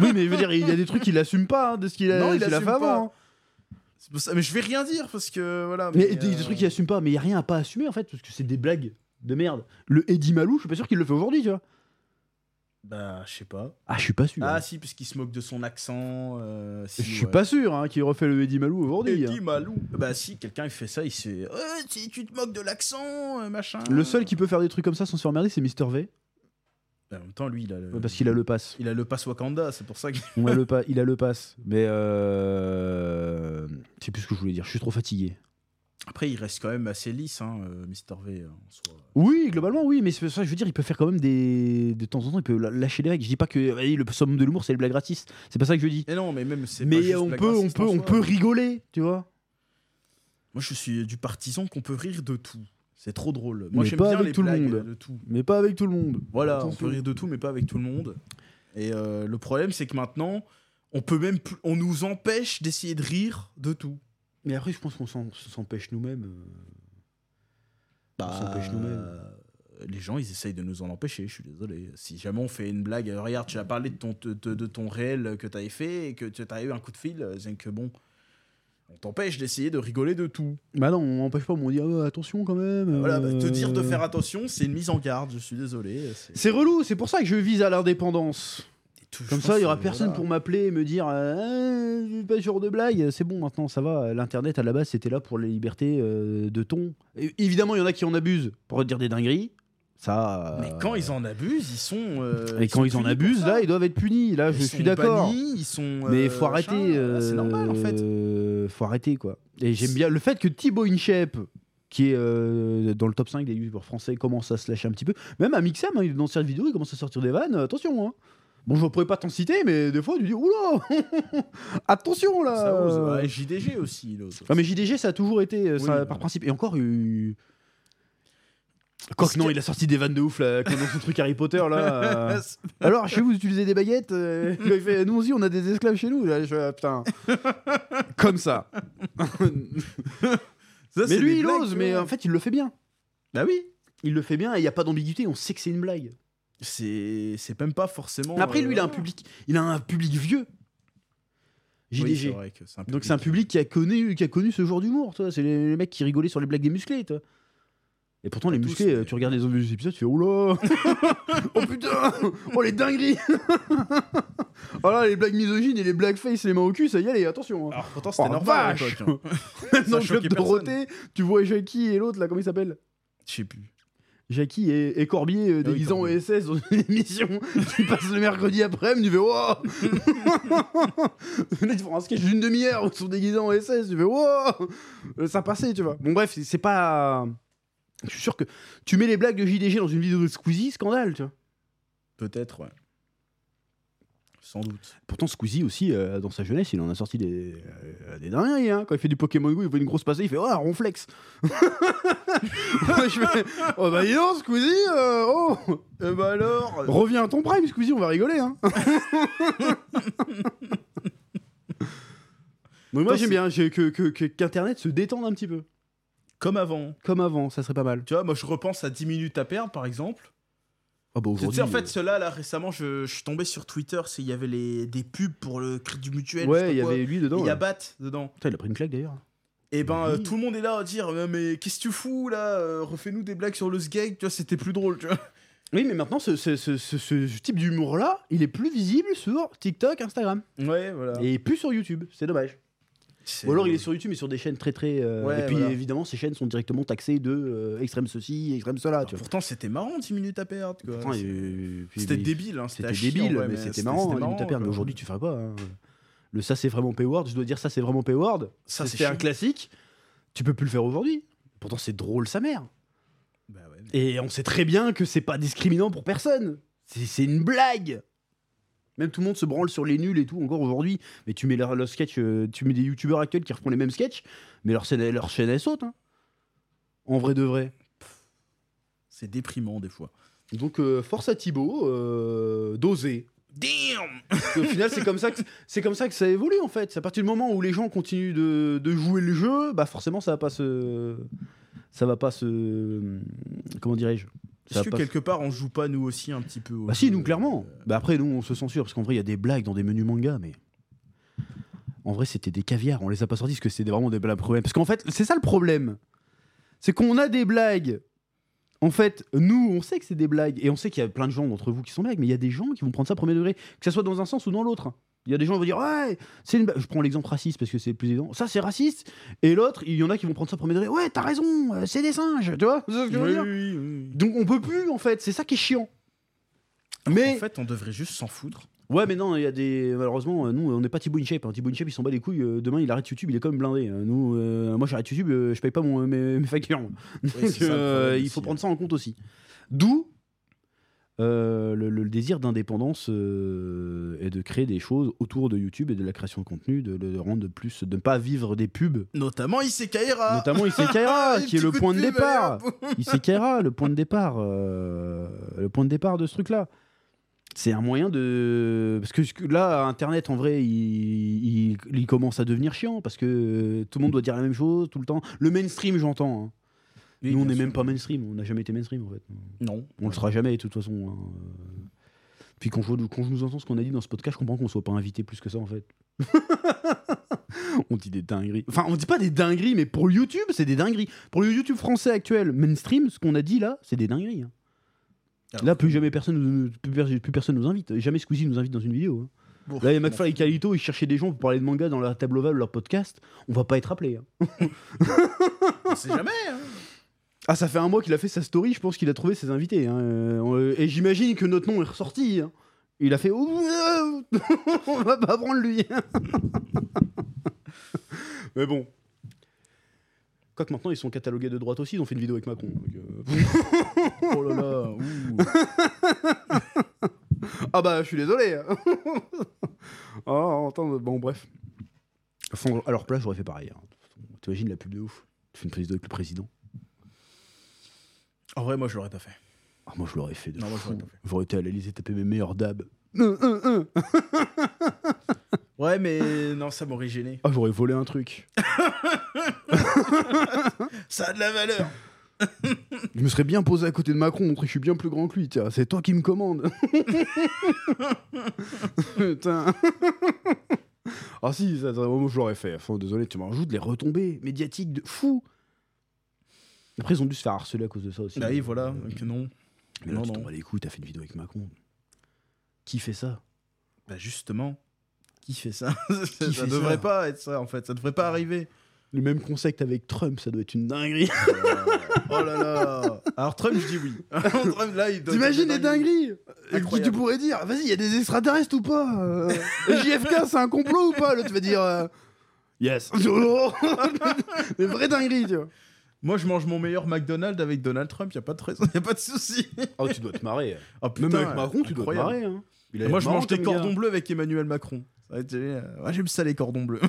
S1: Oui, mais je veux dire, il y a des trucs qu'il assume pas hein, de ce qu'il a,
S2: Non, il
S1: qu'il a
S2: assume
S1: fait
S2: euh, pas.
S1: avant. hein.
S2: C'est pour ça- mais je vais rien dire parce que voilà.
S1: Mais des, des
S2: euh,
S1: trucs qu'il assume pas, mais il y a rien à pas assumer en fait, parce que c'est des blagues de merde. Le Eddie Malou, je suis pas sûr qu'il le fait aujourd'hui, tu vois.
S2: Bah, je sais pas.
S1: Ah, je suis pas sûr.
S2: Ah
S1: hein.
S2: si, parce qu'il se moque de son accent. euh, si,
S1: Je suis
S2: ouais.
S1: pas sûr hein, qu'il refait le Eddie Malou aujourd'hui.
S2: Eddie
S1: hein.
S2: Malou. Bah si, quelqu'un il fait ça, il se fait. Euh, si tu te moques de l'accent, euh, machin.
S1: Le seul qui peut faire des trucs comme ça sans se faire merder, c'est Mister V,
S2: Bah, en même temps, lui, il a le.
S1: parce qu'il a le pass.
S2: Il a le pass Wakanda, c'est pour ça que.
S1: On a le pas, il a le pass. Mais euh... je sais plus ce que je voulais dire. Je suis trop fatigué.
S2: Après, il reste quand même assez lisse, hein, Mister V euh, en soi.
S1: Oui, globalement, oui, mais c'est pour ça que je veux dire, il peut faire quand même des. De temps en temps, il peut la- lâcher des règles. Je dis pas que vas-y, le somme de l'humour, c'est les blagues gratis. C'est pas ça que je dis.
S2: Mais non, mais même c'est. pas
S1: Mais
S2: juste
S1: on
S2: la
S1: peut, on
S2: raciste en
S1: peut, on
S2: soi.
S1: peut rigoler, tu vois.
S2: Moi, je suis du partisan qu'on peut rire de tout. C'est trop drôle. Moi,
S1: Mais
S2: j'aime
S1: pas
S2: bien
S1: avec
S2: les
S1: tout le
S2: blagues
S1: monde.
S2: de tout.
S1: Mais pas avec tout le monde.
S2: Voilà, on
S1: Attention.
S2: peut rire de tout, mais pas avec tout le monde. Et euh, le problème, c'est que maintenant, on peut même, plus- on nous empêche d'essayer de rire de tout.
S1: Mais après, je pense qu'on s'en- s'empêche nous-mêmes. euh. On s'empêche nous-mêmes.
S2: Les gens, ils essayent de nous en empêcher. Je suis désolé. Si jamais on fait une blague, euh, regarde, tu as parlé de ton, de, de- de ton réel que t'avais fait et que tu as eu un coup de fil, euh, c'est que bon, on t'empêche d'essayer de rigoler de tout.
S1: Bah non, on m'empêche pas, mais on dit ah, attention quand même.
S2: Voilà, bah,
S1: euh.
S2: te dire de faire attention, c'est une mise en garde. Je suis désolé. c'est-
S1: C'est relou, c'est pour ça que je vise à l'indépendance.
S2: tout- je
S1: Comme
S2: pense
S1: ça, il y aura
S2: que,
S1: personne
S2: voilà.
S1: pour m'appeler et me dire euh, Ah, je suis pas sûr de blague. C'est bon, maintenant ça va. L'internet à la base, c'était là pour la liberté euh, de ton. Et évidemment, il y en a qui en abusent pour dire des dingueries. Ça. euh,
S2: Mais quand ils en abusent, ils sont. euh,
S1: Et quand
S2: sont
S1: ils en
S2: punis pour
S1: abusent,
S2: ça.
S1: là, ils doivent être punis. Là, Ah, je
S2: Ils
S1: suis
S2: sont
S1: d'accord.
S2: bannis, Ils sont.
S1: Mais
S2: euh,
S1: faut arrêter.
S2: machin.
S1: euh,
S2: C'est normal en fait.
S1: euh, faut arrêter quoi. Et j'aime bien le fait que Thibaut InShape, qui est euh, dans le top 5 des youtubeurs français, commence à se lâcher un petit peu. Même à Mixam, hein, il est dans cette vidéo, il commence à sortir des vannes. euh, Attention. Hein. Bon, je ne pourrais pas t'en citer, mais des fois, tu dis oula, attention là.
S2: Ça ose. Ouais, JDG aussi, il ose.
S1: Ah, mais JDG, ça a toujours été euh,
S2: Oui,
S1: ça,
S2: oui.
S1: par principe. Et encore, eu. Quoique
S2: Est-ce
S1: non,
S2: que-
S1: il a sorti des vannes de ouf là, comme dans son truc Harry Potter là. euh. Alors, chez vous, vous utilisez des baguettes euh, il fait, Nous aussi, on a des esclaves chez nous. Là, je fais, ah, putain. Comme ça.
S2: Ça,
S1: mais
S2: c'est
S1: lui,
S2: des
S1: il
S2: blagues,
S1: ose,
S2: tu
S1: mais euh,
S2: vois.
S1: en fait, il le fait bien.
S2: Bah oui.
S1: Il le fait bien et il n'y a pas d'ambiguïté, on sait que c'est une blague.
S2: C'est c'est même pas forcément.
S1: Mais Après,
S2: euh,
S1: lui, il a un
S2: voilà.
S1: public, il a un public vieux.
S2: Oui, c'est
S1: JDG.
S2: vrai que c'est un
S1: Donc c'est un public qui a connu, qui a connu ce genre d'humour, toi. C'est les, les mecs qui rigolaient sur les blagues des musclés, toi. Et pourtant,
S2: Pas
S1: les
S2: tous,
S1: musclés, euh,
S2: mais-
S1: tu regardes les autres épisodes, tu fais oula Oh putain Oh les dingueries Oh là, les blagues misogynes et les blackface, les mains au cul, ça y est, allez, attention hein.
S2: Alors pourtant c'était
S1: Oh,
S2: normal à
S1: vache
S2: l'époque, hein.
S1: Même dans le
S2: ça
S1: club
S2: choquait
S1: Dorothée, tu vois Jackie et l'autre, là, comment il s'appelle
S2: Je sais plus.
S1: Jackie et, et Corbier euh,
S2: Ah oui,
S1: déguisant
S2: Corbier.
S1: OSS dans une émission qui passe le mercredi après-midi, tu fais oh Wow Là, ils font un sketch d'une demi-heure où ils sont déguisés en OSS, E tu fais Wow Euh, Ça passait, tu vois. Bon, bref, c'est- c'est pas. Je suis sûr que tu mets les blagues de JDG dans une vidéo de Squeezie, scandale, tu vois.
S2: Peut-être, ouais. Sans doute.
S1: Pourtant, Squeezie aussi, euh, dans sa jeunesse, il en a sorti des, euh, des dingueries. hein. Quand il fait du Pokémon Go, il voit une grosse passer, il fait Oh, un ronflex Moi, je fais, Oh, bah, dis donc, Squeezie euh, Oh
S2: Euh, bah alors
S1: Reviens à ton prime, Squeezie, on va rigoler. Hein. Donc moi
S2: Attends,
S1: j'aime
S2: c'est-
S1: bien j'ai- que- que- que- qu'Internet se détende un petit peu.
S2: Comme avant.
S1: Comme avant, ça serait pas mal.
S2: Tu vois, moi je repense à 10 minutes à perdre par exemple.
S1: Ah bah
S2: Tu
S1: aujourd'hui.
S2: sais, en fait,
S1: euh,
S2: ceux-là, là, récemment, je, je suis tombé sur Twitter, c'est- il y avait les, des pubs pour le crédit mutuel. je sais
S1: ouais,
S2: pas
S1: il y
S2: quoi.
S1: avait lui
S2: Et
S1: dedans.
S2: Il y a
S1: là.
S2: Bat dedans.
S1: Putain, il a pris une claque d'ailleurs.
S2: Et ben,
S1: Oui.
S2: euh, tout le monde est là à dire euh, Mais qu'est-ce que tu fous là Euh, Refais-nous des blagues sur le sgeg, tu vois, c'était plus drôle, tu vois.
S1: Oui, mais maintenant ce, ce- ce- ce- ce type d'humour là, il est plus visible sur TikTok, Instagram
S2: Ouais, voilà.
S1: et plus sur YouTube. C'est dommage. Ou alors il est sur YouTube mais sur des chaînes très très. euh,
S2: Ouais,
S1: et puis
S2: voilà.
S1: évidemment ces chaînes sont directement taxées de euh, extrême ceci, extrême cela.
S2: Alors,
S1: tu vois.
S2: euh, pourtant, c'était marrant 10 minutes à perdre. quoi.
S1: Pourtant,
S2: C'est-
S1: euh, puis-
S2: C'était
S1: mais-
S2: débile, hein,
S1: C'était
S2: à chier, en
S1: débile,
S2: vrai,
S1: mais c'était marrant,
S2: c'était
S1: hein, limite à perdre.
S2: quoi.
S1: Mais aujourd'hui, tu ferais pas. hein. Le ça, c'est vraiment Payward. Je dois dire ça, c'est vraiment Payward.
S2: ça c'est
S1: C'était un
S2: chiant.
S1: classique. Tu peux plus le faire aujourd'hui. Pourtant, c'est drôle, sa mère.
S2: Bah ouais, mais-
S1: Et on sait très bien que c'est pas discriminant pour personne. C'est c'est une blague. Même tout le monde se branle sur les nuls et tout encore aujourd'hui. Mais tu mets leur, leur sketch, euh, tu mets des youtubeurs actuels qui refont les mêmes sketchs, mais leur, scène- leur chaîne elle saute. hein. En vrai de vrai.
S2: C'est déprimant des fois.
S1: Donc euh, force à Thibaut euh, d'oser.
S2: Damn
S1: Au final, c'est comme ça que c'est comme ça que ça évolue en fait. C'est à partir du moment où les gens continuent de, de jouer le jeu, bah forcément, ça va pas se, ça va pas se, comment dirais-je Ça
S2: Est-ce
S1: va
S2: que
S1: pas
S2: quelque part on joue pas nous aussi un petit peu au
S1: Bah
S2: jeu,
S1: si, nous clairement.
S2: euh,
S1: Bah après, nous, on se censure parce qu'en vrai, il y a des blagues dans des menus manga, mais en vrai, c'était des caviars. On les a pas sortis parce que c'était vraiment des blagues problèmes. Parce qu'en fait, c'est ça le problème, c'est qu'on a des blagues. En fait, nous, on sait que c'est des blagues, et on sait qu'il y a plein de gens d'entre vous qui sont blagues, mais il y a des gens qui vont prendre ça premier degré, que ça soit dans un sens ou dans l'autre. Il y a des gens qui vont dire ouais, c'est une blague. Je prends l'exemple raciste parce que c'est le plus évident. Ça, c'est raciste. Et l'autre, il y en a qui vont prendre ça premier degré. Ouais, t'as raison, euh, c'est des singes, tu vois. C'est ce que je veux
S2: oui,
S1: dire.
S2: oui, oui, oui.
S1: Donc on peut plus en fait, c'est ça qui est chiant. Mais
S2: En fait, on devrait juste s'en foutre.
S1: Ouais, mais non, il y a des. Malheureusement, euh, nous, on n'est pas Thibaut InShape. Hein. Thibaut InShape, il s'en bat les couilles. euh, Demain, il arrête YouTube, il est quand même blindé. Euh, Nous, euh, moi, j'arrête YouTube, euh, je paye pas mon, euh, mes, mes factures. moi.
S2: c'est ça, le
S1: Euh,
S2: problème
S1: il
S2: aussi,
S1: faut
S2: hein.
S1: prendre ça en compte aussi. D'où euh, le, le désir d'indépendance euh, et de créer des choses autour de YouTube et de la création de contenu, de le rendre de plus, de ne pas vivre des pubs.
S2: Notamment ICKRA
S1: Notamment Isekera,
S2: Les
S1: qui est
S2: petits
S1: le
S2: coups de
S1: point de
S2: pub,
S1: départ.
S2: allez, hop.
S1: Isekera, le point de départ, euh, le point de départ de ce truc-là. C'est un moyen de parce que ce que- là Internet en vrai il, il- il commence à devenir chiant parce que euh, tout le monde doit dire la même chose tout le temps. Le mainstream j'entends. hein.
S2: Oui,
S1: Nous on
S2: bien
S1: n'est
S2: sûr.
S1: même pas mainstream, on n'a jamais été mainstream en fait.
S2: Non.
S1: On le sera jamais de toute façon. hein. Euh, Puis quand je, vois- quand je nous entends ce qu'on a dit dans ce podcast, je comprends qu'on soit pas invité plus que ça en fait. on dit des dingueries. Enfin, on dit pas des dingueries, mais pour le YouTube, c'est des dingueries. Pour le YouTube français actuel, mainstream, ce qu'on a dit là, c'est des dingueries. hein.
S2: Alors
S1: là, plus jamais personne, nous- plus, per- plus personne nous invite. Jamais Squeezie nous invite dans une vidéo. hein.
S2: Bon,
S1: Là, il y a
S2: bon.
S1: McFly et Calito, ils cherchaient des gens pour parler de manga dans leur table ovale, de leur podcast. On va pas être appelé. hein.
S2: On sait jamais. hein.
S1: Ah, ça fait un mois qu'il a fait sa story, je pense qu'il a trouvé ses invités. hein. Euh, on- Et j'imagine que notre nom est ressorti. hein. Il a fait Ouh, euh, On va pas prendre lui hein. Mais bon. Quoique maintenant, ils sont catalogués de droite aussi, ils ont fait une vidéo avec Macron. donc, euh,
S2: Oh là là. ouh.
S1: ah bah, je suis désolé Oh, attends, bon, bref. Enfin, à leur place, j'aurais fait pareil. hein. T'imagines la pub de ouf Tu fais une prise de avec le président
S2: En vrai, moi, je l'aurais pas fait.
S1: Ah, moi, je l'aurais fait de
S2: Non, moi, je
S1: fou.
S2: l'aurais pas fait.
S1: J'aurais été à l'Elysée taper mes meilleurs dabs. Hum, hum, hum.
S2: Ouais, mais non, ça m'aurait gêné.
S1: Ah, j'aurais volé un truc.
S2: Ça a de la valeur.
S1: Je me serais bien posé à côté de Macron, montré que je suis bien plus grand que lui. Tiens, c'est toi qui me commande. Putain. Ah si, ça, ça, moi je l'aurais fait. Enfin, désolé, tu m'en rajoutes les retombées médiatiques de fou. Après, ils ont dû se faire harceler à cause de ça aussi.
S2: Bah oui, voilà, donc non.
S1: Mais là,
S2: Non,
S1: tu
S2: non.
S1: t'en bats les couilles, t'as fait une vidéo avec Macron. Qui fait ça
S2: Bah justement, qui fait ça Ça
S1: Qui fait
S2: devrait
S1: ça
S2: pas être ça en fait, ça devrait pas arriver.
S1: Le même concept avec Trump, ça doit être une dinguerie.
S2: Euh, oh là là Alors Trump, je dis oui. Trump, là, il doit-
S1: T'imagines
S2: il doit-
S1: les dingueries Qui tu
S2: Incroyable.
S1: pourrais dire Vas-y, il y a des extraterrestres ou pas Euh, JFK, c'est un complot ou pas Là, tu vas dire euh, Yes. des vraies dingueries, tu vois.
S2: Moi, je mange mon meilleur McDonald's avec Donald Trump, y a pas de raison, y a pas de souci.
S1: Oh, tu dois te marrer.
S2: Ah, putain, incroyable.
S1: Hein.
S2: Moi, je mange des cordons bleus avec Emmanuel Macron. Ça va être génial. Ouais, j'aime ça les cordons bleus.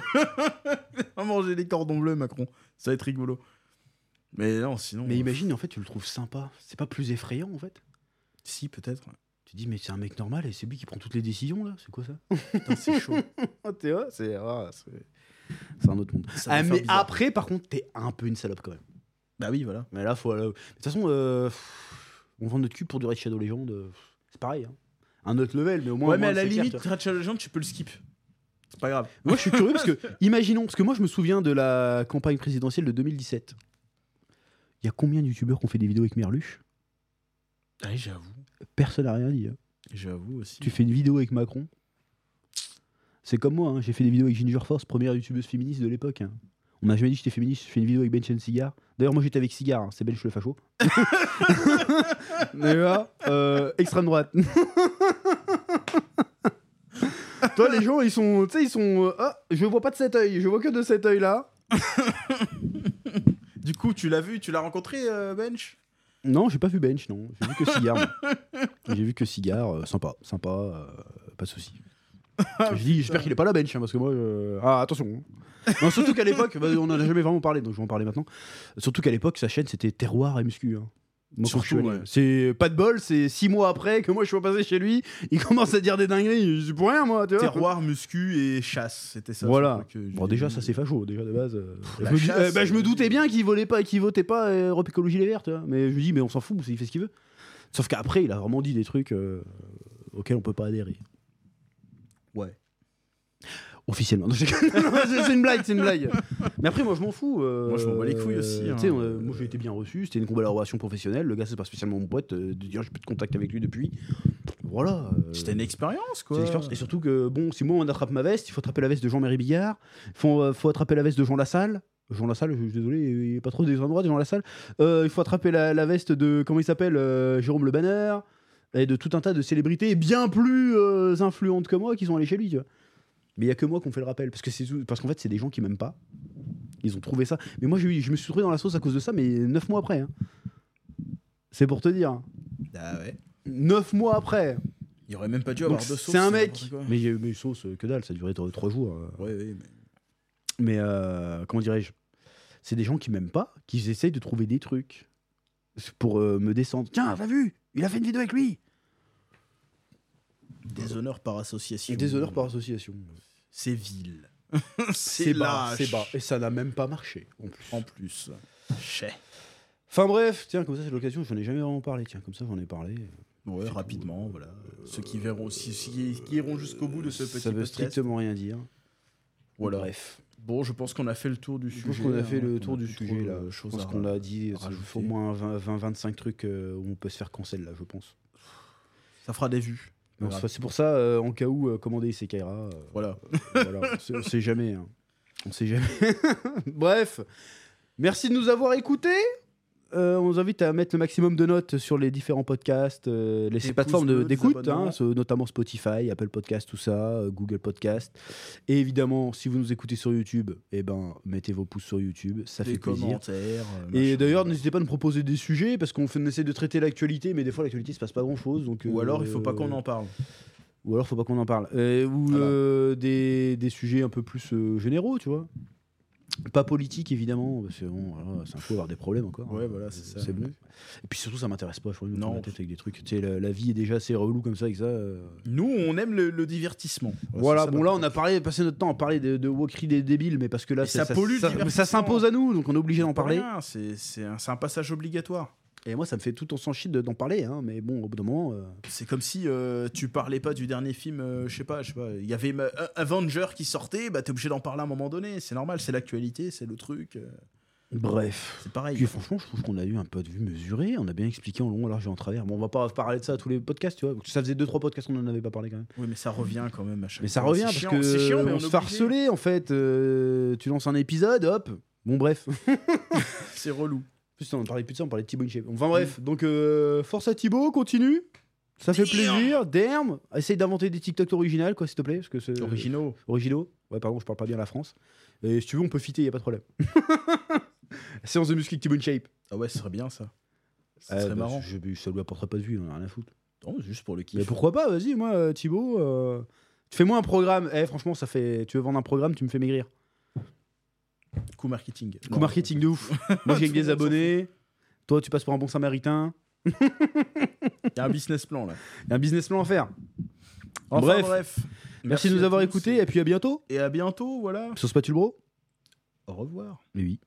S2: On va manger des cordons bleus, Macron. Ça va être rigolo. Mais non, sinon.
S1: Mais imagine, en fait, tu le trouves sympa. C'est pas plus effrayant, en fait.
S2: Si, peut-être.
S1: Tu dis, mais c'est un mec normal et c'est lui qui prend toutes les décisions, là. C'est quoi ça
S2: Putain, c'est chaud.
S1: Oh, T'es ouais, c'est ah, c'est- c'est un autre monde.
S2: Ça va
S1: Ah,
S2: faire
S1: mais
S2: bizarre.
S1: après, par contre, t'es un peu une salope quand même.
S2: Bah oui, voilà.
S1: Mais là, faut. aller- De toute façon, euh, pff, on vend notre cul pour du Red Shadow Legend. euh, pff, C'est pareil. hein. Un autre level, mais au moins.
S2: ouais,
S1: au
S2: mais
S1: moins,
S2: à la
S1: c'est clair,
S2: limite,
S1: tu vois.
S2: Ratchet Legend, tu peux le skip. C'est pas grave.
S1: Moi, je suis curieux parce que, imaginons, parce que moi, je me souviens de la campagne présidentielle de 2017. Il y a combien de youtubeurs qui ont fait des vidéos avec Merluche
S2: Allez, Ah j'avoue.
S1: Personne n'a rien dit. hein.
S2: J'avoue aussi.
S1: Tu fais une vidéo avec Macron C'est comme moi, hein, j'ai fait des vidéos avec Ginger Force, première youtubeuse féministe de l'époque. hein. On n'a jamais dit que j'étais féministe, je fais une vidéo avec Benchen Cigar. D'ailleurs, moi j'étais avec Cigar, hein, c'est belge le facho. Mais là, euh, extrême droite. Toi, les gens, ils sont. Tu sais, ils sont. euh, Ah, je vois pas de cet œil, je vois que de cet œil là.
S2: Du coup, tu l'as vu, tu l'as rencontré, euh, Bench
S1: Non, j'ai pas vu Bench, non. J'ai vu que Cigar. moi. j'ai vu que Cigar, euh, sympa, sympa, euh, pas de souci. Je dis, j'espère qu'il est pas là, Bench, hein, parce que moi. euh, Ah, attention. hein. Non, surtout qu'à l'époque, bah, on en a jamais vraiment parlé, donc je vais en parler maintenant. Surtout qu'à l'époque, sa chaîne, c'était Terroir et Muscu. hein. Moi, quand je suis
S2: Surtout,
S1: allé,
S2: ouais.
S1: C'est pas de bol, c'est six mois après que moi je suis passé chez lui, il commence à dire des dingueries, je suis pour rien, moi, tu vois.
S2: Terroir, muscu et chasse. C'était ça.
S1: Voilà.
S2: ce truc que
S1: Bon,
S2: j'ai
S1: déjà,
S2: vu.
S1: ça c'est facho, déjà de base. euh,
S2: Pff,
S1: je,
S2: la
S1: me dis-
S2: chasse,
S1: euh, bah, je me
S2: euh,
S1: doutais bien qu'il volait pas, qu'il votait pas euh, Europe Écologie Les Verts, tu vois. mais je lui dis, mais on s'en fout, il fait ce qu'il veut. Sauf qu'après, il a vraiment dit des trucs euh, auxquels on peut pas adhérer.
S2: Ouais.
S1: Officiellement. Non, je déconne. Non, c'est c'est une blague, c'est une blague. Mais après, moi, je m'en fous. euh,
S2: Moi, je m'en bats les couilles aussi,
S1: tu
S2: hein.
S1: sais, on a- moi, j'ai été bien reçu. C'était une collaboration professionnelle. Le gars, c'est pas spécialement mon pote. euh, de dire, j'ai plus de contact avec lui depuis. Voilà. euh,
S2: C'était une expérience,
S1: c'est
S2: quoi.
S1: une expérience. Et surtout que, bon, si moi on attrape ma veste, il faut attraper la veste de Jean-Marie Bigard, il faut, euh, faut attraper la veste de Jean Lassalle. Jean Lassalle, je je suis désolé, il n'est pas trop d'extrême droite, Jean Lassalle. Euh, il faut attraper la, la veste de, comment il s'appelle, euh, Jérôme Le Banner, et de tout un tas de célébrités bien plus euh, influentes que moi qui sont allées chez lui, tu vois. Mais il n'y a que moi qu'on fait le rappel, parce que c'est tout- parce qu'en fait, c'est des gens qui m'aiment pas. Ils ont trouvé ça. Mais moi, j'ai eu- je me suis trouvé dans la sauce à cause de ça, mais neuf mois après. hein. C'est pour te dire. hein.
S2: Ah ouais.
S1: Neuf mois après.
S2: Il y aurait même pas dû
S1: Donc,
S2: avoir de sauce. hein,
S1: C'est un mec.
S2: n'importe quoi.
S1: Mais, mais sauce, euh, que dalle, ça durait trois trois jours. euh.
S2: Ouais, ouais, mais-
S1: Mais euh, comment dirais-je C'est des gens qui m'aiment pas, qui essayent de trouver des trucs pour euh, me descendre. Tiens, t'as vu Il a fait une vidéo avec lui.
S2: Déshonneur par association.
S1: Déshonneur par association.
S2: C'est vil.
S1: C'est bas,
S2: lâche.
S1: c'est bas. Et ça n'a même pas marché. En plus.
S2: En plus. Chais.
S1: Enfin bref, tiens, comme ça c'est l'occasion, j'en ai jamais vraiment parlé. Tiens, comme ça j'en ai parlé.
S2: Ouais, rapidement, voilà. Euh, Ceux qui verront aussi, ceux qui, qui iront jusqu'au bout de ce petit
S1: ça veut
S2: podcast.
S1: strictement rien dire.
S2: Voilà.
S1: Bref.
S2: Bon, je pense qu'on a fait le tour du
S1: Je
S2: sujet.
S1: pense qu'on a fait
S2: hein,
S1: le
S2: qu'on
S1: tour
S2: a
S1: du
S2: plus trop
S1: sujet
S2: de
S1: là. Je
S2: choses
S1: pense
S2: à-
S1: qu'on a dit euh,
S2: rajouter.
S1: au moins 20-25 trucs euh, où on peut se faire cancel là, je pense.
S2: Ça fera des vues.
S1: Non,
S2: Voilà.
S1: c'est- c'est pour ça, euh, en cas où, euh, commander Isekaira. euh,
S2: Voilà.
S1: voilà, on sait- on sait jamais. hein. On sait jamais. Bref, merci de nous avoir écoutés. Euh, on vous invite à mettre le maximum de notes sur les différents podcasts, euh, les
S2: Des
S1: plateformes
S2: pouces
S1: de-
S2: bleus, des
S1: d'écoute, hein,
S2: abonnements.
S1: ce- notamment Spotify, Apple Podcast, tout ça, euh, Google Podcast. Et évidemment, si vous nous écoutez sur YouTube, eh ben, mettez vos pouces sur YouTube, ça
S2: des
S1: fait plaisir.
S2: commentaires. euh,
S1: Et
S2: machin.
S1: d'ailleurs, n'hésitez pas à nous proposer des sujets parce qu'on fait- on essaie de traiter l'actualité, mais des fois l'actualité il se passe pas grand chose. Donc,
S2: Ou
S1: euh,
S2: alors, il faut pas qu'on en parle.
S1: ou alors, faut pas qu'on en parle. Euh, ou
S2: Voilà.
S1: euh, des, des sujets un peu plus euh, généraux, tu vois. Pas politique, évidemment, parce que bon, voilà, c'est un peu avoir des problèmes encore. hein. Euh,
S2: Ouais, voilà, c'est ça.
S1: C'est bon. Et puis surtout, ça m'intéresse pas. Je crois,
S2: Non.
S1: non. La tête avec des trucs. Tu sais, la, la vie est déjà assez relou comme ça, avec ça. euh.
S2: Nous, on aime le, le divertissement.
S1: Voilà,
S2: c'est ça,
S1: bon, là,
S2: notre-
S1: on a parlé, passé notre temps à parler de, de wokeries des débiles, mais parce que là,
S2: Et
S1: c'est-
S2: ça pollue le
S1: ça, ça
S2: divertissement.
S1: s'impose à nous, donc on est obligé d'en
S2: Pour
S1: parler.
S2: rien, C'est c'est un, c'est un passage obligatoire.
S1: Et moi, ça me fait tout ton sang shit de- d'en parler, hein, mais bon, au bout d'un moment. euh,
S2: C'est comme si euh, tu parlais pas du dernier film, euh, je sais pas, je sais pas. Il y avait ma- euh, Avenger qui sortait, bah t'es obligé d'en parler à un moment donné. C'est normal, c'est l'actualité, c'est le truc. euh,
S1: Bref.
S2: c'est
S1: Et
S2: pareil.
S1: puis franchement, je trouve qu'on a eu un peu de vue mesurée, on a bien expliqué en long, en large et en travers. Bon, on va pas parler de ça à tous les podcasts, tu vois. parce que Ça faisait 2-3 podcasts qu'on n'en avait pas parlé quand même.
S2: Oui, mais ça revient quand même à chaque
S1: Mais ça
S2: fois.
S1: revient
S2: C'est
S1: parce
S2: chiant,
S1: que
S2: c'est chiant, mais
S1: on,
S2: on
S1: se
S2: est
S1: fait
S2: obligé.
S1: harceler en fait. Euh, tu lances un épisode, hop. Bon bref. En
S2: C'est relou.
S1: plus on parlait plus de ça, on parlait de Thibaut Inchep. Enfin
S2: Mm.
S1: bref, donc euh, force à Thibaut, continue. Ça fait plaisir, derme. Essaye d'inventer des TikTok originales, quoi, s'il te plaît, parce que c'est
S2: Originaux.
S1: originaux. Ouais, pardon, je parle pas bien la France. Et si tu veux, on peut fitter, y a pas de problème. Séance de muscu avec Thibaut Inchep.
S2: Ah ouais, ce serait bien ça. Ça
S1: Eh,
S2: serait
S1: bah,
S2: marrant.
S1: Je, je- ça lui apporterait pas de vue, on en a rien à foutre.
S2: Non, juste pour le kiff.
S1: Mais pourquoi pas, vas-y, moi, euh, Thibaut, euh, fais-moi un programme. Eh, franchement, ça fait. Tu veux vendre un programme, tu me fais maigrir.
S2: Coup marketing.
S1: Coup marketing de ouf. Moi, j'ai
S2: Tout le monde
S1: des
S2: s'en
S1: abonnés. Toi, tu passes pour un bon samaritain.
S2: Il y a un business plan là.
S1: Il y a un business plan à faire.
S2: Enfin,
S1: bref,
S2: bref.
S1: merci, de nous
S2: à
S1: avoir
S2: tous
S1: écoutés et puis à bientôt
S2: Et à bientôt, voilà.
S1: sur Spatule Bro.
S2: Au revoir.
S1: Oui.